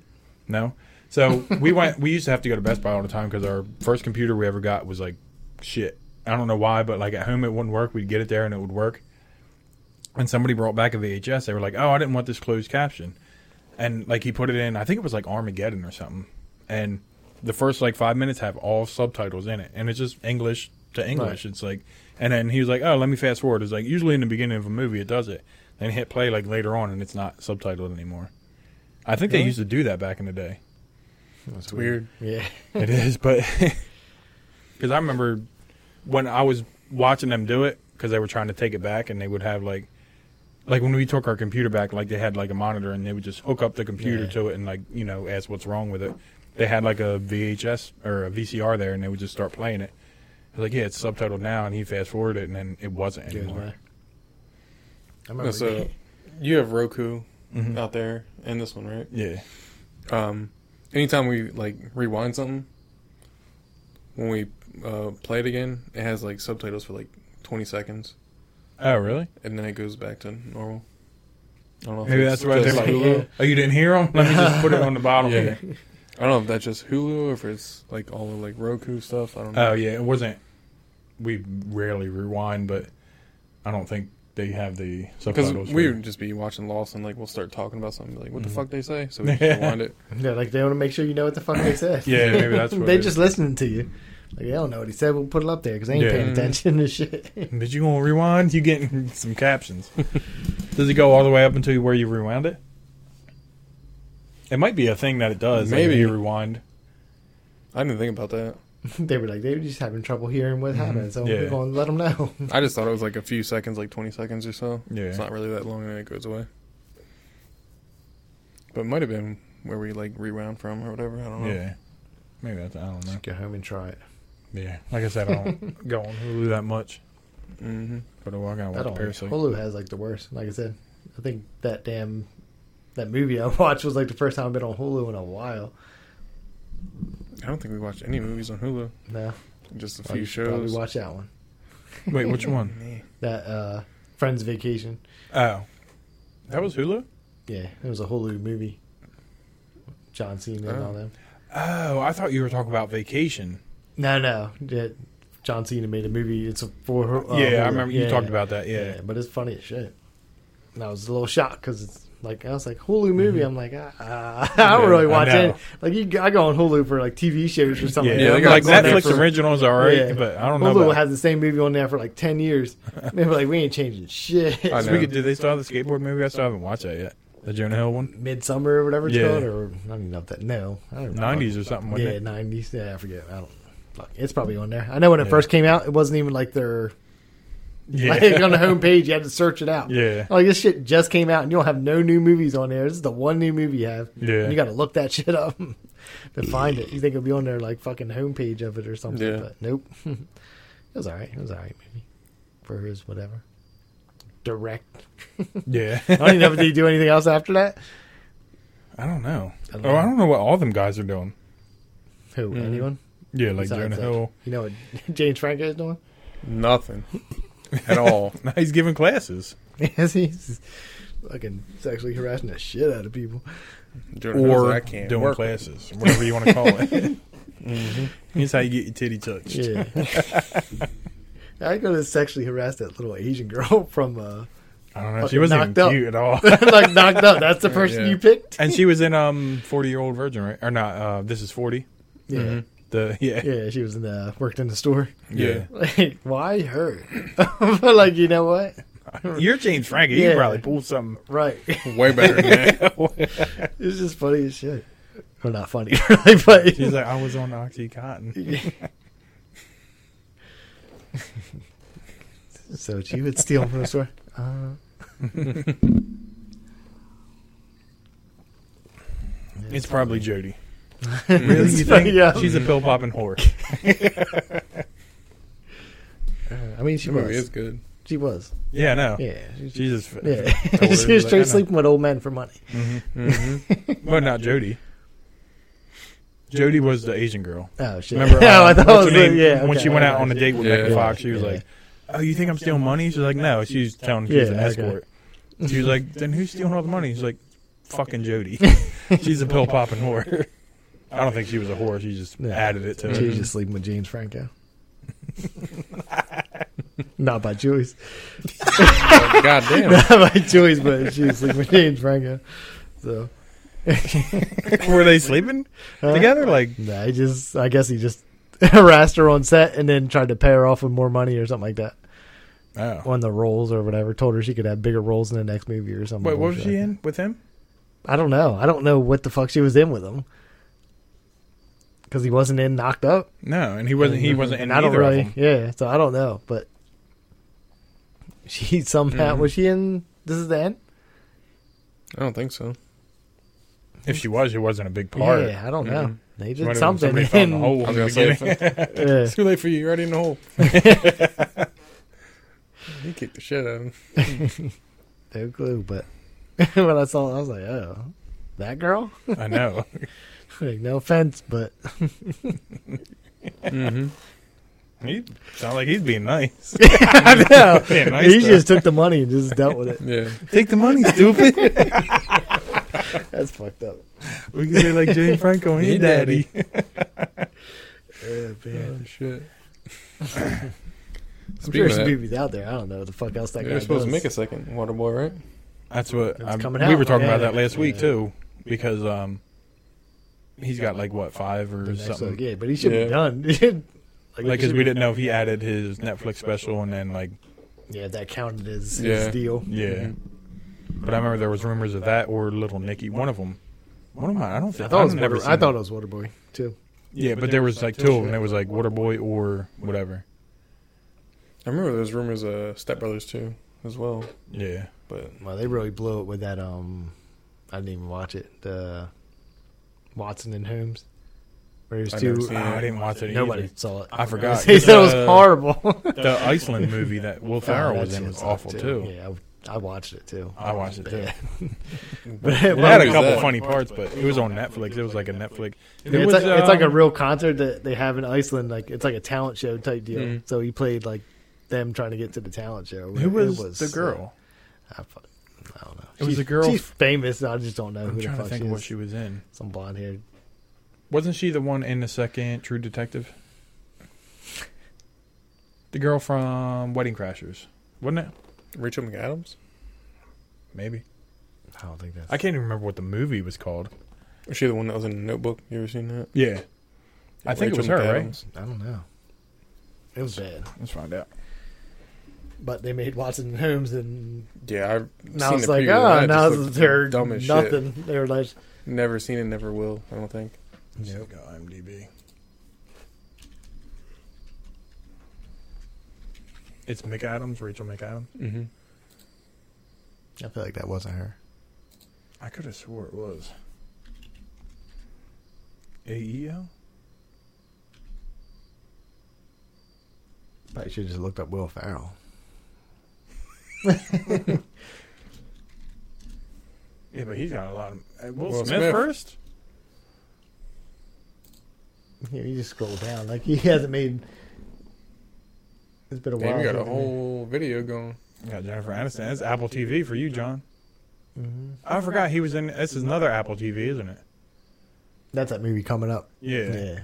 [SPEAKER 1] No. So we went. We used to have to go to Best Buy all the time because our first computer we ever got was like shit. I don't know why, but like at home it wouldn't work. We'd get it there and it would work. And somebody brought back a VHS. They were like, "Oh, I didn't want this closed caption," and like he put it in. I think it was like Armageddon or something. And the first like five minutes have all subtitles in it, and it's just English to English. It's like, and then he was like, "Oh, let me fast forward." It's like usually in the beginning of a movie it does it. Then hit play like later on, and it's not subtitled anymore. I think they used to do that back in the day.
[SPEAKER 3] It's weird.
[SPEAKER 2] Yeah.
[SPEAKER 1] It is, but because I remember when I was watching them do it because they were trying to take it back, and they would have like, like when we took our computer back, like they had like a monitor, and they would just hook up the computer
[SPEAKER 2] Yeah.
[SPEAKER 1] to it and like you know ask what's wrong with it. They had like a VHS or a VCR there, and they would just start playing it. I was like, yeah, it's subtitled now, and he fast forwarded, it, and then it wasn't
[SPEAKER 2] Good
[SPEAKER 1] anymore.
[SPEAKER 2] one. I
[SPEAKER 3] No,
[SPEAKER 1] Oh,
[SPEAKER 2] remember.
[SPEAKER 3] so you have Roku
[SPEAKER 1] Mm-hmm.
[SPEAKER 3] out there and this one, right?
[SPEAKER 1] Yeah,
[SPEAKER 3] Um, anytime we like rewind something, when we uh, play it again, it has like subtitles for like 20 seconds,
[SPEAKER 1] Oh, really?
[SPEAKER 3] and then it goes back to normal. I don't know. If
[SPEAKER 1] Maybe
[SPEAKER 3] it's
[SPEAKER 1] that's why they're
[SPEAKER 3] just
[SPEAKER 1] like,
[SPEAKER 3] Hulu.
[SPEAKER 1] oh, you didn't hear them? Let me just put it on the bottom
[SPEAKER 3] Yeah.
[SPEAKER 1] here.
[SPEAKER 3] I don't know if that's just Hulu or if it's like all of like Roku stuff. I don't know.
[SPEAKER 1] Oh yeah, it wasn't. We rarely rewind, but I don't think they have the
[SPEAKER 3] Because
[SPEAKER 1] subtitles.
[SPEAKER 3] we
[SPEAKER 1] for-
[SPEAKER 3] would just be watching Lost and like we'll start talking about something, be like what the fuck they say, so we just rewind it.
[SPEAKER 2] yeah, like they want to make sure you know what the fuck they said.
[SPEAKER 1] Yeah, maybe that's what
[SPEAKER 2] they
[SPEAKER 1] it is.
[SPEAKER 2] just listening to you. Like, they don't know what he said. We'll put it up there because they ain't
[SPEAKER 1] Yeah.
[SPEAKER 3] Mm-hmm.
[SPEAKER 2] paying attention to shit.
[SPEAKER 1] Did you gonna rewind? You getting some captions? does it go all the way up until where you rewound it? It might be a thing that it does. like, if
[SPEAKER 3] Maybe.
[SPEAKER 1] you rewind.
[SPEAKER 3] I didn't think about that.
[SPEAKER 2] they were like, they were just having trouble hearing what happened, so
[SPEAKER 1] Mm-hmm. Yeah.
[SPEAKER 2] we're going to let them know.
[SPEAKER 3] I just thought it was like a few seconds, like 20 seconds or so.
[SPEAKER 1] Yeah.
[SPEAKER 3] It's not really that long and then it goes away. But it might have been where we like rewound from or whatever. I don't know.
[SPEAKER 1] Yeah. Maybe that's, I don't know.
[SPEAKER 2] Go home and try it.
[SPEAKER 1] Yeah. Like I said, I don't go on Hulu that much.
[SPEAKER 3] Mm-hmm.
[SPEAKER 1] But I walk out
[SPEAKER 2] I
[SPEAKER 1] with
[SPEAKER 2] don't.
[SPEAKER 1] Parasite.
[SPEAKER 2] Hulu has like the worst. Like I said, I think that damn that movie I watched was like the first time I've been on Hulu in a while.
[SPEAKER 3] I don't think we watched any movies on Hulu.
[SPEAKER 2] No,
[SPEAKER 3] Just a
[SPEAKER 2] Well,
[SPEAKER 3] few
[SPEAKER 2] you should Probably
[SPEAKER 3] shows.
[SPEAKER 2] watch that one.
[SPEAKER 1] Wait, which one?
[SPEAKER 3] Yeah.
[SPEAKER 2] That uh, Friends Vacation.
[SPEAKER 1] Oh. That was Hulu?
[SPEAKER 2] Yeah, it was a Hulu movie. John Cena and
[SPEAKER 3] Oh.
[SPEAKER 2] all them.
[SPEAKER 1] Oh, I thought you were talking about Vacation.
[SPEAKER 2] No, no. Yeah, John Cena made a movie. It's a for her. uh,
[SPEAKER 1] Oh, yeah,
[SPEAKER 2] Hulu.
[SPEAKER 1] I remember you
[SPEAKER 2] Yeah,
[SPEAKER 1] talked
[SPEAKER 2] yeah.
[SPEAKER 1] about that. Yeah.
[SPEAKER 2] but it's funny as shit. And I was a little shocked because it's like I was like Hulu movie. I'm like, ah, ah, I
[SPEAKER 1] Mm-hmm. Yeah,
[SPEAKER 2] don't really
[SPEAKER 1] I
[SPEAKER 2] watch
[SPEAKER 1] know.
[SPEAKER 2] it. Like you, I go on Hulu for like TV shows or something.
[SPEAKER 1] Yeah,
[SPEAKER 3] Yeah,
[SPEAKER 2] like, that.
[SPEAKER 3] they got
[SPEAKER 1] like
[SPEAKER 2] I'm not going
[SPEAKER 1] Netflix
[SPEAKER 2] there for-
[SPEAKER 1] originals are all right, but I don't know.
[SPEAKER 2] Hulu
[SPEAKER 1] About,
[SPEAKER 2] has the same movie on there for like ten years. they were like, we ain't changing shit.
[SPEAKER 3] I
[SPEAKER 1] So
[SPEAKER 3] know.
[SPEAKER 1] we could- do they still have the skateboard movie? I still haven't watched that yet. The Jonah Hill one,
[SPEAKER 2] Midsummer or whatever it's
[SPEAKER 1] Yeah.
[SPEAKER 2] called, or I don't even know if that. No, I don't know.
[SPEAKER 1] nineties or something. Wasn't
[SPEAKER 2] Yeah,
[SPEAKER 1] it?
[SPEAKER 2] nineties. Yeah, I forget. I don't. Fuck, it's probably on there. I know when it
[SPEAKER 1] Yeah.
[SPEAKER 2] first came out, it wasn't even like their
[SPEAKER 1] yeah,
[SPEAKER 2] like on the homepage. You had to search it out.
[SPEAKER 1] yeah,
[SPEAKER 2] Like this shit just came out, and you don't have no new movies on there. This is the one new movie you have.
[SPEAKER 1] Yeah.
[SPEAKER 2] and you got to look that shit up to find it. You think it'll be on their like fucking homepage of it or something?
[SPEAKER 3] Yeah.
[SPEAKER 2] But nope. it was all right. It was all right movie for his whatever. Direct.
[SPEAKER 1] yeah.
[SPEAKER 2] I don't even know if they do anything else after that.
[SPEAKER 1] I don't know.
[SPEAKER 2] I don't
[SPEAKER 1] Oh, I Mm-hmm.
[SPEAKER 2] know.
[SPEAKER 1] don't know what all them guys are doing.
[SPEAKER 2] Who?
[SPEAKER 3] Mhm.
[SPEAKER 2] Anyone?
[SPEAKER 1] Yeah, like
[SPEAKER 2] Besides
[SPEAKER 1] Jonah
[SPEAKER 2] that.
[SPEAKER 1] Hill.
[SPEAKER 2] You know what James Franco is doing?
[SPEAKER 3] Nothing at all.
[SPEAKER 1] Now he's giving classes,
[SPEAKER 2] Yes, he's fucking sexually harassing the shit out of people.
[SPEAKER 3] Jordan Hill's
[SPEAKER 1] or
[SPEAKER 3] like, I can't
[SPEAKER 1] doing
[SPEAKER 3] work.
[SPEAKER 1] classes, whatever you want to call it. Here's how you get your titty touched.
[SPEAKER 2] Mm-hmm. Yeah. I could have sexually harassed that little Asian girl from uh
[SPEAKER 1] I don't know.
[SPEAKER 2] Fucking
[SPEAKER 1] she wasn't even
[SPEAKER 2] knocked up.
[SPEAKER 1] cute at all.
[SPEAKER 2] like knocked up. That's the person
[SPEAKER 3] Yeah.
[SPEAKER 2] you picked.
[SPEAKER 1] and she was in um forty year old virgin, right? Or not? Uh, this is forty.
[SPEAKER 2] Yeah,
[SPEAKER 1] The yeah, yeah.
[SPEAKER 2] yeah. She was in the uh, worked in the store.
[SPEAKER 3] Yeah.
[SPEAKER 2] Like, why her? but like, you know what?
[SPEAKER 1] You're James Franco. You
[SPEAKER 2] Yeah.
[SPEAKER 1] can probably pull something.
[SPEAKER 2] Right.
[SPEAKER 3] Way better than that.
[SPEAKER 2] it's just funny as shit. Well, not funny, really, but
[SPEAKER 1] She's like, I was on OxyContin.
[SPEAKER 2] so she would steal from the store. Uh,
[SPEAKER 1] It's probably Jody.
[SPEAKER 2] really?
[SPEAKER 1] You think?
[SPEAKER 2] Mm-hmm. yeah.
[SPEAKER 1] She's a pill popping whore.
[SPEAKER 2] I mean, she
[SPEAKER 3] That movie is
[SPEAKER 2] was.
[SPEAKER 3] good.
[SPEAKER 2] She was.
[SPEAKER 1] Yeah, I know.
[SPEAKER 2] Yeah. She's,
[SPEAKER 1] Jesus.
[SPEAKER 2] yeah.
[SPEAKER 1] Told her, like, I know.
[SPEAKER 2] she was
[SPEAKER 1] Mm-hmm.
[SPEAKER 2] straight sleeping with old men for money.
[SPEAKER 3] Mm-hmm.
[SPEAKER 1] But not Jody. Jody was the Asian girl.
[SPEAKER 2] Oh shit!
[SPEAKER 1] Remember?
[SPEAKER 2] oh,
[SPEAKER 1] uh,
[SPEAKER 2] I thought it
[SPEAKER 1] what's
[SPEAKER 2] was
[SPEAKER 1] her name?
[SPEAKER 2] the- yeah,
[SPEAKER 1] When
[SPEAKER 2] okay,
[SPEAKER 1] she went
[SPEAKER 2] I
[SPEAKER 1] out on
[SPEAKER 2] got
[SPEAKER 1] the
[SPEAKER 2] you.
[SPEAKER 1] date with
[SPEAKER 3] Yeah.
[SPEAKER 1] Megan Fox, she was
[SPEAKER 2] Yeah.
[SPEAKER 1] like, "Oh, you think I'm stealing money?" She's like, "No." She's telling she's an
[SPEAKER 2] Yeah, okay.
[SPEAKER 1] escort. She was like, "Then who's stealing all the money?" She's like, "Fucking Jody. She's a pill popping whore." I don't think she was a whore. She just
[SPEAKER 2] Yeah.
[SPEAKER 1] added it to
[SPEAKER 2] She
[SPEAKER 1] it.
[SPEAKER 2] was just sleeping with James Franco. Not by choice.
[SPEAKER 3] Like, God damn.
[SPEAKER 2] Not by choice, but she was sleeping with James Franco. So
[SPEAKER 1] Were they sleeping
[SPEAKER 2] Huh?
[SPEAKER 1] together? Like,
[SPEAKER 2] Nah, I just I guess he just harassed her on set and then tried to pay her off with more money or something like that.
[SPEAKER 1] oh,
[SPEAKER 2] On the roles or whatever. Told her she could have bigger roles in the next movie or something.
[SPEAKER 1] wait, what was
[SPEAKER 2] bullshit
[SPEAKER 1] she
[SPEAKER 2] like
[SPEAKER 1] in with him?
[SPEAKER 2] that. I don't know. I don't know what the fuck she was in with him. Because he wasn't in knocked up.
[SPEAKER 1] No, and he wasn't. He wasn't in
[SPEAKER 2] and Mm-hmm. I don't
[SPEAKER 1] either of
[SPEAKER 2] really,
[SPEAKER 1] them.
[SPEAKER 2] yeah. So I don't know, but she somehow
[SPEAKER 1] Mm-hmm.
[SPEAKER 2] was she in? This is the end.
[SPEAKER 3] I don't think so.
[SPEAKER 1] If she was, she wasn't a big part.
[SPEAKER 2] Yeah, I don't know.
[SPEAKER 3] Mhm.
[SPEAKER 2] They
[SPEAKER 1] Might have
[SPEAKER 2] did
[SPEAKER 1] been
[SPEAKER 2] something.
[SPEAKER 1] somebody found the
[SPEAKER 2] and-
[SPEAKER 1] hole
[SPEAKER 3] I
[SPEAKER 1] in
[SPEAKER 3] was
[SPEAKER 1] the
[SPEAKER 3] gonna say,
[SPEAKER 1] beginning.
[SPEAKER 3] it's
[SPEAKER 2] yeah.
[SPEAKER 3] too late for you. You're already in the hole. he kicked the shit out of him.
[SPEAKER 2] no clue. But when I saw, it, I was like, oh, that girl.
[SPEAKER 1] I know.
[SPEAKER 2] Like, no offense, but
[SPEAKER 3] Mm-hmm.
[SPEAKER 1] He sounds like he's being nice.
[SPEAKER 2] I know.
[SPEAKER 1] Being nice
[SPEAKER 2] he
[SPEAKER 1] to
[SPEAKER 2] just took the money and just dealt with it.
[SPEAKER 3] Mm-hmm. Yeah.
[SPEAKER 1] take the money, stupid.
[SPEAKER 2] That's fucked up.
[SPEAKER 1] we can say like Jane Franco, hey,
[SPEAKER 3] Hey,
[SPEAKER 1] daddy.
[SPEAKER 3] daddy.
[SPEAKER 2] Yeah, man.
[SPEAKER 3] Oh, shit.
[SPEAKER 2] I'm
[SPEAKER 3] Speaking
[SPEAKER 2] sure
[SPEAKER 3] of
[SPEAKER 2] some
[SPEAKER 3] that,
[SPEAKER 2] movies out there. I don't know what the fuck else that guy
[SPEAKER 3] they're supposed to
[SPEAKER 2] does.
[SPEAKER 3] make a second Waterboy, right?
[SPEAKER 1] That's what
[SPEAKER 2] It's
[SPEAKER 1] I'm,
[SPEAKER 2] coming
[SPEAKER 1] we
[SPEAKER 2] out.
[SPEAKER 1] were talking
[SPEAKER 2] Yeah.
[SPEAKER 1] about that last week
[SPEAKER 2] Yeah.
[SPEAKER 1] too, because um, he's got like what five or
[SPEAKER 2] Next
[SPEAKER 1] something.
[SPEAKER 2] one, yeah, but he should
[SPEAKER 3] Yeah.
[SPEAKER 2] be done. like,
[SPEAKER 1] Like,
[SPEAKER 2] it
[SPEAKER 1] because
[SPEAKER 2] should
[SPEAKER 1] we
[SPEAKER 2] be-
[SPEAKER 1] didn't know if he added his Netflix special and then like
[SPEAKER 2] Yeah, that counted as his
[SPEAKER 3] Yeah.
[SPEAKER 2] deal.
[SPEAKER 1] yeah.
[SPEAKER 3] Mhm.
[SPEAKER 2] Mm-hmm.
[SPEAKER 1] But I remember there was rumors of that or Little Nicky, one of them. One of mine. I don't think
[SPEAKER 2] I thought it was
[SPEAKER 1] I've never.
[SPEAKER 2] Water,
[SPEAKER 1] seen
[SPEAKER 2] I thought
[SPEAKER 1] it.
[SPEAKER 2] it was Waterboy too.
[SPEAKER 1] Yeah, but, there was like two of them. It was like Waterboy or whatever.
[SPEAKER 3] I remember there was rumors of Step Brothers too, as well.
[SPEAKER 1] Yeah.
[SPEAKER 3] But
[SPEAKER 2] Well, they really blew it with that. Um, I didn't even watch it. The Watson and Holmes, where it was
[SPEAKER 3] I've
[SPEAKER 2] two. Ah, uh,
[SPEAKER 3] never seen
[SPEAKER 1] Oh, I didn't watch it.
[SPEAKER 2] Nobody
[SPEAKER 1] Either.
[SPEAKER 2] saw it.
[SPEAKER 1] I forgot.
[SPEAKER 2] He said it was
[SPEAKER 1] Uh,
[SPEAKER 2] horrible.
[SPEAKER 1] The Iceland movie that
[SPEAKER 2] Oh,
[SPEAKER 1] Will Ferrell was
[SPEAKER 2] That's-
[SPEAKER 1] in was
[SPEAKER 2] that's
[SPEAKER 1] awful too.
[SPEAKER 2] Yeah, I, I watched it too.
[SPEAKER 1] I watched it too.
[SPEAKER 2] but
[SPEAKER 1] It had a
[SPEAKER 3] was
[SPEAKER 1] couple
[SPEAKER 3] that?
[SPEAKER 1] funny parts, but it was on Netflix. It was like a Netflix. It
[SPEAKER 2] it's,
[SPEAKER 1] was,
[SPEAKER 2] like, it's like a
[SPEAKER 1] um,
[SPEAKER 2] real concert that they have in Iceland. Like it's like a talent show type deal.
[SPEAKER 3] Mhm.
[SPEAKER 2] So he played like them trying to get to the talent show.
[SPEAKER 1] Mm-hmm. Who
[SPEAKER 2] It
[SPEAKER 1] was, the girl?
[SPEAKER 2] I, fuck- I don't know.
[SPEAKER 1] It was
[SPEAKER 2] She's-
[SPEAKER 1] a girl-
[SPEAKER 2] She's famous. I just don't know
[SPEAKER 1] I'm
[SPEAKER 2] uh, who the
[SPEAKER 1] trying to
[SPEAKER 2] fuck
[SPEAKER 1] think
[SPEAKER 2] she
[SPEAKER 1] of
[SPEAKER 2] is.
[SPEAKER 1] what she was in.
[SPEAKER 2] Some blonde haired.
[SPEAKER 1] Wasn't she the one in the second True Detective? The girl from Wedding Crashers, wasn't it?
[SPEAKER 3] Rachel McAdams,
[SPEAKER 1] Maybe
[SPEAKER 2] I don't think that's.
[SPEAKER 1] I can't even remember what the movie was called.
[SPEAKER 3] was she the one that was in the Notebook? You ever seen that?
[SPEAKER 1] Yeah, I think it was her, right?
[SPEAKER 2] I don't know. It was bad,
[SPEAKER 1] Let's find out.
[SPEAKER 2] but they made Watson and Holmes, and
[SPEAKER 3] Yeah, I've
[SPEAKER 2] now
[SPEAKER 3] seen
[SPEAKER 2] it's
[SPEAKER 3] the
[SPEAKER 2] like,
[SPEAKER 3] preview. That
[SPEAKER 2] oh,
[SPEAKER 3] just
[SPEAKER 2] now
[SPEAKER 3] looked
[SPEAKER 2] they're
[SPEAKER 3] dumb as shit.
[SPEAKER 2] nothing. They were like,
[SPEAKER 3] Never seen it, never will. I don't think.
[SPEAKER 1] Yeah, go IMDb. It's McAdams, Rachel McAdams.
[SPEAKER 3] Mm-hmm.
[SPEAKER 2] I feel like that wasn't her.
[SPEAKER 1] I could have swore it was. E AEL?
[SPEAKER 2] Probably should have just looked up Will Farrell.
[SPEAKER 1] Yeah, but he's got a lot of. uh, Will,
[SPEAKER 3] Will
[SPEAKER 1] Smith,
[SPEAKER 3] Smith.
[SPEAKER 1] first?
[SPEAKER 2] Here, you just scroll down. Like he hasn't made. It's been a
[SPEAKER 3] Damn,
[SPEAKER 2] while.
[SPEAKER 3] you got a whole video going.
[SPEAKER 1] Got Jennifer Aniston. That's Apple TV for you, John.
[SPEAKER 2] hmm
[SPEAKER 1] I forgot he was in. This is another Apple TV, isn't it?
[SPEAKER 2] That's that movie coming up.
[SPEAKER 1] Yeah.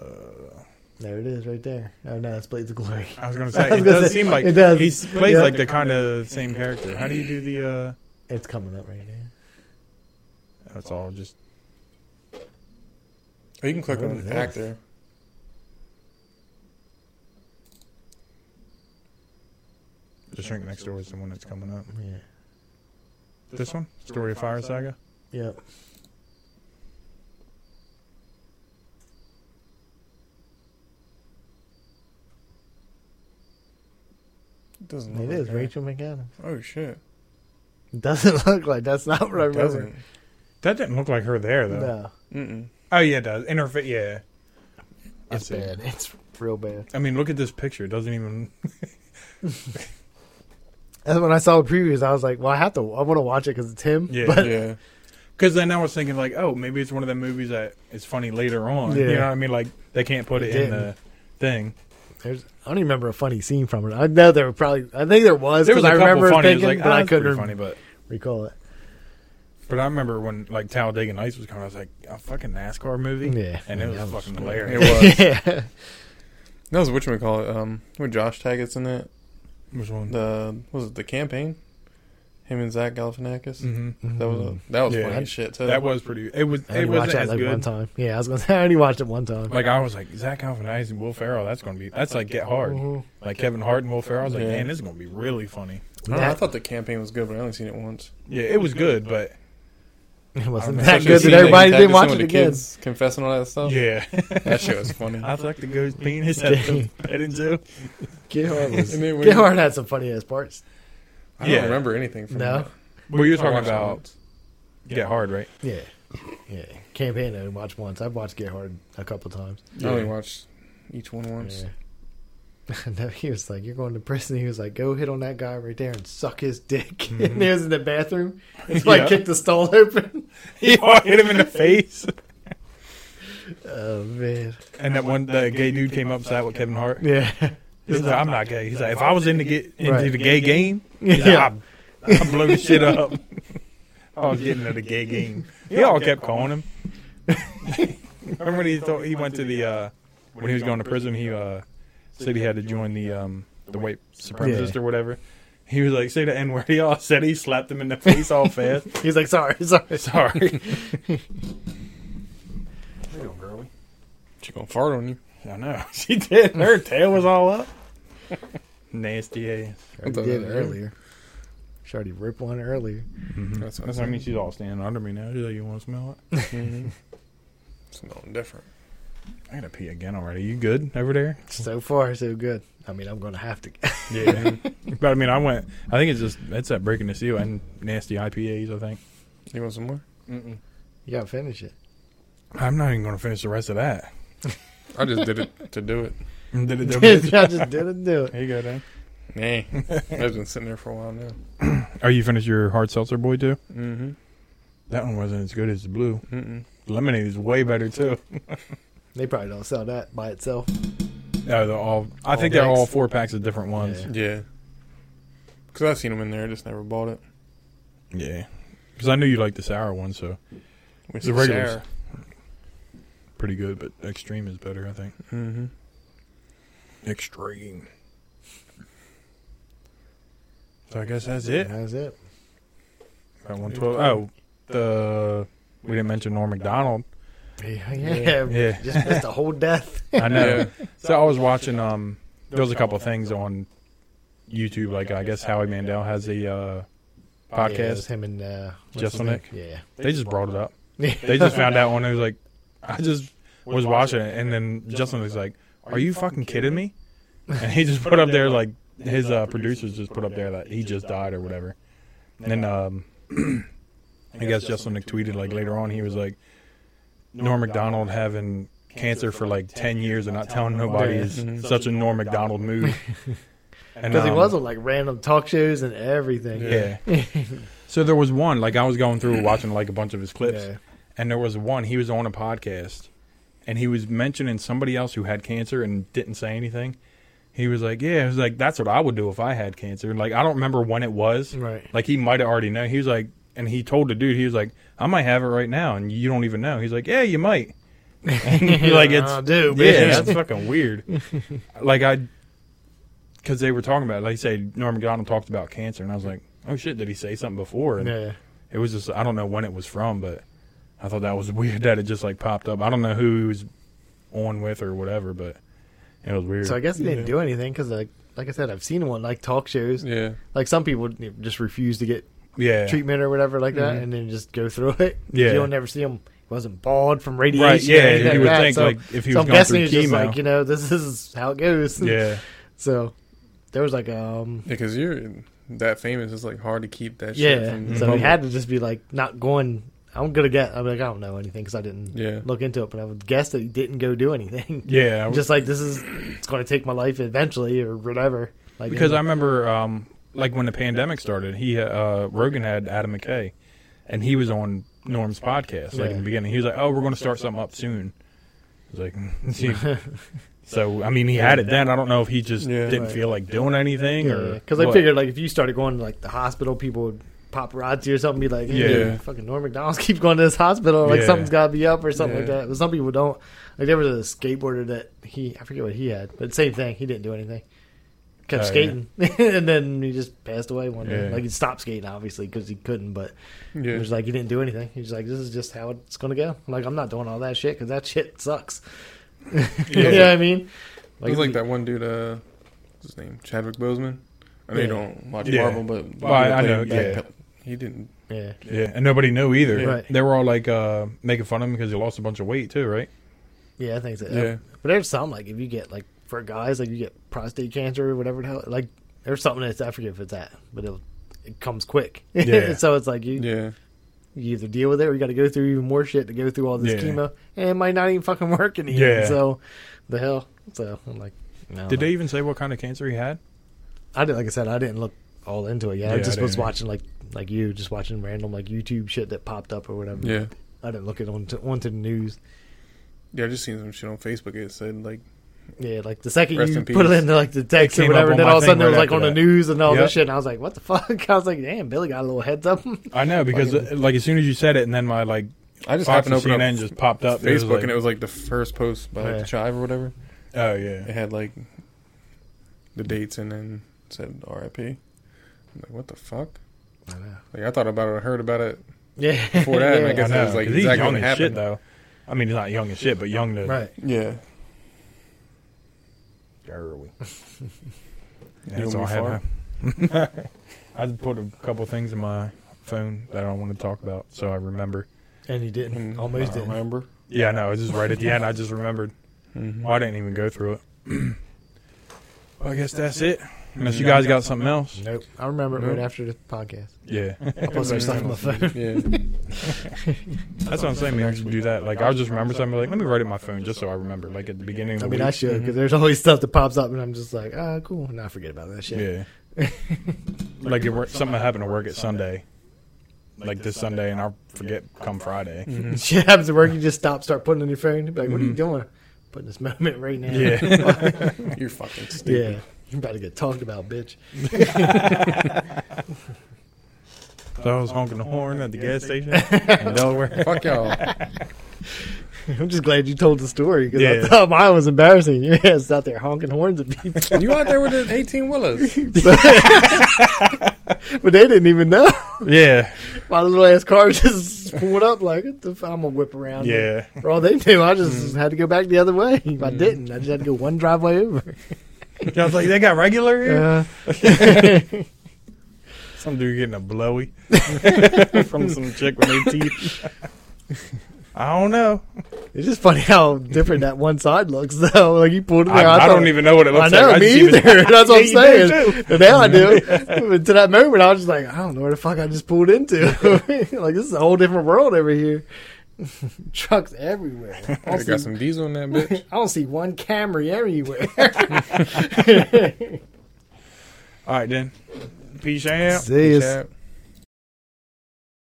[SPEAKER 1] Uh,
[SPEAKER 2] Yeah. There it is, right there. Oh no, that's Blades of Glory.
[SPEAKER 1] I was gonna
[SPEAKER 2] I
[SPEAKER 1] say
[SPEAKER 2] was
[SPEAKER 1] it
[SPEAKER 2] gonna
[SPEAKER 1] does
[SPEAKER 2] say,
[SPEAKER 1] seem like
[SPEAKER 2] it does.
[SPEAKER 1] he s- plays
[SPEAKER 2] Yeah.
[SPEAKER 1] like the kind of same character. How do you do the? uh
[SPEAKER 2] It's coming up right now.
[SPEAKER 1] That's all. Just
[SPEAKER 3] Oh, you can click
[SPEAKER 2] What
[SPEAKER 3] on
[SPEAKER 2] is
[SPEAKER 3] an
[SPEAKER 2] this?
[SPEAKER 3] actor.
[SPEAKER 1] the shrink next door is the one that's coming up.
[SPEAKER 2] Yeah.
[SPEAKER 1] This one, Story of Fire Saga.
[SPEAKER 2] Yep.
[SPEAKER 3] It doesn't.
[SPEAKER 2] It
[SPEAKER 3] look
[SPEAKER 2] is
[SPEAKER 3] like her.
[SPEAKER 2] Rachel McAdams.
[SPEAKER 3] Oh shit!
[SPEAKER 2] It doesn't look like that's not what I
[SPEAKER 3] It
[SPEAKER 2] remember.
[SPEAKER 3] doesn't.
[SPEAKER 1] That didn't look like her there though.
[SPEAKER 2] No,
[SPEAKER 3] Mm-mm.
[SPEAKER 1] Oh yeah, it does. Interfa- yeah. I
[SPEAKER 2] it's
[SPEAKER 1] see.
[SPEAKER 2] bad. It's real bad.
[SPEAKER 1] I mean, look at this picture. It doesn't even.
[SPEAKER 2] And when I saw the previews, I was like, "Well, I have to. I want to watch it because it's him."
[SPEAKER 1] Yeah.
[SPEAKER 2] But
[SPEAKER 3] Yeah.
[SPEAKER 1] Because then I was thinking like, oh, maybe it's one of the movies that is funny later on. You
[SPEAKER 2] Yeah.
[SPEAKER 1] know what I mean? Like they can't put it,
[SPEAKER 2] It
[SPEAKER 1] in the thing.
[SPEAKER 2] there's, I don't even remember a funny scene from it. I know there were probably. I think there was
[SPEAKER 1] There was
[SPEAKER 2] because
[SPEAKER 1] a
[SPEAKER 2] I
[SPEAKER 1] couple
[SPEAKER 2] remember
[SPEAKER 1] funny. it was
[SPEAKER 2] thinking,
[SPEAKER 1] like,
[SPEAKER 2] but
[SPEAKER 1] ah,
[SPEAKER 2] I
[SPEAKER 1] that's pretty
[SPEAKER 2] couldn't
[SPEAKER 1] funny, but
[SPEAKER 2] recall it.
[SPEAKER 1] But I remember when like Talladega Nights was coming, I was like, a fucking NASCAR movie,
[SPEAKER 2] Yeah.
[SPEAKER 1] and it was
[SPEAKER 2] Yeah, that was
[SPEAKER 1] fucking
[SPEAKER 2] cool.
[SPEAKER 3] It
[SPEAKER 1] hilarious.
[SPEAKER 3] was.
[SPEAKER 2] yeah.
[SPEAKER 3] That was what call it. Um, with Josh Taggart's in that.
[SPEAKER 1] Which one?
[SPEAKER 3] The what was it the campaign? Him and Zach Galifianakis.
[SPEAKER 1] hmm
[SPEAKER 3] That was
[SPEAKER 2] Mm-hmm.
[SPEAKER 3] a, that was
[SPEAKER 1] Yeah.
[SPEAKER 3] funny as shit. Too.
[SPEAKER 1] That was pretty. It was.
[SPEAKER 2] I
[SPEAKER 1] It
[SPEAKER 2] only watched
[SPEAKER 1] wasn't
[SPEAKER 2] that
[SPEAKER 1] as
[SPEAKER 2] like
[SPEAKER 1] good.
[SPEAKER 2] one time. Yeah, I was gonna say I only watched it one time.
[SPEAKER 1] Like I was like Zach Galifianakis and Will Ferrell. That's gonna be. That's like Get Hard.
[SPEAKER 2] Mhm.
[SPEAKER 1] Like Kevin Hart and Will Ferrell. I was like,
[SPEAKER 3] Yeah.
[SPEAKER 1] man, this is gonna be really funny.
[SPEAKER 3] I, don't know, I thought the campaign was good, but I only seen it once.
[SPEAKER 1] Yeah, it was good, but I
[SPEAKER 2] It wasn't
[SPEAKER 1] don't know.
[SPEAKER 2] that
[SPEAKER 1] Especially
[SPEAKER 2] good
[SPEAKER 1] seeing
[SPEAKER 2] that
[SPEAKER 1] that
[SPEAKER 2] everybody
[SPEAKER 3] Taggart's
[SPEAKER 2] didn't
[SPEAKER 3] in
[SPEAKER 2] watch
[SPEAKER 3] with
[SPEAKER 2] it
[SPEAKER 3] the
[SPEAKER 2] again.
[SPEAKER 3] kids confessing all that stuff.
[SPEAKER 1] yeah,
[SPEAKER 3] that shit was funny.
[SPEAKER 1] Oh. I thought the ghost penis had the head into.
[SPEAKER 2] Get Hard, was,
[SPEAKER 3] And then when-
[SPEAKER 2] Get Hard had some funny ass parts.
[SPEAKER 3] I don't
[SPEAKER 1] Yeah.
[SPEAKER 3] remember anything from
[SPEAKER 2] No?
[SPEAKER 3] that.
[SPEAKER 1] Well, you were
[SPEAKER 3] I
[SPEAKER 1] talking
[SPEAKER 3] watched it
[SPEAKER 1] about
[SPEAKER 3] once.
[SPEAKER 1] Get Hard, right?
[SPEAKER 2] Yeah, yeah. Campaign I only watched once. I've watched Get Hard a couple times.
[SPEAKER 3] I only watched each one once.
[SPEAKER 2] Yeah. no, he was like, "You're going to prison." He was like, "Go hit on that guy right there and suck his dick." and he was in the bathroom. It's like
[SPEAKER 1] Yeah.
[SPEAKER 2] kicked the stall open.
[SPEAKER 1] He hit him in the face,
[SPEAKER 2] oh man,
[SPEAKER 1] and that one the gay dude came up sat with Kevin Hart.
[SPEAKER 2] yeah,
[SPEAKER 1] He's like, I'm not gay. He's like, if I was in the get into
[SPEAKER 2] Right.
[SPEAKER 1] the gay game, he's
[SPEAKER 2] Yeah.
[SPEAKER 1] like, I'd, I'd blow the shit up. I was getting into the gay game. He all kept calling him. Remember when he thought he went to the uh, when he was going to prison? He uh, said he had to join the um, the white supremacist
[SPEAKER 2] Yeah.
[SPEAKER 1] or whatever. He was like, say the n word. He all said he slapped him in the face all fast.
[SPEAKER 2] he's like, "Sorry, sorry."
[SPEAKER 1] Sorry. girlie.
[SPEAKER 3] She gonna fart on you.
[SPEAKER 1] I know she did. Her tail was all up. Nasty ass.
[SPEAKER 2] I
[SPEAKER 3] thought
[SPEAKER 2] did
[SPEAKER 3] that was-
[SPEAKER 2] earlier. She already ripped one earlier.
[SPEAKER 3] That's what
[SPEAKER 1] That's
[SPEAKER 3] I
[SPEAKER 1] what I mean. She's all standing under me now. She's like, you want to smell it?
[SPEAKER 3] Mhm. Smelling different.
[SPEAKER 1] I gotta pee again already. You good over there?
[SPEAKER 2] So far, so good. I mean, I'm going to have to.
[SPEAKER 1] Yeah. but I mean, I went. I think it's just it's that breaking the seal and nasty IPAs. I think
[SPEAKER 3] You want some more?
[SPEAKER 2] you got to finish it.
[SPEAKER 1] I'm not even gonna finish the rest of that.
[SPEAKER 3] I just did it to do it.
[SPEAKER 1] Did it,
[SPEAKER 2] I just didn't do it.
[SPEAKER 1] Here you go, Dan.
[SPEAKER 3] Nah, that's been sitting there for a while now.
[SPEAKER 1] Are Oh, you finished your hard seltzer, boy? Too.
[SPEAKER 3] Mm-hmm.
[SPEAKER 1] That one wasn't as good as the blue.
[SPEAKER 3] Mm-mm.
[SPEAKER 1] Lemonade is way better too.
[SPEAKER 2] They probably don't sell that by itself.
[SPEAKER 1] No, they're all. I
[SPEAKER 2] All
[SPEAKER 1] think they're
[SPEAKER 2] decks.
[SPEAKER 1] all four packs of different ones.
[SPEAKER 3] Yeah, because I've seen them in there. I just never bought it.
[SPEAKER 1] Yeah. Because I knew you liked the sour one, so
[SPEAKER 3] Which
[SPEAKER 1] The
[SPEAKER 3] is
[SPEAKER 1] regulars.
[SPEAKER 3] sour.
[SPEAKER 1] pretty good. But extreme is better, I think.
[SPEAKER 3] Mhm.
[SPEAKER 1] Extreme. So I guess that's it.
[SPEAKER 2] That's it.
[SPEAKER 1] About one twelve. Oh, the we didn't mention Norm Macdonald.
[SPEAKER 2] Yeah, yeah.
[SPEAKER 1] Yeah.
[SPEAKER 2] Just missed a whole death.
[SPEAKER 1] I know. So I was watching. Um, there was a couple of things on YouTube. Like I guess Howie Mandel has a uh,
[SPEAKER 2] Yeah, it was
[SPEAKER 1] podcast.
[SPEAKER 2] him and uh, what's
[SPEAKER 1] Just
[SPEAKER 2] his
[SPEAKER 1] on
[SPEAKER 2] name?
[SPEAKER 1] it?
[SPEAKER 2] Yeah.
[SPEAKER 1] They just brought it up.
[SPEAKER 2] yeah.
[SPEAKER 1] They just found out when it was like, I just was watching it, and then Justin was like, "Are you fucking kidding me?" And he just put up there like his uh, producers just put up there that he just died or whatever. And then um, I guess Justin like, tweeted like later on he was like, Norm Macdonald having cancer for like ten years and not telling nobody
[SPEAKER 2] Yeah.
[SPEAKER 1] is
[SPEAKER 3] Mhm.
[SPEAKER 1] such a Norm Macdonald move. And,
[SPEAKER 2] Because he
[SPEAKER 1] um,
[SPEAKER 2] was on like random talk shows and everything.
[SPEAKER 1] yeah. so there was one like I was going through watching like a bunch of his clips,
[SPEAKER 2] Yeah.
[SPEAKER 1] and there was one he was on a podcast, and he was mentioning somebody else who had cancer and didn't say anything. He was like, "Yeah," he was like, "That's what I would do if I had cancer." Like I don't remember when it was.
[SPEAKER 2] Right.
[SPEAKER 1] Like he might have already known. He was like, and he told the dude, he was like, "I might have it right now," and you don't even know. He's like, "Yeah, you might." And you're like, "It's
[SPEAKER 2] I do,
[SPEAKER 1] yeah,
[SPEAKER 2] bitch.
[SPEAKER 1] that's fucking weird." like I, because they were talking about, it. like you say, Norm Macdonald talked about cancer, and I was like, "Oh shit, did he say something before?" And
[SPEAKER 2] Yeah.
[SPEAKER 1] it was just I don't know when it was from, but I thought that was weird that it just like popped up. I don't know who he was on with or whatever, but it was weird.
[SPEAKER 2] So I guess they didn't
[SPEAKER 3] Yeah.
[SPEAKER 2] do anything because, like, like I said, I've seen one like talk shows.
[SPEAKER 3] Yeah,
[SPEAKER 2] Like some people just refuse to get
[SPEAKER 1] yeah, Mm-hmm.
[SPEAKER 2] treatment or whatever like that, and then just go through it.
[SPEAKER 1] Yeah.
[SPEAKER 2] you'll never see him. He wasn't bald from radiation.
[SPEAKER 1] right.
[SPEAKER 2] or
[SPEAKER 1] Yeah,
[SPEAKER 2] anything
[SPEAKER 1] you would
[SPEAKER 2] that.
[SPEAKER 1] think
[SPEAKER 2] So-
[SPEAKER 1] like if he
[SPEAKER 2] so
[SPEAKER 1] was
[SPEAKER 2] I'm
[SPEAKER 1] going through
[SPEAKER 2] guessing it's
[SPEAKER 1] chemo,
[SPEAKER 2] just like you know, this is how it goes.
[SPEAKER 1] yeah,
[SPEAKER 2] So there was like um
[SPEAKER 3] because you're that famous. It's like hard to keep that. shit
[SPEAKER 2] yeah.
[SPEAKER 3] from
[SPEAKER 2] So we
[SPEAKER 1] public.
[SPEAKER 2] had to just be like not going. I'm gonna get. I'm like I don't know anything because I didn't
[SPEAKER 3] Yeah.
[SPEAKER 2] look into it, but I would guess that he didn't go do anything.
[SPEAKER 1] yeah.
[SPEAKER 2] just like this is it's going to take my life eventually or whatever. Like
[SPEAKER 1] because I remember um, like when the pandemic started, he uh, Rogan had Adam McKay, and he was on Norm's podcast like
[SPEAKER 2] Yeah.
[SPEAKER 1] in the beginning. He was like, "Oh, we're going to start something up soon." I was like, "Mm, so I mean, he had it then. I don't know if he just
[SPEAKER 3] Yeah.
[SPEAKER 1] didn't
[SPEAKER 2] Right.
[SPEAKER 1] feel like doing anything or
[SPEAKER 2] because I
[SPEAKER 1] what.
[SPEAKER 2] figured like if you started going to like the hospital, people would paparazzi or something be like, yeah,
[SPEAKER 1] Yeah.
[SPEAKER 2] fucking Norm McDonald's keep going to this hospital, like
[SPEAKER 1] Yeah.
[SPEAKER 2] something's got to be up or something like
[SPEAKER 3] Yeah.
[SPEAKER 2] that. But some people don't. Like there was a skateboarder that he I forget what he had, but same thing. He didn't do anything. Kept
[SPEAKER 1] Oh, yeah.
[SPEAKER 2] skating, and then he just passed away one day.
[SPEAKER 1] Yeah.
[SPEAKER 2] Like he stopped skating obviously because he couldn't, but
[SPEAKER 3] Yeah.
[SPEAKER 2] it was like he didn't do anything. He was like, "This is just how it's gonna go." I'm like I'm not doing all that shit because that shit sucks. you know what I mean?
[SPEAKER 3] It was like that one dude. Uh, what's his name? Chadwick Boseman. I know
[SPEAKER 2] Yeah.
[SPEAKER 3] you don't watch
[SPEAKER 1] Yeah.
[SPEAKER 3] Marvel, but
[SPEAKER 1] Well, I- I know,
[SPEAKER 3] Black
[SPEAKER 1] yeah.
[SPEAKER 3] Pe- he didn't.
[SPEAKER 2] Yeah.
[SPEAKER 1] Yeah, and nobody knew either.
[SPEAKER 2] Yeah. Right.
[SPEAKER 1] They were all like uh, making fun of him because he lost a bunch of weight too, right?
[SPEAKER 2] Yeah, I think so.
[SPEAKER 3] Yeah.
[SPEAKER 2] But there's some like if you get like for guys like you get prostate cancer or whatever the hell like there's something that's I forget if it's that, but it it comes quick.
[SPEAKER 1] Yeah.
[SPEAKER 2] so it's like you
[SPEAKER 3] Yeah,
[SPEAKER 2] you either deal with it or you got to go through even more shit to go through all this
[SPEAKER 1] Yeah.
[SPEAKER 2] chemo and it might not even fucking work in the end.
[SPEAKER 1] Yeah.
[SPEAKER 2] So the hell. So I'm like, no.
[SPEAKER 3] Uh-huh.
[SPEAKER 1] Did they even say what kind of cancer he had?
[SPEAKER 2] I did like I said I didn't look all into it. Yeah,
[SPEAKER 1] Yeah,
[SPEAKER 2] I
[SPEAKER 1] I
[SPEAKER 2] just was
[SPEAKER 1] didn't.
[SPEAKER 2] watching like like you just watching random like YouTube shit that popped up or whatever.
[SPEAKER 3] yeah,
[SPEAKER 2] I didn't look it onto onto the news.
[SPEAKER 3] yeah. I just seen some shit on Facebook. It said like,
[SPEAKER 2] Yeah, like the second
[SPEAKER 3] Rest
[SPEAKER 2] you
[SPEAKER 3] in
[SPEAKER 2] put it
[SPEAKER 3] peace.
[SPEAKER 2] into like the text
[SPEAKER 1] It
[SPEAKER 2] or
[SPEAKER 1] came up
[SPEAKER 2] whatever,
[SPEAKER 1] on
[SPEAKER 2] then
[SPEAKER 1] my
[SPEAKER 2] all of a sudden
[SPEAKER 1] thing
[SPEAKER 2] it was
[SPEAKER 1] right
[SPEAKER 2] like on
[SPEAKER 1] after
[SPEAKER 2] the
[SPEAKER 1] that.
[SPEAKER 2] news and all
[SPEAKER 1] Yep.
[SPEAKER 2] this shit. And I was like, what the fuck? I was like, damn, Billy got a little heads up.
[SPEAKER 1] I know because
[SPEAKER 2] Fucking-
[SPEAKER 1] uh, like as soon as you said it, and then my like
[SPEAKER 3] I just
[SPEAKER 1] Fox
[SPEAKER 3] happened
[SPEAKER 1] and
[SPEAKER 3] to open
[SPEAKER 1] CNN
[SPEAKER 3] up
[SPEAKER 1] just popped up
[SPEAKER 3] Facebook,
[SPEAKER 1] like,
[SPEAKER 3] and it was like the first post by like,
[SPEAKER 2] Yeah.
[SPEAKER 3] Chive or whatever.
[SPEAKER 1] oh
[SPEAKER 3] It
[SPEAKER 1] yeah,
[SPEAKER 3] had like the dates and then said RIP. I'm like, what the fuck?
[SPEAKER 2] I know.
[SPEAKER 3] Like I thought about it, I heard about it.
[SPEAKER 2] Yeah.
[SPEAKER 3] Before that, I
[SPEAKER 2] yeah.
[SPEAKER 1] I
[SPEAKER 3] guess-
[SPEAKER 1] know.
[SPEAKER 3] was, like,
[SPEAKER 1] 'cause he's
[SPEAKER 3] exactly
[SPEAKER 1] young
[SPEAKER 3] what
[SPEAKER 1] as shit
[SPEAKER 3] happened.
[SPEAKER 1] though. I mean, he's not young as shit, but young to
[SPEAKER 2] Right.
[SPEAKER 3] Yeah,
[SPEAKER 1] early.
[SPEAKER 3] You
[SPEAKER 1] That's
[SPEAKER 3] want
[SPEAKER 1] all I
[SPEAKER 3] me
[SPEAKER 1] had.
[SPEAKER 3] far?
[SPEAKER 1] huh? I just put a couple things in my phone that I want to talk about, so I remember.
[SPEAKER 2] And he didn't.
[SPEAKER 3] And
[SPEAKER 2] Almost
[SPEAKER 3] Mm-hmm. I
[SPEAKER 2] didn't.
[SPEAKER 3] remember.
[SPEAKER 1] Yeah, no, it was just right at the end. I just remembered.
[SPEAKER 3] Mm-hmm.
[SPEAKER 1] Well, I didn't even go through it. well, I guess that's it. Unless you guys got something else.
[SPEAKER 2] Nope. I remember it right
[SPEAKER 3] Nope. Mm-hmm.
[SPEAKER 2] after the podcast.
[SPEAKER 1] Yeah.
[SPEAKER 2] I put some stuff on my phone.
[SPEAKER 3] Yeah.
[SPEAKER 1] That's what I'm saying. We actually do that. Like, I'll just remember something. Like, let me write it in my phone just so I remember. Like, at the beginning of the
[SPEAKER 2] I mean,
[SPEAKER 1] week.
[SPEAKER 2] I should because there's always stuff that pops up, and I'm just like, ah, cool. And I forget about that shit.
[SPEAKER 1] Yeah. like, it, wor- something happened to work at Sunday. Like, this Sunday, and I'll forget come Friday.
[SPEAKER 2] shit happens at work. You just stop, start putting on your phone. You're like, what are you
[SPEAKER 3] Mm-hmm.
[SPEAKER 2] doing? Putting this moment right now.
[SPEAKER 1] Yeah.
[SPEAKER 3] You're fucking stupid.
[SPEAKER 2] yeah. You're about to get talked about, bitch.
[SPEAKER 1] so I was honking the horn at the gas station in Delaware.
[SPEAKER 3] Fuck y'all.
[SPEAKER 2] I'm just glad you told the story because
[SPEAKER 1] Yeah.
[SPEAKER 2] I thought mine was embarrassing. Your ass out there honking horns at people,
[SPEAKER 3] You out there with the 18 wheelers?
[SPEAKER 2] but they didn't even know.
[SPEAKER 1] Yeah.
[SPEAKER 2] My little ass car just pulled up like "What the f- I'm gonna whip around.
[SPEAKER 1] Yeah. Mm.
[SPEAKER 2] For all they knew, I just had to go back the other way. I didn't. I just had to go one driveway over.
[SPEAKER 1] I was like, they got regular here?
[SPEAKER 2] Uh,
[SPEAKER 1] Some dude getting a blowy from some chick with no teeth. I don't know.
[SPEAKER 2] it's just funny how different that one side looks, though. Like you pulled it.
[SPEAKER 1] I,
[SPEAKER 2] there,
[SPEAKER 1] I,
[SPEAKER 2] thought-
[SPEAKER 1] don't even know what it
[SPEAKER 2] I
[SPEAKER 1] looks
[SPEAKER 2] know,
[SPEAKER 1] like.
[SPEAKER 2] me
[SPEAKER 1] just even-
[SPEAKER 2] either. That's what I'm
[SPEAKER 1] Yeah, you do,
[SPEAKER 2] saying.
[SPEAKER 1] too.
[SPEAKER 2] But now I do. But to that moment, I was just like, I don't know where the fuck I just pulled into. like this is a whole different world over here. Trucks everywhere. I
[SPEAKER 3] I
[SPEAKER 2] don't, see,
[SPEAKER 3] got some diesel in that bitch.
[SPEAKER 2] I don't see one Camry everywhere.
[SPEAKER 1] All right, then. Peace out.
[SPEAKER 2] See
[SPEAKER 3] Yeah.